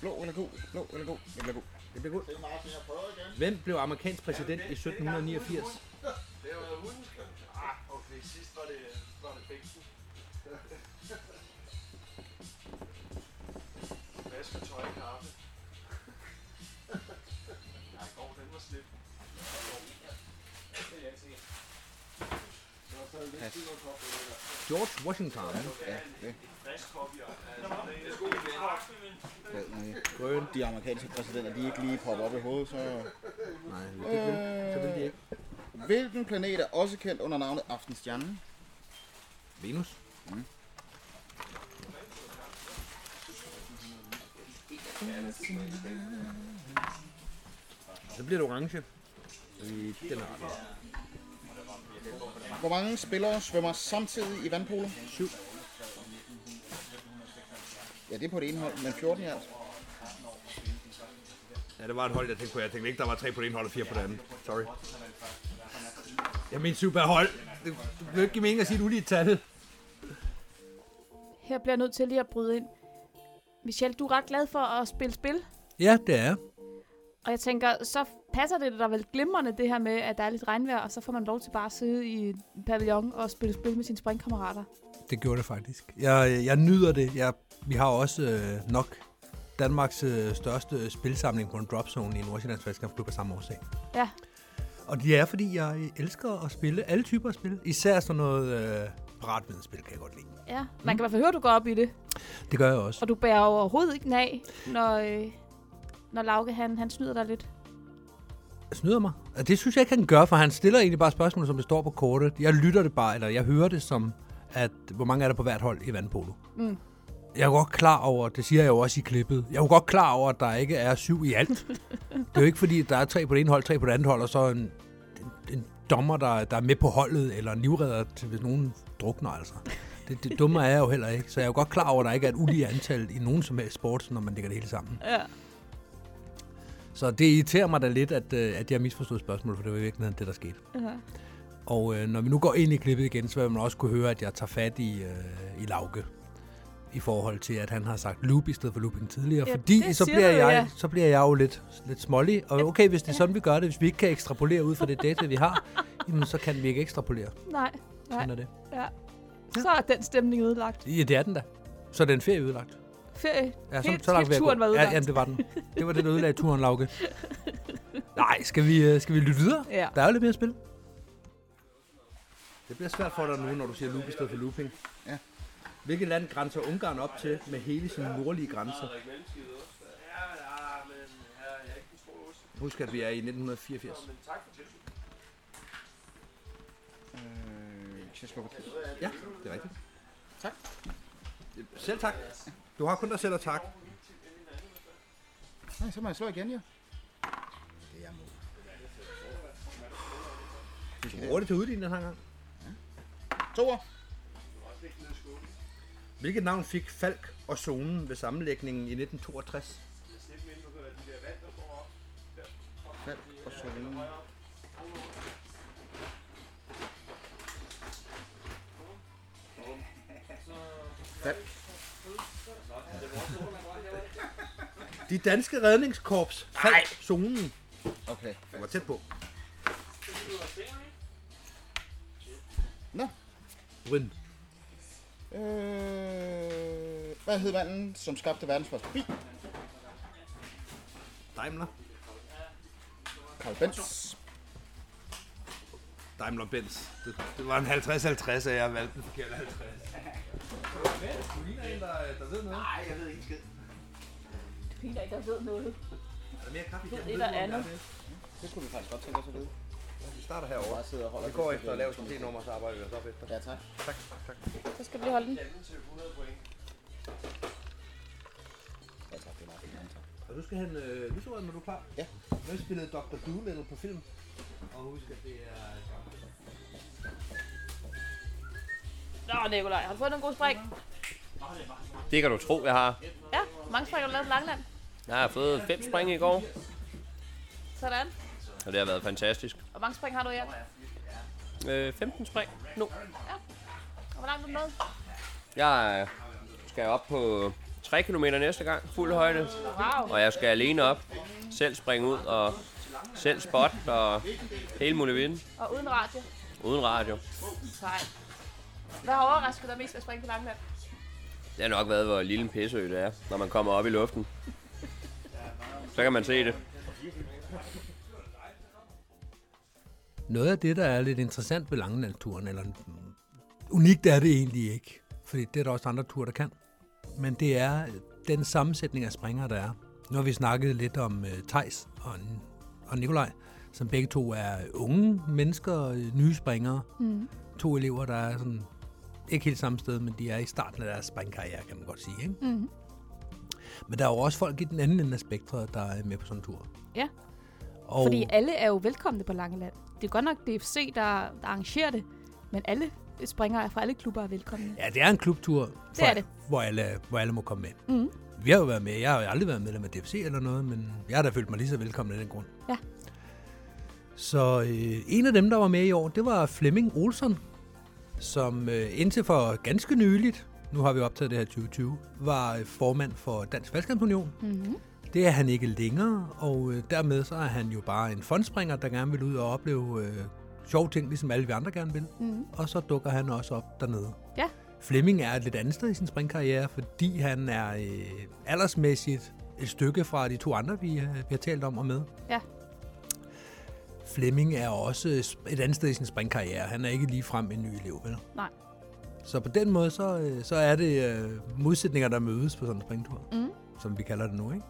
[SPEAKER 2] Blå eller gul? Blå eller gul? Det bliver gul.
[SPEAKER 3] Det bliver godt. Hvem blev amerikansk præsident i 1789?
[SPEAKER 9] Det var hunden. Ah, okay, sidst var det, var det bænken. Vask og tøj og kaffe. Nej, går den var slip.
[SPEAKER 3] George Washington.
[SPEAKER 2] Ja, det. Hvad med det?
[SPEAKER 3] Grøn.
[SPEAKER 2] De amerikanske præsidenter, de ikke lige popper op i hovedet, så...
[SPEAKER 3] Nej, hvis det vil, så vil de ikke.
[SPEAKER 2] Øh, Hvilken planet er også kendt under navnet Aftenstjernen? Mm.
[SPEAKER 3] Venus. Så bliver det orange. I den her retning.
[SPEAKER 2] Hvor mange spillere svømmer samtidig i vandpolo? 7. Ja, det er på det ene hold, men 14 i alt.
[SPEAKER 3] Ja, det var et hold, jeg tænkte på. Jeg tænkte ikke, der var tre på det ene hold og fire på det andet. Sorry. Jeg mener syv per hold. Det, du blev ikke give mening at sige et ulige tal.
[SPEAKER 5] Her bliver jeg nødt til lige at bryde ind. Michelle, du er ret glad for at spille spil.
[SPEAKER 3] Ja, det er
[SPEAKER 5] Og jeg tænker, så passer det der vel glimrende, det her med, at der er lidt regnvejr, og så får man lov til bare at sidde i en pavillon og spille spil med sine springkammerater.
[SPEAKER 3] Det gjorde det faktisk. Jeg, jeg nyder det. Jeg, vi har også øh, nok Danmarks øh, største spilsamling på en dropzone i Nordsjællands Falskampsklub af samme årsag.
[SPEAKER 5] Ja,
[SPEAKER 3] Og det er, fordi jeg elsker at spille alle typer af spil. Især sådan noget øh, brætvidensspil, kan jeg godt lide.
[SPEAKER 5] ja. Man kan i hvert fald høre, at du går op i det.
[SPEAKER 3] Det gør jeg også.
[SPEAKER 5] Og du bærer jo overhovedet ikke den af, når, øh, når Lauke han, han snyder dig lidt.
[SPEAKER 3] Jeg snyder mig. Og det synes jeg ikke, han gør, for han stiller egentlig bare spørgsmål, som det står på kortet. Jeg lytter det bare, eller jeg hører det som, at hvor mange er der på hvert hold i vandpolo. Mm. Jeg er jo godt klar over, det siger jeg jo også i klippet, jeg er jo godt klar over, at der ikke er syv i alt. det er jo ikke fordi, at der er tre på det ene hold, tre på det andet hold, og så en, en, en dommer, der, der er med på holdet, eller en livredder, til, hvis nogen drukner altså. Det, det dumme er jeg jo heller ikke, så jeg er jo godt klar over, at der ikke er et ulige antal i nogen som helst sport, når man lægger det hele sammen.
[SPEAKER 5] Ja.
[SPEAKER 3] Så det irriterer mig da lidt, at, øh, at jeg har misforstået spørgsmålet, for det var i virkeligheden det, der skete.
[SPEAKER 5] Ja.
[SPEAKER 3] Og øh, når vi nu går ind i klippet igen, så vil man også kunne høre, at jeg tager fat i, øh, i Lauke i forhold til, at han har sagt loop i stedet for looping tidligere.
[SPEAKER 5] Ja,
[SPEAKER 3] fordi
[SPEAKER 5] det
[SPEAKER 3] så
[SPEAKER 5] siger
[SPEAKER 3] bliver,
[SPEAKER 5] du,
[SPEAKER 3] jeg,
[SPEAKER 5] ja.
[SPEAKER 3] så bliver jeg jo lidt, lidt smålig. Og okay, hvis det er sådan, vi gør det, hvis vi ikke kan ekstrapolere ud fra det data, vi har, jamen, så kan vi ikke ekstrapolere.
[SPEAKER 5] Nej,
[SPEAKER 3] Sådan
[SPEAKER 5] nej.
[SPEAKER 3] er det.
[SPEAKER 5] Ja. Så er den stemning ødelagt.
[SPEAKER 3] Ja, det er den da. Så er den ferie ødelagt.
[SPEAKER 5] Ferie.
[SPEAKER 3] Ja,
[SPEAKER 5] Helt- helt
[SPEAKER 3] langt vil jeg gå.
[SPEAKER 5] turen var
[SPEAKER 3] Ja,
[SPEAKER 5] ødelagt.
[SPEAKER 3] jamen, det var den. Det var det, der ødelagde turen, Lauke. Nej, skal vi, øh, skal vi lytte videre?
[SPEAKER 5] Ja.
[SPEAKER 3] Der er jo lidt mere at spille. Det bliver svært for dig nu, når du siger loop i stedet for looping.
[SPEAKER 2] Ja.
[SPEAKER 3] Hvilket land grænser Ungarn op til med hele sin nordlige grænse?
[SPEAKER 9] Ja, ja, men ja, jeg er ikke den store ost.
[SPEAKER 3] Husk, at vi er i 1984.
[SPEAKER 9] Men tak for det.
[SPEAKER 2] Øh, Tjekkoslovakiet.
[SPEAKER 3] Ja, det er rigtigt. Tak. Selv tak. Du har kun dig selv at takke.
[SPEAKER 2] Nej, så må jeg slå igen, ja.
[SPEAKER 3] Vi skal hurtigt til udligning den her gang.
[SPEAKER 2] Toer.
[SPEAKER 3] Hvilket navn fik Falk og Zonen ved sammenlægningen i 1962?
[SPEAKER 2] Falk og Solen. Falk.
[SPEAKER 3] De danske redningskorps Falk Zonen.
[SPEAKER 2] Okay.
[SPEAKER 3] Jeg var tæt på.
[SPEAKER 2] Nå.
[SPEAKER 3] Ryn.
[SPEAKER 2] Øh, hvad hed manden, som skabte verdens første bil?
[SPEAKER 3] Daimler.
[SPEAKER 2] Carl Benz.
[SPEAKER 3] Daimler Benz. Det, det var en 50-50, og jeg valgte den forkerte 50. Du ligner en, der, der ved noget. Nej,
[SPEAKER 4] Du ligner ikke, der ved noget.
[SPEAKER 3] er der mere kaffe?
[SPEAKER 4] ved lidt af andet.
[SPEAKER 2] Det kunne vi faktisk godt tænke os at vide.
[SPEAKER 10] vi starter herovre.
[SPEAKER 2] bare sidder og holder
[SPEAKER 10] Vi går
[SPEAKER 2] det.
[SPEAKER 10] efter at lave et nummer, så arbejder vi os op efter.
[SPEAKER 2] Ja, tak.
[SPEAKER 4] Så skal vi lige holde den.
[SPEAKER 2] Ja, tak. Det er meget fint. ja, tak.
[SPEAKER 3] Og du skal hen øh, lyserød, når du er klar.
[SPEAKER 2] Ja.
[SPEAKER 3] Nu har vi spillet Dr. Doolittle på film. Og husk, at det er...
[SPEAKER 4] Nå, Nikolaj, har du fået nogle gode spræk?
[SPEAKER 9] Det kan du tro, jeg har.
[SPEAKER 4] Ja, hvor mange spræk har du lavet på Langland.
[SPEAKER 9] Jeg har fået fem spring i går,
[SPEAKER 4] Sådan.
[SPEAKER 9] og det har været fantastisk.
[SPEAKER 4] Hvor mange spræk har du i alt?
[SPEAKER 9] Øh, 15 spring nu.
[SPEAKER 4] Og hvor langt er du nået?
[SPEAKER 9] Jeg øh, skal op på 3 km næste gang, fuld højde.
[SPEAKER 4] Wow.
[SPEAKER 9] Og jeg skal alene op, selv springe ud og selv spot og hele muligheden.
[SPEAKER 4] Og uden radio.
[SPEAKER 9] Uden radio.
[SPEAKER 4] Nej. Hvad har overrasket dig mest ved at springe på Langland?
[SPEAKER 9] Det har nok været, hvor lille en pisseø det er, når man kommer op i luften. Så kan man se det.
[SPEAKER 3] Noget af det, der er lidt interessant ved Langelandsturen, eller mm, unikt er det egentlig ikke, fordi det er der også andre ture, der kan, men det er den sammensætning af springere, der er. Nu har vi snakket lidt om uh, Tejs og, og Nikolaj, som begge to er unge mennesker, øh, nye springere.
[SPEAKER 5] Mm.
[SPEAKER 3] To elever, der er sådan, ikke helt samme sted, men de er i starten af deres springkarriere, kan man godt sige. Ikke?
[SPEAKER 5] Mm.
[SPEAKER 3] Men der er jo også folk i den anden ende af spektret, der er med på sådan en tur.
[SPEAKER 5] Ja.
[SPEAKER 3] Og
[SPEAKER 5] Fordi alle er jo velkomne på Langeland. Det er godt nok DFC, der, der arrangerer det, men alle springere fra alle klubber er velkomne.
[SPEAKER 3] Ja, det er en klubtur, for,
[SPEAKER 5] Det er det.
[SPEAKER 3] Hvor, alle, hvor alle må komme med.
[SPEAKER 5] Mhm.
[SPEAKER 3] Vi har jo været med. Jeg har jo aldrig været medlem af DFC eller noget, men jeg har da følt mig lige så velkommen af den grund.
[SPEAKER 5] Ja.
[SPEAKER 3] Så øh, en af dem, der var med i år, det var Flemming Olsen, som øh, indtil for ganske nyligt, nu har vi optaget det her 2020, var øh, formand for Dansk Faldskampunion.
[SPEAKER 5] Mm-hmm.
[SPEAKER 3] Det er han ikke længere, og øh, dermed så er han jo bare en fondspringer, der gerne vil ud og opleve øh, sjove ting, ligesom alle vi andre gerne vil
[SPEAKER 7] Mm.
[SPEAKER 5] Mm-hmm.
[SPEAKER 3] og så dukker han også op dernede.
[SPEAKER 5] Ja.
[SPEAKER 3] Flemming er et lidt andet sted i sin springkarriere, fordi han er øh, aldersmæssigt et stykke fra de to andre, vi, øh, vi har talt om og med.
[SPEAKER 5] Ja.
[SPEAKER 3] Flemming er også øh, sp- et andet sted i sin springkarriere. Han er ikke ligefrem en ny elev, vel?
[SPEAKER 5] Nej.
[SPEAKER 3] Så på den måde, så, øh, så er det øh, modsætninger, der mødes på sådan en springtur,
[SPEAKER 5] Mm.
[SPEAKER 3] som vi kalder det nu, ikke?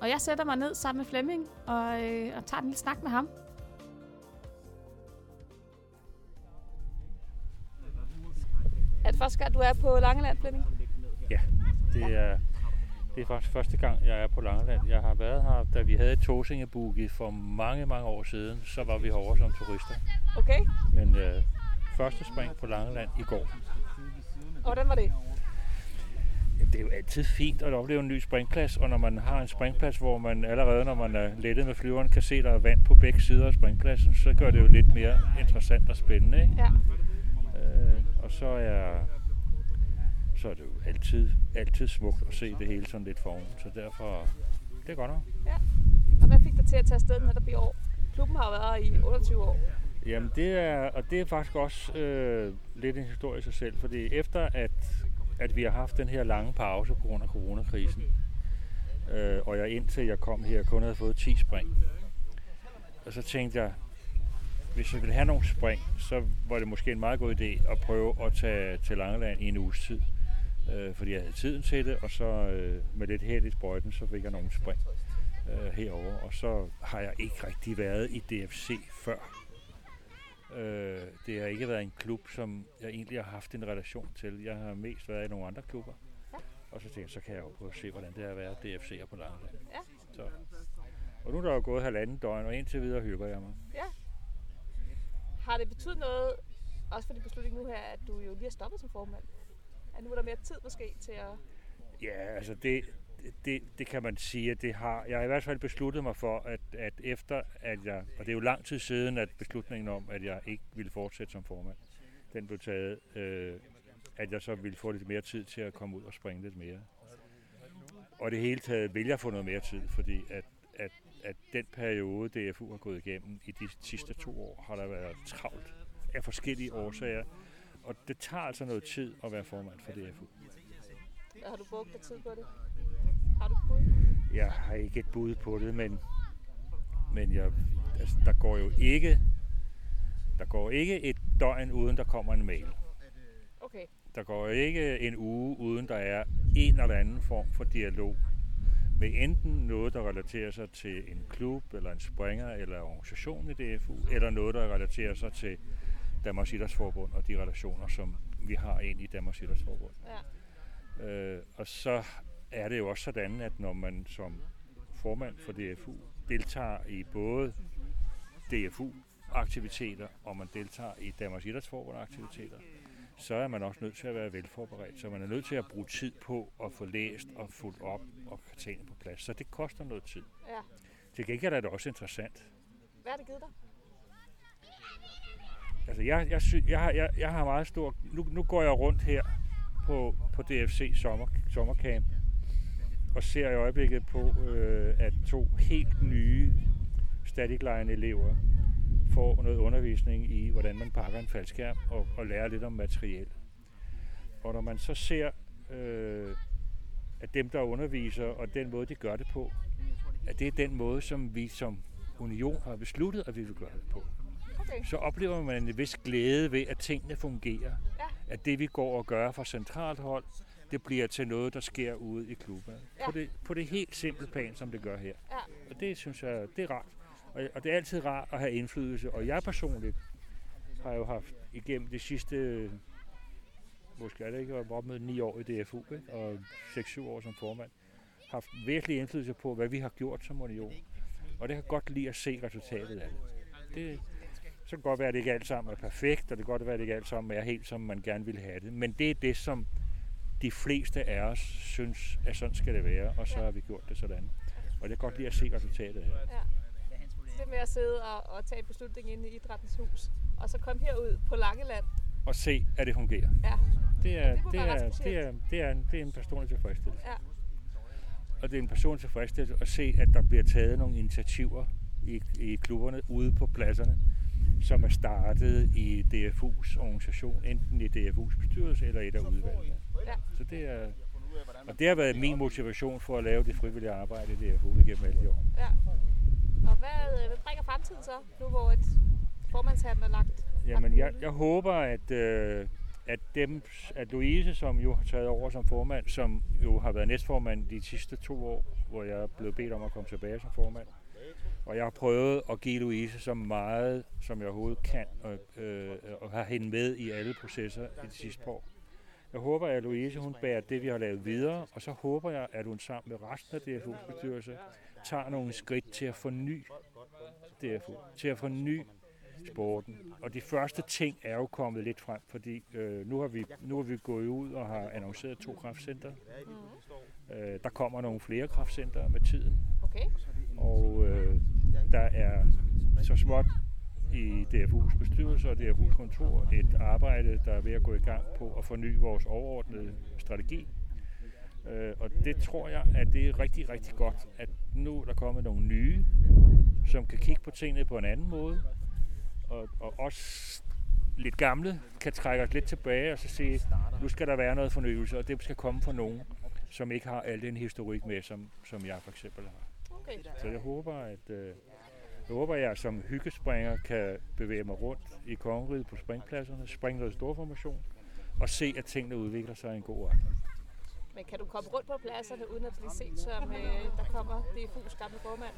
[SPEAKER 5] Og jeg sætter mig ned sammen med Flemming og, øh, og tager en lille snak med ham.
[SPEAKER 4] Er det første gang, du er på Langeland, Flemming?
[SPEAKER 11] Det er, det er faktisk første gang, jeg er på Langeland. Jeg har været her, da vi havde Tosingeboogie for mange, mange år siden. Så var vi herovre som turister.
[SPEAKER 4] Okay.
[SPEAKER 11] Men øh, første spring på Langeland i går.
[SPEAKER 4] Og hvordan var det?
[SPEAKER 11] Jamen, det er jo altid fint at opleve en ny springplads, og når man har en springplads, hvor man allerede, når man er lettet med flyveren, kan se, der er vand på begge sider af springpladsen, så gør det jo lidt mere interessant og spændende. Ikke?
[SPEAKER 4] Ja.
[SPEAKER 11] Øh, og så er, så er det jo altid, altid smukt at se det hele sådan lidt foran, så derfor, det er godt nok.
[SPEAKER 4] Og hvad fik dig til at tage afsted netop i år? Klubben har jo været her i 28 år.
[SPEAKER 11] Jamen det er, og det er faktisk også øh, lidt en historie i sig selv, fordi efter at, at vi har haft den her lange pause på grund af coronakrisen, øh, og jeg indtil jeg kom her kun havde fået 10 spring, og så tænkte jeg, hvis jeg ville have nogle spring, så var det måske en meget god idé at prøve at tage til Langeland i en uges tid. Øh, fordi jeg havde tiden til det, og så øh, med lidt held i sprøjten, så fik jeg nogle spring øh, herover. Og så har jeg ikke rigtig været i DFC før. Øh, det har ikke været en klub, som jeg egentlig har haft en relation til. Jeg har mest været i nogle andre klubber. Og så tænkte jeg, så kan jeg jo prøve at se, hvordan det er at være DFC'er på Langeland.
[SPEAKER 4] Ja.
[SPEAKER 11] Så. Og nu er der jo gået halvanden døgn, og indtil videre hygger jeg mig.
[SPEAKER 4] Har det betydet noget, også for din beslutning nu her, at du jo lige har stoppet som formand? At nu er der mere tid måske til at...
[SPEAKER 11] Ja, altså det, det, det kan man sige, at det har. Jeg har i hvert fald besluttet mig for, at, at efter at jeg, og det er jo lang tid siden, at beslutningen om, at jeg ikke ville fortsætte som formand, den blev taget, øh, at jeg så ville få lidt mere tid til at komme ud og springe lidt mere. Og det hele taget vil jeg få noget mere tid, fordi at, at, at den periode, DFU har gået igennem i de sidste to år, har der været travlt af forskellige årsager. Og det tager altså noget tid at være formand for DFU.
[SPEAKER 4] Har du brugt dig tid på det? Har du kunnet?
[SPEAKER 11] Jeg har ikke et bud på det, men, men jeg, altså, der går jo ikke der går ikke et døgn, uden der kommer en mail.
[SPEAKER 4] Okay.
[SPEAKER 11] Der går ikke en uge, uden der er en eller anden form for dialog med enten noget, der relaterer sig til en klub, eller en springer, eller organisation i DFU, eller noget, der relaterer sig til Danmarks Idrætsforbund og de relationer, som vi har ind i Danmarks Idrætsforbund. Ja. Øh, og så er det jo også sådan, at når man som formand for DFU deltager i både DFU-aktiviteter, og man deltager i Danmarks Idrætsforbund-aktiviteter, så er man også nødt til at være velforberedt. Så man er nødt til at bruge tid på at få læst og fuldt op og få tingene på plads. Så det koster noget tid.
[SPEAKER 4] Ja.
[SPEAKER 11] Til gengæld er det også interessant.
[SPEAKER 4] Hvad har det givet dig?
[SPEAKER 11] Altså, jeg, jeg, sy, jeg, har- jeg, jeg har meget stor... Nu, nu går jeg rundt her på, på DFC sommer, sommercamp og ser i øjeblikket på, øh, at to helt nye static line elever får noget undervisning i, hvordan man pakker en faldskærm og, og lærer lidt om materiel. Og når man så ser, øh, at dem, der underviser, og den måde, de gør det på, at det er den måde, som vi som union har besluttet, at vi vil gøre det på så oplever man en vis glæde ved, at tingene fungerer. Ja. At det, vi går og gør fra centralt hold, det bliver til noget, der sker ude i klubben. Ja. På, det, på det helt simple plan, som det gør her. Ja. Og det synes jeg, det er rart. Og, og det er altid rart at have indflydelse. Og jeg personligt har jo haft igennem det sidste, øh, måske er det ikke, jeg var op med 9 år i DFU, ikke? og 6-7 år som formand, haft virkelig indflydelse på, hvad vi har gjort som union. Og det har jeg godt lide at se resultatet af det. det så kan det godt være, at det ikke alt sammen er perfekt, og det kan godt være, at det ikke alt sammen er helt, som man gerne vil have det. Men det er det, som de fleste af os synes, at sådan skal det være, og så har vi gjort det sådan. Og det kan jeg godt lide at se resultatet af.
[SPEAKER 4] Så det med at sidde og, og tage en beslutning inde i idrættens hus, og så komme herud på Langeland.
[SPEAKER 11] Og se, at det fungerer.
[SPEAKER 4] Ja.
[SPEAKER 11] Det er,
[SPEAKER 4] det må
[SPEAKER 11] det
[SPEAKER 4] være
[SPEAKER 11] er,
[SPEAKER 4] ret
[SPEAKER 11] det er, det er, en, det er en personlig tilfredsstillelse.
[SPEAKER 4] Ja.
[SPEAKER 11] Og det er en personlig tilfredsstillelse at se, at der bliver taget nogle initiativer i, i klubberne ude på pladserne, som er startet i DFU's organisation, enten i DFU's bestyrelse eller i et af udvalgene.
[SPEAKER 4] Ja.
[SPEAKER 11] Så det er, og det har været min motivation for at lave det frivillige arbejde i DFU igennem alle de år.
[SPEAKER 4] Og hvad, øh, hvad bringer fremtiden så, nu hvor et formandshatten er lagt?
[SPEAKER 11] Jamen, jeg, jeg håber, at, øh, at, dem, at Louise, som jo har taget over som formand, som jo har været næstformand de sidste to år, hvor jeg blev bedt om at komme tilbage som formand, og jeg har prøvet at give Louise så meget, som jeg overhovedet kan, og, øh, og have hende med i alle processer i de sidste par år. Jeg håber, at Louise hun bærer det, vi har lavet videre, og så håber jeg, at hun sammen med resten af DFU's bestyrelse tager nogle skridt til at forny DFU, til at forny sporten. Og de første ting er jo kommet lidt frem, fordi øh, nu, har vi, nu har vi gået ud og har annonceret to kraftcenter. Øh, der kommer nogle flere kraftcenter med tiden.
[SPEAKER 4] Okay.
[SPEAKER 11] Og øh, der er så småt i DFU's bestyrelse og DFU's kontor et arbejde, der er ved at gå i gang på at forny vores overordnede strategi. Øh, og det tror jeg, at det er rigtig, rigtig godt, at nu er der kommet nogle nye, som kan kigge på tingene på en anden måde, og, og også lidt gamle kan trække os lidt tilbage og så sige, nu skal der være noget fornyelse, og det skal komme fra nogen, som ikke har al den historik med, som, som jeg for eksempel har.
[SPEAKER 4] Okay.
[SPEAKER 11] Så jeg håber, at øh, jeg håber, at jeg som hyggespringer kan bevæge mig rundt i kongeriget på springpladserne, springe noget stor formation og se, at tingene udvikler sig i en god retning.
[SPEAKER 4] Men kan du komme rundt på pladserne, uden at blive set som, øh, der kommer DFU's gamle formand?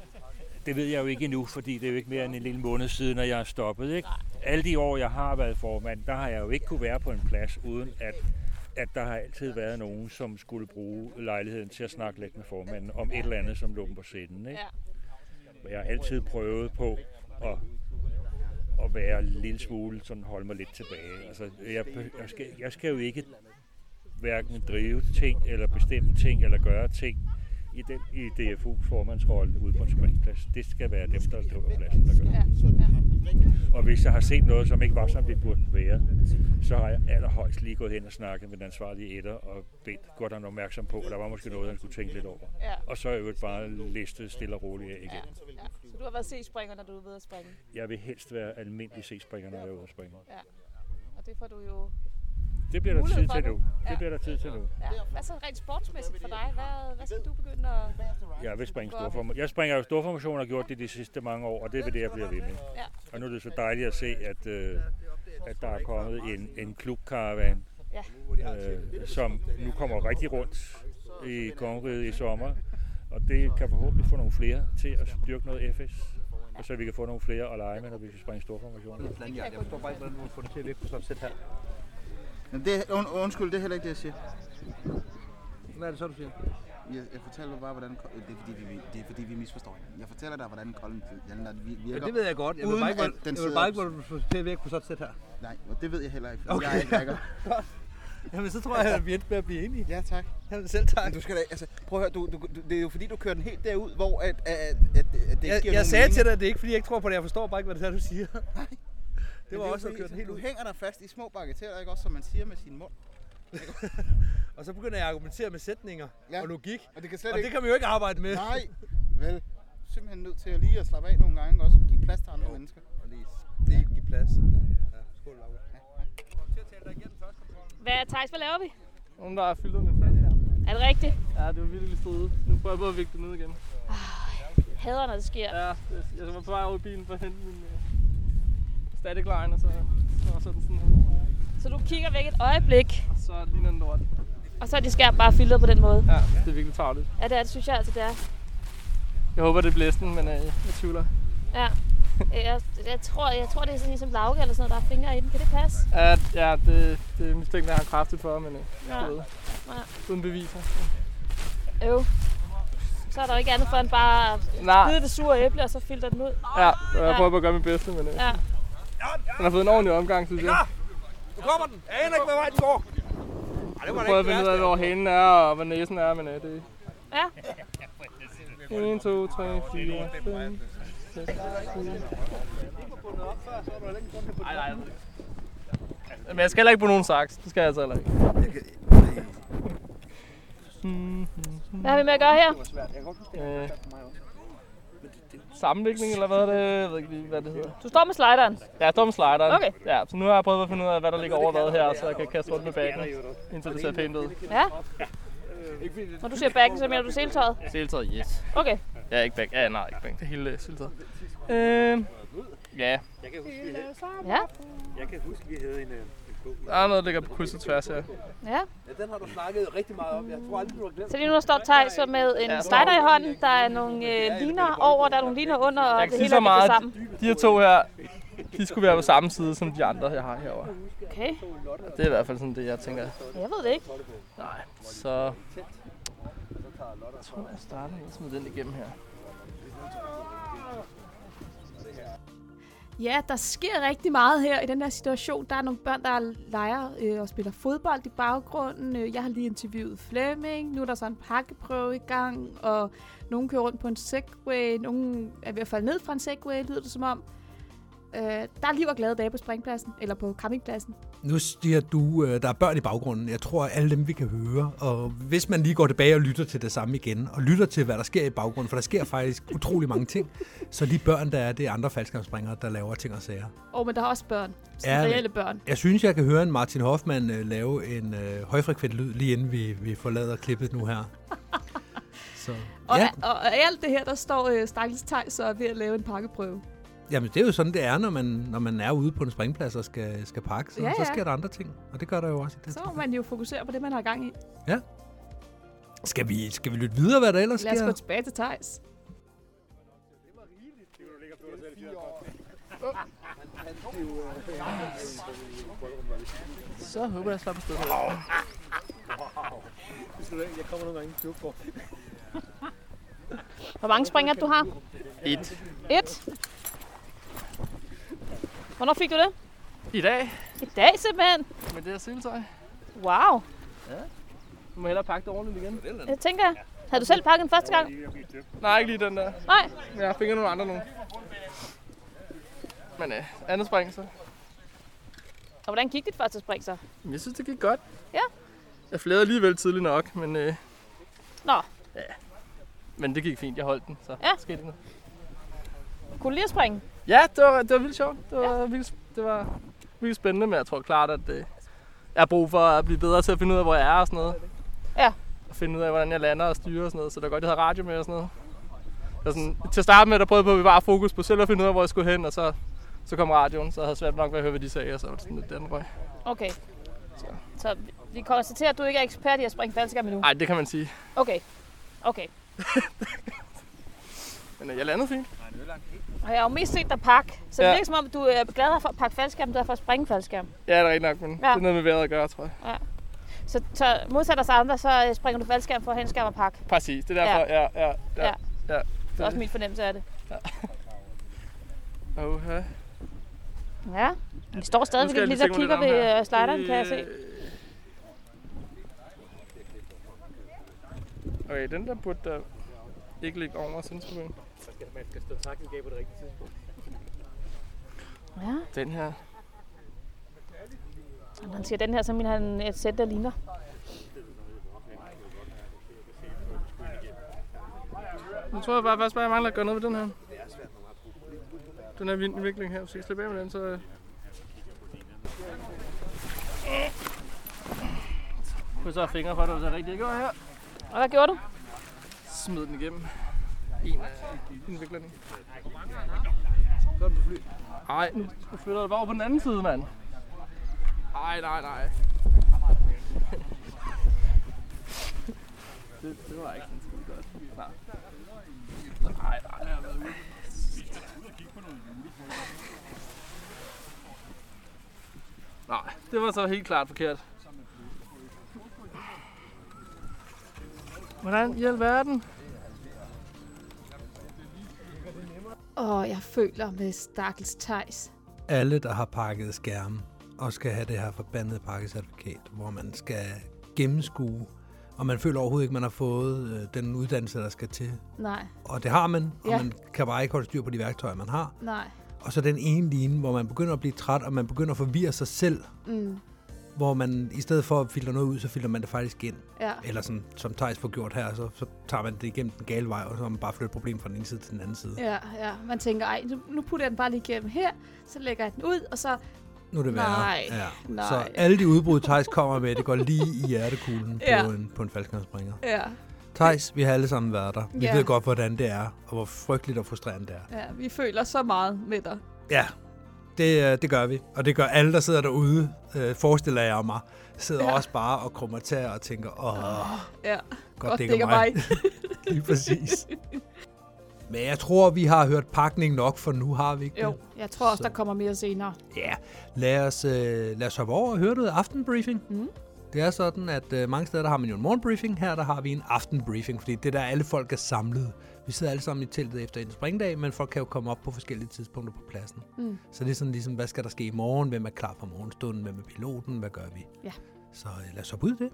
[SPEAKER 11] Det ved jeg jo ikke endnu, fordi det er jo ikke mere end en lille måned siden, at jeg er stoppet. Ikke? Alle de år, jeg har været formand, der har jeg jo ikke kunne være på en plads, uden at, at der har altid været nogen, som skulle bruge lejligheden til at snakke lidt med formanden om et eller andet, som lå dem på sætten. Ikke?
[SPEAKER 4] Ja.
[SPEAKER 11] Men Jeg har altid prøvet på at, at være en lille smule, sådan holde mig lidt tilbage. Altså, jeg, jeg, skal, jeg skal jo ikke hverken drive ting, eller bestemme ting, eller gøre ting i, den, i DFU formandsrollen ude på en springplads. Det skal være dem, der driver pladsen, der gør det. Og hvis jeg har set noget, som ikke var, som det burde være, så har jeg allerhøjst lige gået hen og snakket med den ansvarlige etter og bedt godt han opmærksom på, at der var måske noget, han skulle tænke lidt over.
[SPEAKER 4] Ja.
[SPEAKER 11] Og så er jeg jo bare listet stille og roligt af igen.
[SPEAKER 4] ja. Så du har været C-springer, når du er ved at springe.
[SPEAKER 11] Jeg vil helst være almindelig C-springer, når jeg er ude at springe.
[SPEAKER 4] Og det får du jo...
[SPEAKER 11] Det bliver der
[SPEAKER 4] Mulighed
[SPEAKER 11] tid
[SPEAKER 4] for
[SPEAKER 11] til
[SPEAKER 4] det.
[SPEAKER 11] nu.
[SPEAKER 4] Ja.
[SPEAKER 11] Det bliver der tid til nu.
[SPEAKER 4] Ja. Hvad så rent sportsmæssigt for dig? Hvad, hvad skal du begynde at...
[SPEAKER 11] Jeg vil springe storformation. Jeg springer jo storformation og har gjort det de sidste mange år, og det er det, jeg bliver ved med.
[SPEAKER 4] Ja.
[SPEAKER 11] Og nu er det så dejligt at se, at, øh, at der er kommet en, en klubkaravan, øh, som nu kommer rigtig rundt i kongeriget i sommer. Og det kan forhåbentlig få nogle flere til at dyrke noget FS, og så vi kan få nogle flere at lege med, når vi skal springe store formationer.
[SPEAKER 10] Jeg forstår bare ikke, hvordan du har fået det til at løfte sådan set her.
[SPEAKER 2] Men det, und, undskyld, det er heller ikke det, jeg siger.
[SPEAKER 10] Hvad er det så, du siger?
[SPEAKER 2] Jeg, jeg fortæller bare, hvordan... ko- Det er, fordi, vi, det er fordi, vi misforstår hinanden. Jeg fortæller dig, hvordan Colin Fjellner virker.
[SPEAKER 10] Ja, det ved jeg godt. Jeg ved
[SPEAKER 2] Uden
[SPEAKER 10] bare ikke,
[SPEAKER 2] at
[SPEAKER 10] hvordan,
[SPEAKER 2] den
[SPEAKER 10] jeg ved
[SPEAKER 2] sidder-
[SPEAKER 10] bare ikke, hvordan du får det til at virke på sådan set her.
[SPEAKER 2] Nej, og det ved jeg heller ikke. for
[SPEAKER 10] Okay.
[SPEAKER 2] Jeg er ikke rækker.
[SPEAKER 10] Jamen, så tror jeg, at vi endte med at blive enige.
[SPEAKER 2] Ja, tak.
[SPEAKER 10] Jamen, selv tak.
[SPEAKER 2] Men du skal da, altså, prøv at høre, du, du, du, det er jo fordi, du kører den helt derud, hvor at, at, at, at det ikke
[SPEAKER 10] Jeg,
[SPEAKER 2] giver
[SPEAKER 10] jeg
[SPEAKER 2] nogen
[SPEAKER 10] sagde
[SPEAKER 2] mening.
[SPEAKER 10] til dig, at det er ikke, fordi jeg ikke tror på det. Jeg forstår bare ikke, hvad det er, du siger. Det var
[SPEAKER 2] Men er jo
[SPEAKER 10] også at
[SPEAKER 2] fordi,
[SPEAKER 10] køre den helt
[SPEAKER 2] Du
[SPEAKER 10] ud.
[SPEAKER 2] hænger dig fast i små bagateller, ikke også, som man siger med sin mund.
[SPEAKER 10] Og så begynder jeg at argumentere med sætninger
[SPEAKER 2] Ja.
[SPEAKER 10] og logik.
[SPEAKER 2] Og det kan slet
[SPEAKER 10] Og
[SPEAKER 2] ikke...
[SPEAKER 10] det kan vi jo ikke arbejde med.
[SPEAKER 2] Nej, vel. Simpelthen nødt til at lige at slappe af nogle gange, ikke også give plads til andre mennesker.
[SPEAKER 10] Og lige, det giver plads. Ja, skål, Laura.
[SPEAKER 4] Hvad er Thijs, hvad laver vi?
[SPEAKER 7] Nogen, der har fyldt min plads her.
[SPEAKER 4] Er det rigtigt?
[SPEAKER 7] Ja, det var virkelig stridigt. Nu prøver jeg på at vægte det ned igen.
[SPEAKER 4] Ah, Hader, når det sker.
[SPEAKER 7] Ja, det- jeg var på vej over i bilen for at hente min øh, static line, og så, så, så den sådan her.
[SPEAKER 4] Så du kigger væk et øjeblik,
[SPEAKER 7] Og så ligner den lort.
[SPEAKER 4] og så er de skærm bare filtret på den måde.
[SPEAKER 7] Ja, det er virkelig farligt.
[SPEAKER 4] Ja, det er det, synes jeg altså, det er.
[SPEAKER 7] Jeg håber, det bliver sådan, men øh, jeg tvivler.
[SPEAKER 4] Ja. Øh, Jeg, jeg, tror, jeg tror, det er sådan ligesom lauke eller sådan noget, der har fingre i den. Kan det passe?
[SPEAKER 7] Ja, ja det, det er mistænkt, jeg har kraftigt for, men øh,
[SPEAKER 4] Ja.
[SPEAKER 7] jeg ved.
[SPEAKER 4] Ja.
[SPEAKER 7] Uden beviser.
[SPEAKER 4] Øv. Så er der jo ikke andet for end bare at
[SPEAKER 7] Nej,
[SPEAKER 4] bide det sure æble, og så filtre den ud.
[SPEAKER 7] ja, jeg prøver på at gøre mit bedste, men øh,
[SPEAKER 4] Ja.
[SPEAKER 7] den har fået en ordentlig omgang, synes jeg.
[SPEAKER 10] Nu kommer den. Jeg aner ikke, hvad vej den går. Ej, det var da
[SPEAKER 7] Jeg prøver
[SPEAKER 10] ikke
[SPEAKER 7] at finde ud af,
[SPEAKER 10] værste.
[SPEAKER 7] hvor hanen er, og hvor næsen er, men øh, det
[SPEAKER 4] Ja.
[SPEAKER 7] 1, 2, 3, 4, 5, Nej, nej. Men jeg skal heller ikke bruge nogen saks. Det skal jeg altså heller ikke.
[SPEAKER 4] Hvad har vi med at gøre her?
[SPEAKER 7] Øh, sammenlægning, eller hvad er det? Jeg ved ikke lige, hvad det hedder.
[SPEAKER 4] Du står med slideren.
[SPEAKER 7] Ja, dum slideren.
[SPEAKER 4] Okay.
[SPEAKER 7] Ja, så nu har jeg prøvet at finde ud af, hvad der ligger over hvad her, så jeg kan kaste rundt med bagen, indtil det ser pænt ud.
[SPEAKER 4] Ja. Når du siger backen, så mener du seletøjet?
[SPEAKER 7] Silteret, yes.
[SPEAKER 4] Okay.
[SPEAKER 7] Ja, ikke bag. Ja, nej, ikke bag. Det er hele silteret. Øh, ja,
[SPEAKER 4] Ja.
[SPEAKER 7] der er noget, der ligger på kryds og tværs her.
[SPEAKER 4] Ja.
[SPEAKER 10] Ja, den har du snakket rigtig meget om. Jeg tror aldrig, du har glemt.
[SPEAKER 4] Så lige nu der står Tej så med en slider i hånden. Der er nogle øh, liner over, der er nogle liner under, og
[SPEAKER 7] Jeg
[SPEAKER 4] det
[SPEAKER 7] kan sige
[SPEAKER 4] hele er
[SPEAKER 7] så
[SPEAKER 4] viklet
[SPEAKER 7] meget,
[SPEAKER 4] sammen.
[SPEAKER 7] at de her to her, de skulle være på samme side som de andre, jeg har herovre.
[SPEAKER 4] Okay.
[SPEAKER 7] Det er i hvert fald sådan det, jeg tænker.
[SPEAKER 4] Jeg ved det ikke.
[SPEAKER 7] Nej, så... Jeg tror, jeg starter med at smide den igennem her.
[SPEAKER 5] Ja, der sker rigtig meget her i den her situation. Der er nogle børn, der leger øh, og spiller fodbold i baggrunden. Øh, Jeg har lige interviewet Flemming. Nu er der så en pakkeprøve i gang, og nogen kører rundt på en segway. Nogen er ved at falde ned fra en segway, lyder det som om. Øh, der er liv og glade dage på springpladsen, eller på campingpladsen.
[SPEAKER 3] Nu siger du, øh, der er børn i baggrunden. Jeg tror, at alle dem, vi kan høre. Og hvis man lige går tilbage og lytter til det samme igen, og lytter til, hvad der sker i baggrunden, for der sker faktisk utrolig mange ting, så de børn, der er, det er andre faldskabsspringere, der laver ting og sager.
[SPEAKER 5] Og men der er også børn. Sådan
[SPEAKER 3] Ja, men-
[SPEAKER 5] reelle børn.
[SPEAKER 3] Jeg synes, jeg kan høre en Martin Hoffmann øh, lave en øh, højfrekvent lyd, lige inden vi, vi forlader klippet nu her. Så,
[SPEAKER 5] Og,
[SPEAKER 3] ja,
[SPEAKER 5] ja. og, og, af alt det her, der står øh, Stakkels Tej så er ved at lave en pakkeprøve.
[SPEAKER 3] jamen, det er jo sådan, det er, når man, når man er ude på en springplads og skal, skal pakke. Så,
[SPEAKER 5] Ja,
[SPEAKER 3] ja, ja.
[SPEAKER 5] ja.
[SPEAKER 3] så sker der andre ting, og det gør der jo også. I det.
[SPEAKER 5] Så må man jo fokusere på det, man har gang i.
[SPEAKER 3] Skal, vi, skal vi lytte videre, hvad der ellers
[SPEAKER 5] Lad os
[SPEAKER 3] sker?
[SPEAKER 5] gå tilbage til Tejs.
[SPEAKER 7] Så håber jeg, jeg slapper afsted her.
[SPEAKER 10] Jeg kommer nogle gange i klub for.
[SPEAKER 4] Hvor mange springer du har?
[SPEAKER 7] Et.
[SPEAKER 4] Et. Hvornår fik du det?
[SPEAKER 7] I dag,
[SPEAKER 4] I dag simpelthen.
[SPEAKER 7] med det her siltøj.
[SPEAKER 4] Wow.
[SPEAKER 7] Du må hellere pakke det ordentligt igen.
[SPEAKER 4] Det tænker jeg. Havde du selv pakket den første gang?
[SPEAKER 7] Nej, ikke lige den der.
[SPEAKER 4] Nej.
[SPEAKER 7] Jeg fik nogle andre nu. Men øh, andet spring så.
[SPEAKER 4] Og hvordan gik dit første spring så?
[SPEAKER 7] Men Jeg synes, det gik godt.
[SPEAKER 4] Ja.
[SPEAKER 7] Jeg flæder alligevel tidligt nok, men... Øh,
[SPEAKER 4] Nå.
[SPEAKER 7] Ja. Men det gik fint, jeg holdt den, så
[SPEAKER 4] Ja.
[SPEAKER 7] skete det noget.
[SPEAKER 4] Kunne du lige at springe?
[SPEAKER 7] Ja, det var, det var vildt sjovt. Det var, ja. vildt, det var vildt spændende, men jeg tror klart, at øh, jeg har brug for at blive bedre til at finde ud af, hvor jeg er og sådan noget.
[SPEAKER 4] Ja.
[SPEAKER 7] Og finde ud af, hvordan jeg lander og styrer og sådan noget, så det er godt, jeg havde radio med og sådan noget. Jeg sådan, til at starte med, der prøvede jeg på, at vi bare fokus på selv at finde ud af, hvor jeg skulle hen, og så, så kom radioen, så jeg havde svært nok ved at høre, hvad de sagde, og så var det sådan lidt den røg.
[SPEAKER 4] Okay. Så vi konstaterer, at du ikke er ekspert i at springe faldskærm endnu.
[SPEAKER 7] Ej, det kan man sige.
[SPEAKER 4] Okay. Okay.
[SPEAKER 7] Men øh, jeg landede fint.
[SPEAKER 4] Og jeg har jo mest set dig pakke, så det
[SPEAKER 7] Ja.
[SPEAKER 4] er ikke som om, du er glad for at pakke faldskærm, du er for at springe faldskærm.
[SPEAKER 7] Ja, det er rigtigt nok, men ja. det er noget med vejret at gøre, tror jeg.
[SPEAKER 4] Ja. Så, så modsat os andre, så øh, springer du faldskærm for at hente skærm og pakke.
[SPEAKER 7] Præcis, det er derfor, ja, ja, ja.
[SPEAKER 4] ja. ja.
[SPEAKER 7] ja.
[SPEAKER 4] Det er også min fornemmelse af det. Ja.
[SPEAKER 7] Oha.
[SPEAKER 4] ja. Vi står stadigvæk
[SPEAKER 7] skal jeg
[SPEAKER 4] lidt
[SPEAKER 7] lige
[SPEAKER 4] og
[SPEAKER 7] tænke
[SPEAKER 4] kigger
[SPEAKER 7] mig lidt om
[SPEAKER 4] ved
[SPEAKER 7] her.
[SPEAKER 4] øh, slideren, kan jeg se.
[SPEAKER 7] Okay, den der burde da ikke ligge over sindssygt.
[SPEAKER 10] Man skal stå takken gav på det rigtige tidspunkt.
[SPEAKER 4] Ja.
[SPEAKER 7] Den her.
[SPEAKER 4] Og Han siger, den her, som min han et sæt, der ligner.
[SPEAKER 7] Nu tror jeg bare faktisk bare, jeg mangler at gøre noget ved den her. Den her vind- vikling her, hvis jeg slipper af med den, så... øh. Krydser fingre for, at det er rigtigt, ikke her.
[SPEAKER 4] Og hvad gjorde du?
[SPEAKER 7] Smid den igennem. En af indviklerne.
[SPEAKER 10] Så er den på fly.
[SPEAKER 7] Ej, nu flytter du bare over på den anden side, mand. Ej, nej, nej. det, det var ikke sådan skide godt. Nej. Nej, nej, nej. Nej, det var så helt klart forkert. Hvordan i alverden?
[SPEAKER 5] Og jeg føler med stakkels Tejs.
[SPEAKER 3] Alle, der har pakket skærme og skal have det her forbandede pakkecertifikat, hvor man skal gennemskue, og man føler overhovedet ikke, man har fået øh, den uddannelse, der skal til.
[SPEAKER 5] Nej,
[SPEAKER 3] Og det har man, og
[SPEAKER 5] Ja.
[SPEAKER 3] ja. man kan bare ikke holde styr på de værktøjer, man har.
[SPEAKER 5] nej.
[SPEAKER 3] Og så den ene line, hvor man begynder at blive træt, og man begynder at forvirre sig selv,
[SPEAKER 5] Mm.
[SPEAKER 3] hvor man i stedet for at filtre noget ud, så filtrer man det faktisk ind.
[SPEAKER 5] Ja.
[SPEAKER 3] Eller sådan, som Thijs får gjort her, så, så tager man det igennem den gale vej, og så har man bare flyttet problemet fra den ene side til den anden side.
[SPEAKER 5] Ja, ja. Man tænker, ej, nu, nu putter jeg den bare lige igennem her, så lægger jeg den ud, og så...
[SPEAKER 3] Nu er det værre.
[SPEAKER 5] Nej,
[SPEAKER 3] ja.
[SPEAKER 5] nej.
[SPEAKER 3] Så alle de udbrud, Thijs kommer med, det går lige i hjertekuglen
[SPEAKER 5] Ja.
[SPEAKER 3] på en, på en faldskærmspringer.
[SPEAKER 5] Ja.
[SPEAKER 3] Thijs, vi har alle sammen været der. Vi
[SPEAKER 5] Ja.
[SPEAKER 3] ved godt, hvordan det er, og hvor frygteligt og frustrerende det er.
[SPEAKER 5] Ja, vi føler så meget med dig.
[SPEAKER 3] Ja, det, øh, det gør vi. Og det gør alle, der sidder derude, øh, forestiller jeg mig, sidder
[SPEAKER 5] Ja.
[SPEAKER 3] ja. også bare og krummer tæer og tænker, åh,
[SPEAKER 5] Ja.
[SPEAKER 3] Godt dækker mig. lige præcis. Men jeg tror, vi har hørt pakning nok, for nu har vi ikke
[SPEAKER 5] jo,
[SPEAKER 3] det.
[SPEAKER 5] jeg tror også,
[SPEAKER 3] Så-
[SPEAKER 5] der kommer mere senere.
[SPEAKER 3] Ja, lad os, øh, lad os hoppe over og høre noget aftenbriefing.
[SPEAKER 5] Mm.
[SPEAKER 3] Det er sådan, at øh, mange steder der har man jo en morgenbriefing. Her der har vi en aftenbriefing, fordi det er der alle folk er samlet. Vi sidder alle sammen i teltet efter en springdag, men folk kan jo komme op på forskellige tidspunkter på pladsen.
[SPEAKER 5] Mm.
[SPEAKER 3] Så det er sådan ligesom, hvad skal der ske i morgen? Hvem er klar for morgenstunden? Hvem er piloten? Hvad gør vi?
[SPEAKER 5] Ja.
[SPEAKER 3] Så øh, lad os hoppe ud i det.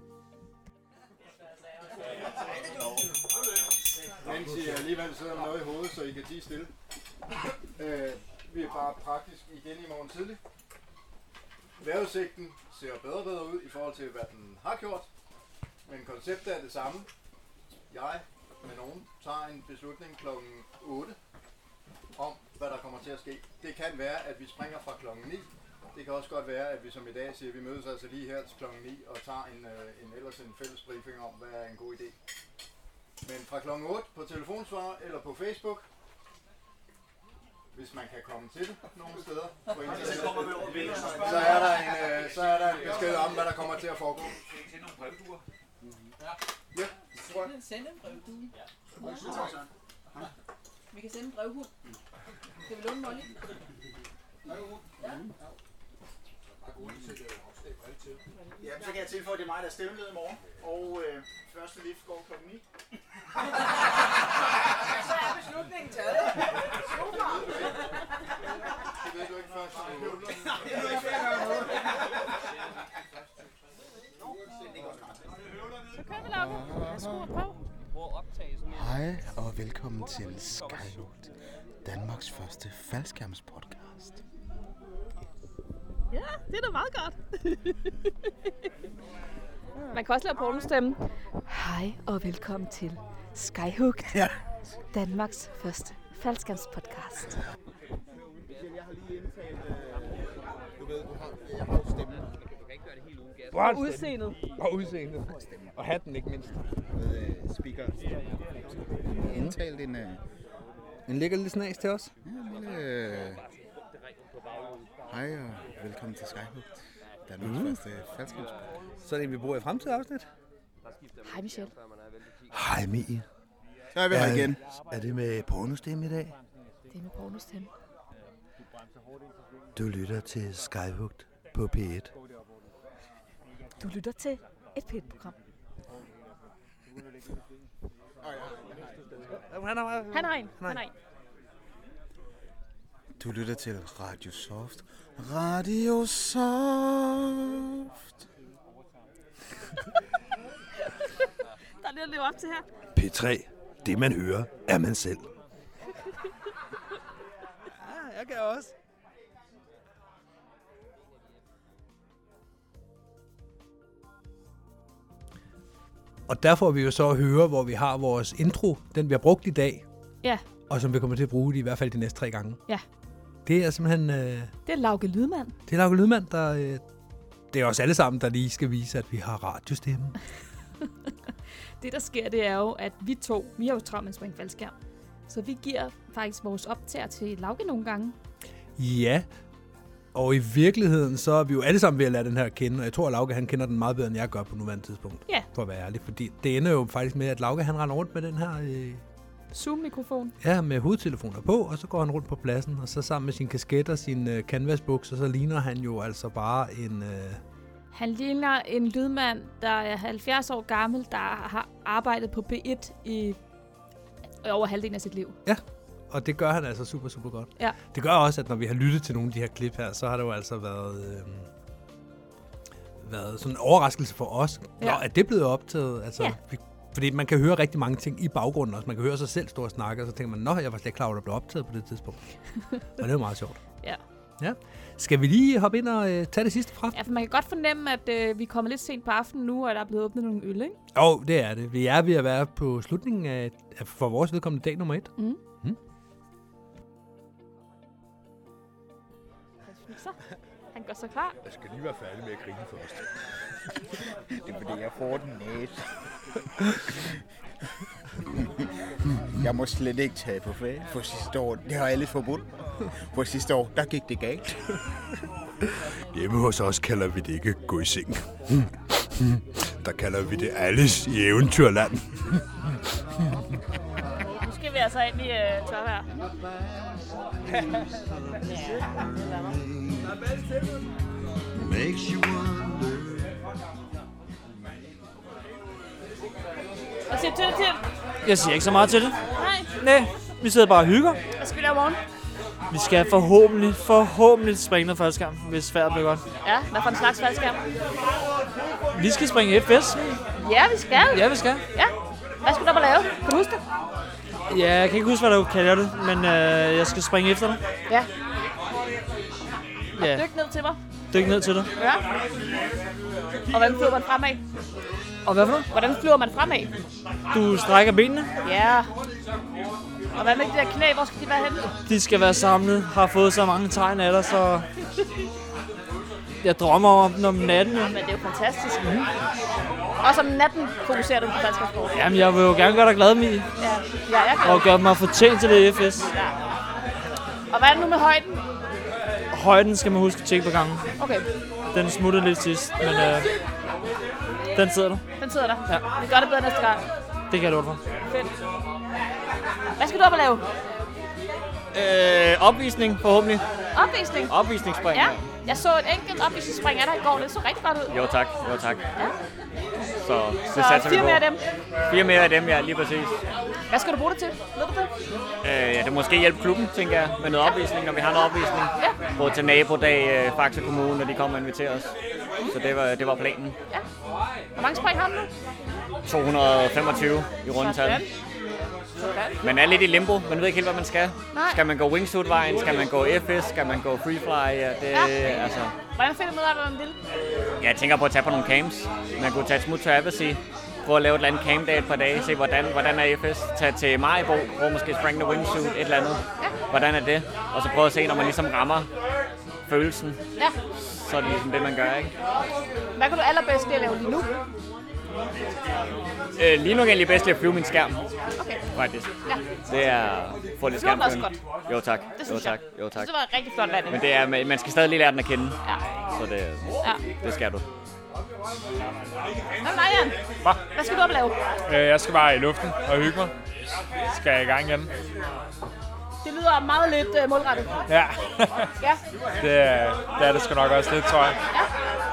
[SPEAKER 12] Mens I alligevel sidder med noget i hovedet, så I kan tige stille. Øh, vi er bare praktisk igen i morgen tidlig. Vejrudsigten ser bedre og bedre ud i forhold til, hvad den har gjort. Men konceptet er det samme. Jeg med nogen tager en beslutning kl. 8 om, hvad der kommer til at ske. Det kan være, at vi springer fra kl. 9. Det kan også godt være, at vi som i dag siger, at vi mødes altså lige her til kl. 9 og tager en, øh, en ellers en fælles briefing om, hvad er en god idé. Men fra kl. 8 på telefonsvar eller på Facebook, hvis man kan komme til det nogle steder på internettet, så er der en, øh, så er der en besked om, hvad der kommer til at foregå. Ja, det tror jeg.
[SPEAKER 13] Sende en brevdue. Vi kan sende en brevhund. Skal vi låne Molly?
[SPEAKER 14] Ja, så kan jeg tilføje, at det er mig, der er stemmeled i morgen. Og øh, første lift går klokken 9.
[SPEAKER 13] Så er beslutningen taget. Super.
[SPEAKER 12] Det ved du ikke først.
[SPEAKER 15] Hej og velkommen til Skyroot, Danmarks første faldskærmspodcast.
[SPEAKER 4] Ja, det er da meget godt. Man kan også lave pornostemme.
[SPEAKER 16] Hej og velkommen til Skyhooked, ja. Danmarks første podcast.
[SPEAKER 14] Du ved, du har, jeg har jo stemmen. Du kan ikke gøre det helt ugen.
[SPEAKER 11] Bare stemme.
[SPEAKER 14] udseendet.
[SPEAKER 11] Og udseendet. Og hatten ikke mindst.
[SPEAKER 14] Med øh, speaker. Jeg indtalte en, øh,
[SPEAKER 3] En lækker lille snas til os.
[SPEAKER 14] en lille... Øh, hej og velkommen til Skyhooked, Danmarks
[SPEAKER 3] Mm.
[SPEAKER 14] mm. første faldskærmspodcast.
[SPEAKER 3] Så er det, vi bruger i fremtidige afsnit.
[SPEAKER 4] Hej Michelle.
[SPEAKER 3] Hej Mie.
[SPEAKER 2] Så er vi her igen.
[SPEAKER 3] Er det med pornostemme i dag?
[SPEAKER 16] Det er med pornostemme.
[SPEAKER 3] Du lytter til Skyhugt på P1.
[SPEAKER 16] Du lytter til et pænt program.
[SPEAKER 17] Han har,
[SPEAKER 4] Han har en. Han har en.
[SPEAKER 15] Du lytter til Radio Soft. Radio Soft.
[SPEAKER 4] Der er lidt at leve op til her.
[SPEAKER 3] P3. Det man hører, er man selv.
[SPEAKER 17] Ja, jeg kan også.
[SPEAKER 3] Og der får vi jo så at høre, hvor vi har vores intro, den vi har brugt i dag,
[SPEAKER 5] Ja,
[SPEAKER 3] og som vi kommer til at bruge i hvert fald de næste tre gange.
[SPEAKER 5] ja.
[SPEAKER 3] Det er simpelthen... Øh,
[SPEAKER 5] Det er Lauke Lydmand.
[SPEAKER 3] det er Lauke Lydmand, der... Øh, det er os alle sammen, der lige skal vise, at vi har radiostemme.
[SPEAKER 5] Det, der sker, det er jo, at vi to, vi har jo travlt med at springe faldskærm. Så vi giver faktisk vores optager til Lauke nogle gange.
[SPEAKER 3] Ja, og i virkeligheden, så er vi jo alle sammen ved at lade den her kende, og jeg tror, at Lauke, han kender den meget bedre, end jeg gør på nuværende tidspunkt.
[SPEAKER 5] Ja.
[SPEAKER 3] For at være ærlig, fordi det ender jo faktisk med, at Lauke, han render rundt med den her, øh,
[SPEAKER 5] Zoom-mikrofon.
[SPEAKER 3] ja, med hovedtelefoner på, og så går han rundt på pladsen, og så sammen med sin kasket og sin øh, canvasbukser, så ligner han jo altså bare en... Øh,
[SPEAKER 5] Han ligner en lydmand, der er 70 år gammel, der har arbejdet på B1 i over halvdelen af sit liv.
[SPEAKER 3] ja, og det gør han altså super, super godt.
[SPEAKER 5] Ja.
[SPEAKER 3] Det gør også, at når vi har lyttet til nogle af de her klip her, så har det jo altså været, øh, været sådan en overraskelse for os. Ja. Nå,
[SPEAKER 5] Ja.
[SPEAKER 3] er det blevet optaget? Altså,
[SPEAKER 5] Ja.
[SPEAKER 3] vi- Fordi man kan høre rigtig mange ting i baggrunden også. Man kan høre sig selv stå og snakke, og så tænker man, nå, jeg var slet ikke klar over, at der blev optaget på det tidspunkt. og det er jo meget sjovt.
[SPEAKER 5] Ja.
[SPEAKER 3] Ja. Skal vi lige hoppe ind og øh, tage det sidste fra?
[SPEAKER 5] ja, for man kan godt fornemme, at øh, vi kommer lidt sent på aftenen nu, og der er blevet åbnet nogle øl, ikke?
[SPEAKER 3] Jo, oh, det er det. Vi er ved at være på slutningen af, af for vores vedkommende dag nummer et.
[SPEAKER 5] Mm.
[SPEAKER 3] Mm.
[SPEAKER 5] Han smiser. Han gør sig klar.
[SPEAKER 18] Jeg skal lige være færdig med at grine først. det er fordi, jeg får den næse.
[SPEAKER 14] Jeg må slet ikke tage på ferie, for sidste år, det har alle forbudt. For sidste år, der gik det galt.
[SPEAKER 19] Hjemme hos os kalder vi det ikke gå i seng. Der kalder vi det alles i eventyrland.
[SPEAKER 4] Nu skal vi altså ind i øh, tørvejr.
[SPEAKER 20] Makes you wonder.
[SPEAKER 4] Hvad siger du til det?
[SPEAKER 21] Jeg siger ikke så meget til det.
[SPEAKER 4] Nej.
[SPEAKER 21] Nej, vi sidder bare og hygger.
[SPEAKER 4] Hvad skal vi lave i morgen?
[SPEAKER 21] Vi skal forhåbentlig, forhåbentlig springe noget første gang, hvis vejret bliver godt.
[SPEAKER 4] Ja, hvad for en slags faldskærm?
[SPEAKER 21] Vi skal springe FS.
[SPEAKER 4] Ja, vi skal.
[SPEAKER 21] Ja, vi skal.
[SPEAKER 4] Ja. Hvad skal du op og lave? Kan du huske det?
[SPEAKER 21] Ja, jeg kan ikke huske, hvad du kalder det, men øh, jeg skal springe efter dig.
[SPEAKER 4] Ja.
[SPEAKER 21] Ja.
[SPEAKER 4] Dyk ned til mig.
[SPEAKER 21] Dyk ned til dig.
[SPEAKER 4] Ja. Og hvordan flyver man fremad?
[SPEAKER 21] Og hvad for noget?
[SPEAKER 4] Hvordan flyver man fremad?
[SPEAKER 21] Du strækker benene.
[SPEAKER 4] Ja. Og hvad med de der knæ? Hvor skal de være henne?
[SPEAKER 21] De skal være samlet. Har fået så mange tegn af dig, så jeg drømmer om den om natten. jo.
[SPEAKER 4] Ja, men det er jo fantastisk. Mm. Og som natten fokuserer du på faldskærmsport.
[SPEAKER 21] Jamen, jeg vil jo gerne gøre dig glad, Mie.
[SPEAKER 4] Ja, ja, jeg
[SPEAKER 21] Og gøre mig fortjent til det FS.
[SPEAKER 4] Ja. Og hvad er det nu med højden?
[SPEAKER 21] Højden skal man huske at tjekke på gangen.
[SPEAKER 4] Okay,
[SPEAKER 21] Den smuttede lidt sidst, men øh, den sidder der.
[SPEAKER 4] den sidder der. Ja. Vi gør det bedre næste gang.
[SPEAKER 21] Det kan jeg love dig for.
[SPEAKER 4] Fedt. Hvad skal du op og lave?
[SPEAKER 21] Øh, opvisning forhåbentlig.
[SPEAKER 4] Opvisning?
[SPEAKER 21] Opvisningsspring.
[SPEAKER 4] Ja. Jeg så en enkelt opvisningsspring af dig i går. Det så rigtig godt ud.
[SPEAKER 22] Jo tak, jo tak. Så
[SPEAKER 4] Så
[SPEAKER 22] det satser vi
[SPEAKER 4] fire
[SPEAKER 22] på.
[SPEAKER 4] mere af dem.
[SPEAKER 22] Fire mere af dem, ja, lige præcis.
[SPEAKER 4] Hvad skal du bruge det til? Ved du det?
[SPEAKER 22] Øh, ja, det måske hjælpe klubben, tænker jeg, med noget opvisning, når vi har noget opvisning.
[SPEAKER 4] Ja.
[SPEAKER 22] Både til nabodag, øh, Faxe Kommune, når de kommer og inviterer os. Så det var, det var planen.
[SPEAKER 4] Ja. Hvor mange spring har du nu?
[SPEAKER 22] 225 i rundetal.
[SPEAKER 4] Sådan.
[SPEAKER 22] Man er lidt i limbo, man ved ikke helt, hvad man skal.
[SPEAKER 4] Nej.
[SPEAKER 22] Skal man gå wingsuit-vejen? Skal man gå FS? Skal man gå freefly? Ja, det,
[SPEAKER 4] Ja.
[SPEAKER 22] altså,
[SPEAKER 4] Hvordan finder man ud af, hvad man vil?
[SPEAKER 22] Jeg tænker på at tage på nogle camps. Man kunne tage et smut til Abbasi, prøve at lave et eller andet campdag et par dage, se hvordan, hvordan er FS. Tag til Majbo, prøve måske springe the wingsuit, et eller andet. Hvordan er det? Og så prøve at se, når man ligesom rammer følelsen,
[SPEAKER 4] Ja.
[SPEAKER 22] så er det ligesom det, man gør, ikke?
[SPEAKER 4] Hvad kan du allerbedst lide at lave lige nu?
[SPEAKER 22] Øh, lige nu kan jeg lige bedst lide at flyve min skærm,
[SPEAKER 4] Okay.
[SPEAKER 22] faktisk.
[SPEAKER 4] Ja.
[SPEAKER 22] Det er at få lidt
[SPEAKER 4] Flyver den
[SPEAKER 22] skærm.
[SPEAKER 4] også
[SPEAKER 22] Jo tak,
[SPEAKER 4] Det
[SPEAKER 22] jo
[SPEAKER 4] synes
[SPEAKER 22] tak,
[SPEAKER 4] jeg.
[SPEAKER 22] jo
[SPEAKER 4] Jeg
[SPEAKER 22] tak.
[SPEAKER 4] synes, det var en rigtig flot landing.
[SPEAKER 22] Men det er, man man skal stadig lige lære den at kende.
[SPEAKER 4] Ja.
[SPEAKER 22] Så det,
[SPEAKER 4] Ja.
[SPEAKER 22] det skal du.
[SPEAKER 4] Hvad med dig, Jan?
[SPEAKER 20] Hva?
[SPEAKER 4] Hvad skal du op og lave?
[SPEAKER 20] Øh, jeg skal bare i luften og hygge mig. Skal jeg i gang igen?
[SPEAKER 4] Det lyder meget lidt øh, målrettet.
[SPEAKER 20] Ja.
[SPEAKER 4] Ja.
[SPEAKER 20] Det, er- det er det sgu nok også lidt, tror jeg.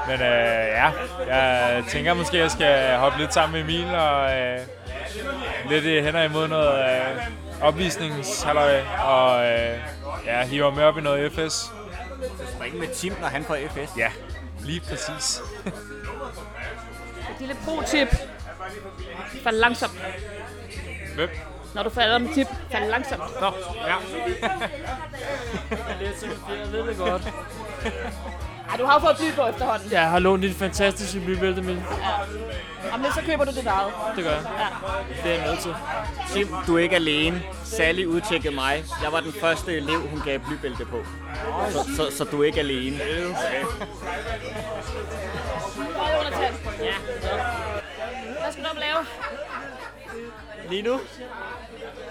[SPEAKER 20] Men øh, ja, jeg tænker måske, at jeg skal hoppe lidt sammen med Emil og øh, lidt øh, hænder imod noget øh, opvisningshalløj og øh, ja, hiver med op i noget FS. Ring med Tim, når han får FS. Ja, lige præcis.
[SPEAKER 11] Mm.
[SPEAKER 4] Et lille pro-tip. Fald langsomt.
[SPEAKER 20] Hvem?
[SPEAKER 4] Når du falder med tip, fald langsomt.
[SPEAKER 20] Nå, ja.
[SPEAKER 21] Jeg ved det godt.
[SPEAKER 4] Ej, du har jo fået bly på efterhånden.
[SPEAKER 21] Jeg har lånt dit fantastiske blybælte, men
[SPEAKER 4] Ja. Om lidt, så køber du det eget.
[SPEAKER 21] det gør jeg.
[SPEAKER 4] Ja.
[SPEAKER 21] Det er jeg nødt til.
[SPEAKER 22] Sim, du er ikke alene. Sally udtjekkede mig. Jeg var den første elev, hun gav blybælte på. Så, så, så du er ikke alene.
[SPEAKER 4] Øj, undertand. Ja. Hvad skal du op og lave?
[SPEAKER 21] Lige nu?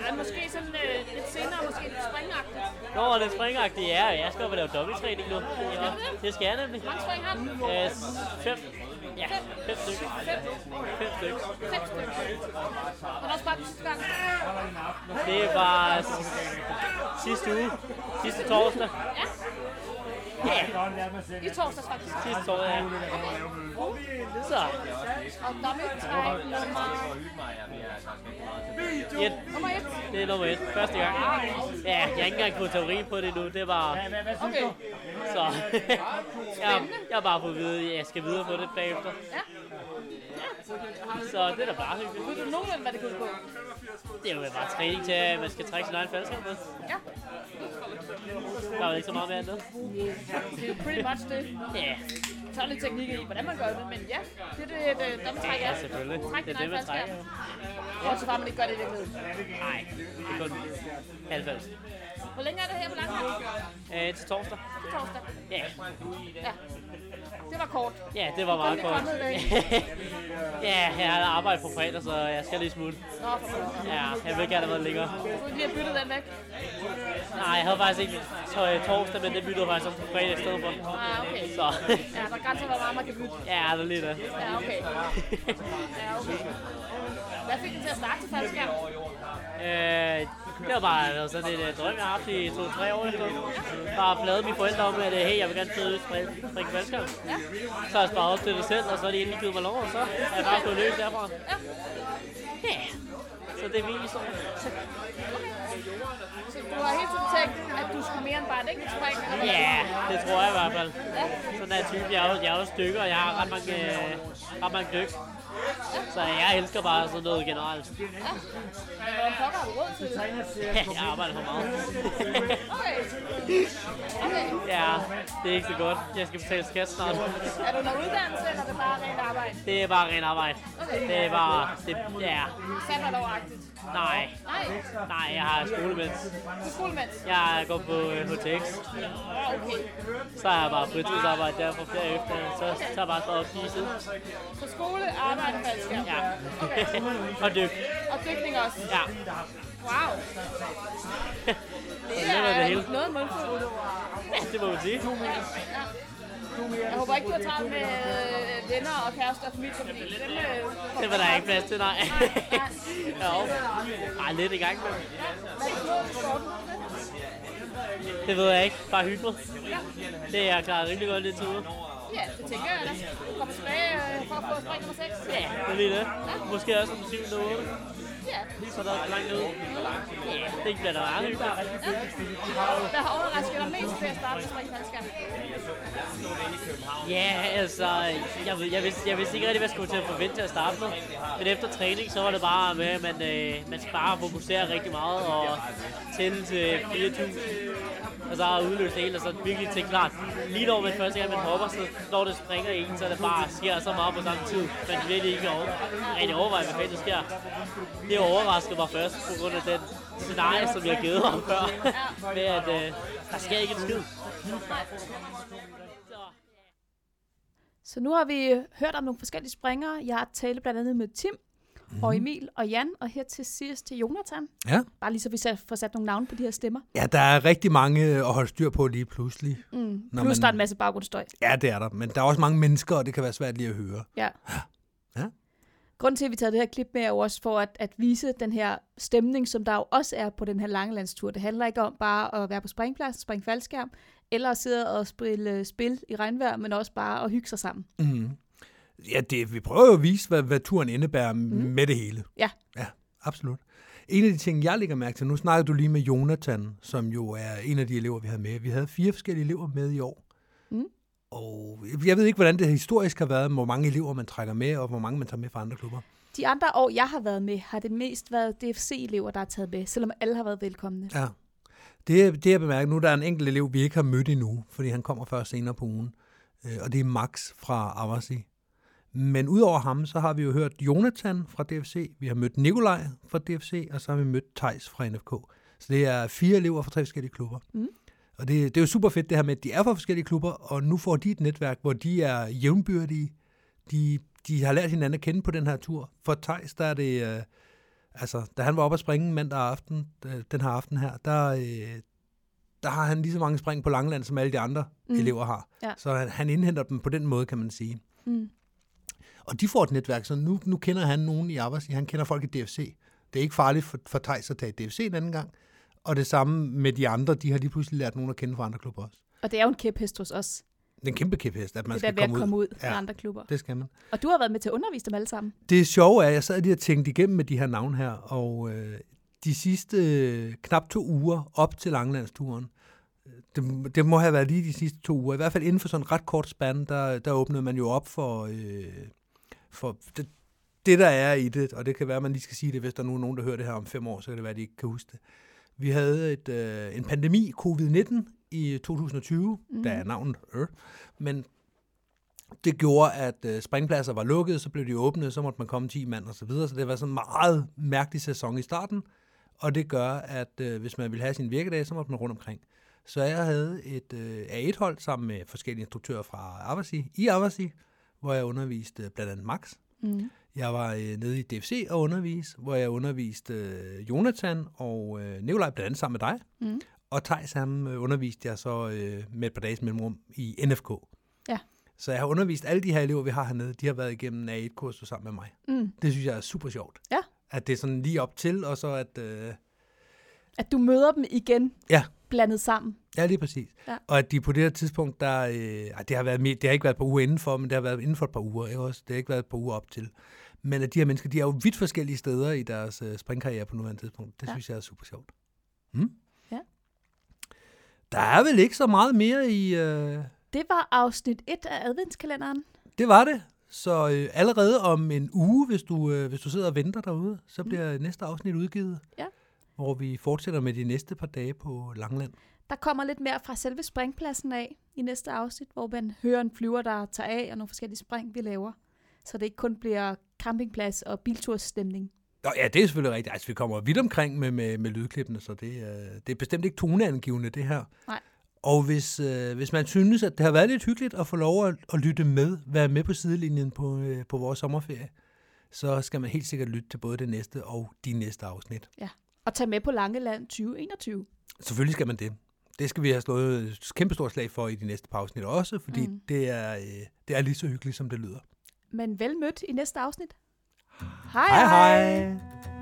[SPEAKER 4] Ja, måske sådan øh, lidt senere, måske lidt springagtigt.
[SPEAKER 23] Nå, det er springagtigt, ja. Jeg skal op og lave dobbelttræning nu. Ja, det skal jeg nemlig.
[SPEAKER 4] Mange spring har du?
[SPEAKER 23] Øh, fem. Ja, fem stykker.
[SPEAKER 4] Fem.
[SPEAKER 23] Fem stykker.
[SPEAKER 4] Fem stykker. Hvornår sprang du sidste gang?
[SPEAKER 23] Det var sidste uge. Sidste torsdag.
[SPEAKER 4] Ja. Ja. I torsdags faktisk.
[SPEAKER 23] Sidste torsdag, ja. Så.
[SPEAKER 4] Og dobbelttræk nummer...
[SPEAKER 23] Et.
[SPEAKER 4] Nummer et.
[SPEAKER 23] Det er nummer et. Første gang. Ja, jeg har ikke engang fået teori på det nu. Det var...
[SPEAKER 4] Okay.
[SPEAKER 23] Så. jeg, jeg har bare fået at vide, at jeg skal videre på det bagefter.
[SPEAKER 4] Ja.
[SPEAKER 23] Så det er da bare hyggeligt.
[SPEAKER 4] Ved du nogenlunde, hvad det går ud på?
[SPEAKER 23] Det er jo bare træning til, at man skal trække sin egen faldskærm med.
[SPEAKER 4] Ja.
[SPEAKER 23] Der er jo ikke så meget mere andet.
[SPEAKER 4] Det er pretty much det.
[SPEAKER 23] Ja.
[SPEAKER 4] Så er lidt teknik i, hvordan man gør det, men ja, det er det, det øh, dommetræk er.
[SPEAKER 23] Ja, selvfølgelig.
[SPEAKER 4] Træk
[SPEAKER 23] Det er
[SPEAKER 4] din
[SPEAKER 23] det, man
[SPEAKER 4] egen faldskærm.
[SPEAKER 23] trækker.
[SPEAKER 4] Bortset fra, at man ikke gør det i virkeligheden.
[SPEAKER 23] Nej, det er kun 90.
[SPEAKER 4] Hvor længe er det her på Langham?
[SPEAKER 23] Øh, til torsdag.
[SPEAKER 4] Torsdag.
[SPEAKER 23] Ja.
[SPEAKER 4] Ja. Det var kort.
[SPEAKER 23] Ja, det var
[SPEAKER 4] Du kom
[SPEAKER 23] meget
[SPEAKER 4] lidt
[SPEAKER 23] godt.
[SPEAKER 4] kommet i dag.
[SPEAKER 23] ja, jeg har arbejde på fredag, så jeg skal lige smutte.
[SPEAKER 4] Nå, for pokker.
[SPEAKER 23] Ja, jeg vil gerne have været længere.
[SPEAKER 4] Du kunne lige have byttet den væk.
[SPEAKER 23] Nej, jeg havde faktisk ikke tøj torsdag, men det byttede jeg faktisk om på fredag i stedet for.
[SPEAKER 4] Ah, okay.
[SPEAKER 23] Så.
[SPEAKER 4] Ja, der er grænser, hvor meget man kan bytte.
[SPEAKER 23] ja, det er lige det.
[SPEAKER 4] Ja, okay. Ja, okay. Hvad fik den til at starte til faldskærm?
[SPEAKER 23] Øh, det var bare sådan en uh, drøm, jeg har haft i to-tre år efter. Bare bladet mine forældre om, at øh, hey, jeg vil gerne sidde ud og drikke valgskab. Så har jeg sparet op til det selv, og så har de endelig givet mig lov, og så er jeg bare gået løs derfra. Ja. Så det er min historie.
[SPEAKER 4] Så du har hele tiden tænkt, at du skulle mere end bare et enkelt spring? eller hvad?
[SPEAKER 23] Ja, det tror jeg i hvert fald.
[SPEAKER 4] Ja.
[SPEAKER 23] Sådan er typen. Jeg er jo, jeg er jo stykker, og jeg har ret mange, øh, ret mange dyk. Så jeg elsker bare sådan noget generelt.
[SPEAKER 4] Ja. Hvordan pokker har du råd til det?
[SPEAKER 23] Ja, jeg arbejder for meget.
[SPEAKER 4] Okay. Okay.
[SPEAKER 23] Ja, det er ikke så godt. Jeg skal betale skat snart.
[SPEAKER 4] Er du noget uddannelse, eller er det bare rent arbejde?
[SPEAKER 23] Det er bare ren arbejde. Det er bare... Det, ja.
[SPEAKER 4] Sabbatåragtigt.
[SPEAKER 23] Nej.
[SPEAKER 4] Nej.
[SPEAKER 23] Nej, jeg har skolemens.
[SPEAKER 4] Du er skolemand.
[SPEAKER 23] Jeg går på øh, HTX.
[SPEAKER 4] Ah, Okay.
[SPEAKER 23] Så har jeg bare fritidsarbejde der fra derefter. Så tager jeg bare så op lige siden.
[SPEAKER 4] Så skole, arbejde, faldskærm.
[SPEAKER 23] Ja.
[SPEAKER 4] Okay.
[SPEAKER 23] Og dyk.
[SPEAKER 4] Og dykning også.
[SPEAKER 23] Ja.
[SPEAKER 4] Wow.
[SPEAKER 23] Så det var det hele.
[SPEAKER 4] noget mundfuld.
[SPEAKER 23] Ja, det må man sige.
[SPEAKER 4] Jeg håber ikke, du har travlt med øh, venner og kærester og familie, fordi dem... Øh,
[SPEAKER 23] Det var der ikke plads til, nej. Jo. Ej, lidt i gang med.
[SPEAKER 4] Hvad er målet for sporten?
[SPEAKER 23] Det ved jeg ikke. Bare hygge mig. Det er jeg klaret rimelig godt indtil videre.
[SPEAKER 4] Ja, det tænker jeg da. Du kommer tilbage øh, for at få spring nummer 6. Ja.
[SPEAKER 23] Det er lige det. Måske også om 7 eller 8.
[SPEAKER 4] Ja.
[SPEAKER 23] Så der er langt ned. Det bliver da meget hyggeligt.
[SPEAKER 4] Hvad har overrasket dig mest ved at starte med springfaldskærm?
[SPEAKER 23] Ja, altså, jeg, ved- jeg, vidste, jeg vidste ikke rigtig, hvad jeg skulle til at forvente til at starte med. Men efter træning, så var det bare med, at man, øh, man sparer og fokuserer rigtig meget og tælle til 4.000. Og så har udløst det hele, og så virkelig tænkt klart. Lige når man første gang, man hopper, så når det springer i en, så er det bare sker så meget på samme tid. Man virkelig ikke over, rigtig overveje, hvad fanden der sker. Det overraskede mig først på grund af den scenarie, som jeg har givet ham før. med at øh, der sker ikke en skid.
[SPEAKER 5] Så nu har vi hørt om nogle forskellige springere. Jeg har talt blandt andet med Tim,
[SPEAKER 4] mm. og Emil og Jan, og her til sidst til Jonathan.
[SPEAKER 3] Mhm. Ja.
[SPEAKER 4] Bare lige så vi sat- får sat nogle navne på de her stemmer.
[SPEAKER 3] Ja, der er rigtig mange at holde styr på lige pludselig.
[SPEAKER 4] Mm.
[SPEAKER 3] Når
[SPEAKER 4] Plus man...
[SPEAKER 3] man-
[SPEAKER 4] der er en masse baggrundsstøj.
[SPEAKER 3] Ja, det er der. Men der er også mange mennesker, og det kan være svært lige at høre.
[SPEAKER 4] Ja.
[SPEAKER 3] Ja.
[SPEAKER 4] Grunden til, at vi tager det her klip med, er jo også for at, at vise den her stemning, som der jo også er på den her langelandstur. Det handler ikke om bare at være på springpladsen, springe faldskærm, eller at sidde og spille øh, spil i regnvejr, men også bare at hygge sig sammen.
[SPEAKER 3] Mm. Ja, det, vi prøver jo at vise, hvad, hvad turen indebærer mm. med det hele.
[SPEAKER 4] Ja.
[SPEAKER 3] Ja, absolut. En af de ting, jeg lægger mærke til, nu snakkede du lige med Jonathan, som jo er en af de elever, vi havde med. Vi havde fire forskellige elever med i år.
[SPEAKER 4] Mm.
[SPEAKER 3] Og jeg ved ikke, hvordan det historisk har været, hvor mange elever man trækker med, og hvor mange man tager med fra andre klubber.
[SPEAKER 4] De andre år, jeg har været med, har det mest været DFC-elever, der er taget med, selvom alle har været velkomne.
[SPEAKER 3] Ja. Det, det jeg bemærker nu, der er en enkelt elev, vi ikke har mødt endnu, fordi han kommer først senere på ugen. Øh, Og det er Max fra Aversi. Men udover ham, så har vi jo hørt Jonathan fra DFC, vi har mødt Nikolaj fra DFC, og så har vi mødt Tejs fra NFK. Så det er fire elever fra tre forskellige klubber.
[SPEAKER 4] Mm.
[SPEAKER 3] Og det, det er jo super fedt det her med, at de er fra forskellige klubber, og nu får de et netværk, hvor de er jævnbyrdige. De, de har lært hinanden at kende på den her tur. For Tejs, der er det... Øh, altså, da han var oppe at springe mandag aften, øh, den her aften her, der, øh, der har han lige så mange spring på Langeland, som alle de andre
[SPEAKER 4] Mm.
[SPEAKER 3] mm. elever har.
[SPEAKER 4] Ja.
[SPEAKER 3] Så han, han indhenter dem på den måde, kan man sige.
[SPEAKER 4] Mm.
[SPEAKER 3] Og de får et netværk, så nu, nu kender han nogen i Abbasi, han kender folk i DFC. Det er ikke farligt for, for Thijs at tage i DFC en anden gang. Og det samme med de andre, de har lige pludselig lært nogen at kende fra andre klubber også.
[SPEAKER 4] Og det er jo en kæphest hos os.
[SPEAKER 3] Det er en kæmpe kæphest, at man
[SPEAKER 4] det der
[SPEAKER 3] skal
[SPEAKER 4] ved at
[SPEAKER 3] komme ud.
[SPEAKER 4] komme ud fra andre klubber.
[SPEAKER 3] Det skal man.
[SPEAKER 4] Og du har været med til at undervise dem alle sammen.
[SPEAKER 3] Det sjove er, at jeg sad lige og tænkte igennem med de her navne her, og øh, de sidste øh, knap to uger op til Langelandsturen, øh, det, det må have været lige de sidste to uger, i hvert fald inden for sådan en ret kort spand, der, der åbnede man jo op for, øh, for det, det, der er i det, og det kan være, at man lige skal sige det, hvis der nu er nogen, der hører det her om fem år, så kan det være, at de ikke kan huske det. Vi havde et, øh, en pandemi, covid-19, i øh, 2020,
[SPEAKER 20] Mhm.
[SPEAKER 3] mm. der er navnet, øh, men det gjorde, at øh, springpladser var lukket, så blev de åbne, så måtte man komme 10 mand og så videre, så det var sådan en meget mærkelig sæson i starten, og det gør, at øh, hvis man ville have sin virkedag, så måtte man rundt omkring. Så jeg havde et øh, A1-hold sammen med forskellige instruktører fra Abbasi, i Abbasi, hvor jeg underviste øh, blandt andet Max.
[SPEAKER 4] Mm.
[SPEAKER 3] Jeg var øh, nede i DFC og undervise, hvor jeg underviste øh, Jonathan og øh, Nikolaj blandt andet sammen med dig.
[SPEAKER 4] Mm.
[SPEAKER 3] Og Thijs ham øh, underviste jeg så øh, med et par dages mellemrum i NFK.
[SPEAKER 4] Ja.
[SPEAKER 3] Så jeg har undervist alle de her elever, vi har hernede, de har været igennem A1-kursus sammen med mig.
[SPEAKER 4] Mm.
[SPEAKER 3] Det synes jeg er super sjovt.
[SPEAKER 4] Ja.
[SPEAKER 3] At det er sådan lige op til, og så at... Øh,
[SPEAKER 4] At du møder dem igen,
[SPEAKER 3] ja,
[SPEAKER 4] blandet sammen.
[SPEAKER 3] ja, lige præcis.
[SPEAKER 4] Ja.
[SPEAKER 3] Og at de på det her tidspunkt, der, øh, ej, det, har været, mere- det har ikke været et par uger indenfor, men det har været inden for et par uger. Ikke også? Det har ikke været et par uger op til. Men at de her mennesker, de er jo vidt forskellige steder i deres øh, springkarriere på nuværende tidspunkt. Det
[SPEAKER 4] Ja.
[SPEAKER 3] ja. synes jeg er super sjovt. Mm?
[SPEAKER 4] Ja.
[SPEAKER 3] Der er vel ikke så meget mere i... Øh,
[SPEAKER 4] Det var afsnit 1 af adventskalenderen.
[SPEAKER 3] det var det. Så øh, allerede om en uge, hvis du, øh, hvis du sidder og venter derude, så bliver næste afsnit udgivet.
[SPEAKER 4] Ja.
[SPEAKER 3] Hvor vi fortsætter med de næste par dage på Langland.
[SPEAKER 4] Der kommer lidt mere fra selve springpladsen af i næste afsnit, hvor man hører en flyver, der tager af, og nogle forskellige spring, vi laver. Så det ikke kun bliver campingplads og biltursstemning.
[SPEAKER 3] Nå, ja, det er selvfølgelig rigtigt. Altså, vi kommer vidt omkring med, med, med lydklippene, så det, øh, det er bestemt ikke toneangivende, det her.
[SPEAKER 4] Nej.
[SPEAKER 3] Og hvis, øh, hvis man synes, at det har været lidt hyggeligt at få lov at, at lytte med, være med på sidelinjen på, øh, på vores sommerferie, så skal man helt sikkert lytte til både det næste og de næste afsnit.
[SPEAKER 4] Ja. Og tage med på Langeland 2021.
[SPEAKER 3] Selvfølgelig skal man det. Det skal vi have slået et kæmpestort slag for i de næste par afsnit også, fordi
[SPEAKER 4] Mm.
[SPEAKER 3] mm. det, er, øh, det er lige så hyggeligt, som det lyder.
[SPEAKER 4] Men vel mødt i næste afsnit.
[SPEAKER 3] Hej hej!
[SPEAKER 4] hej.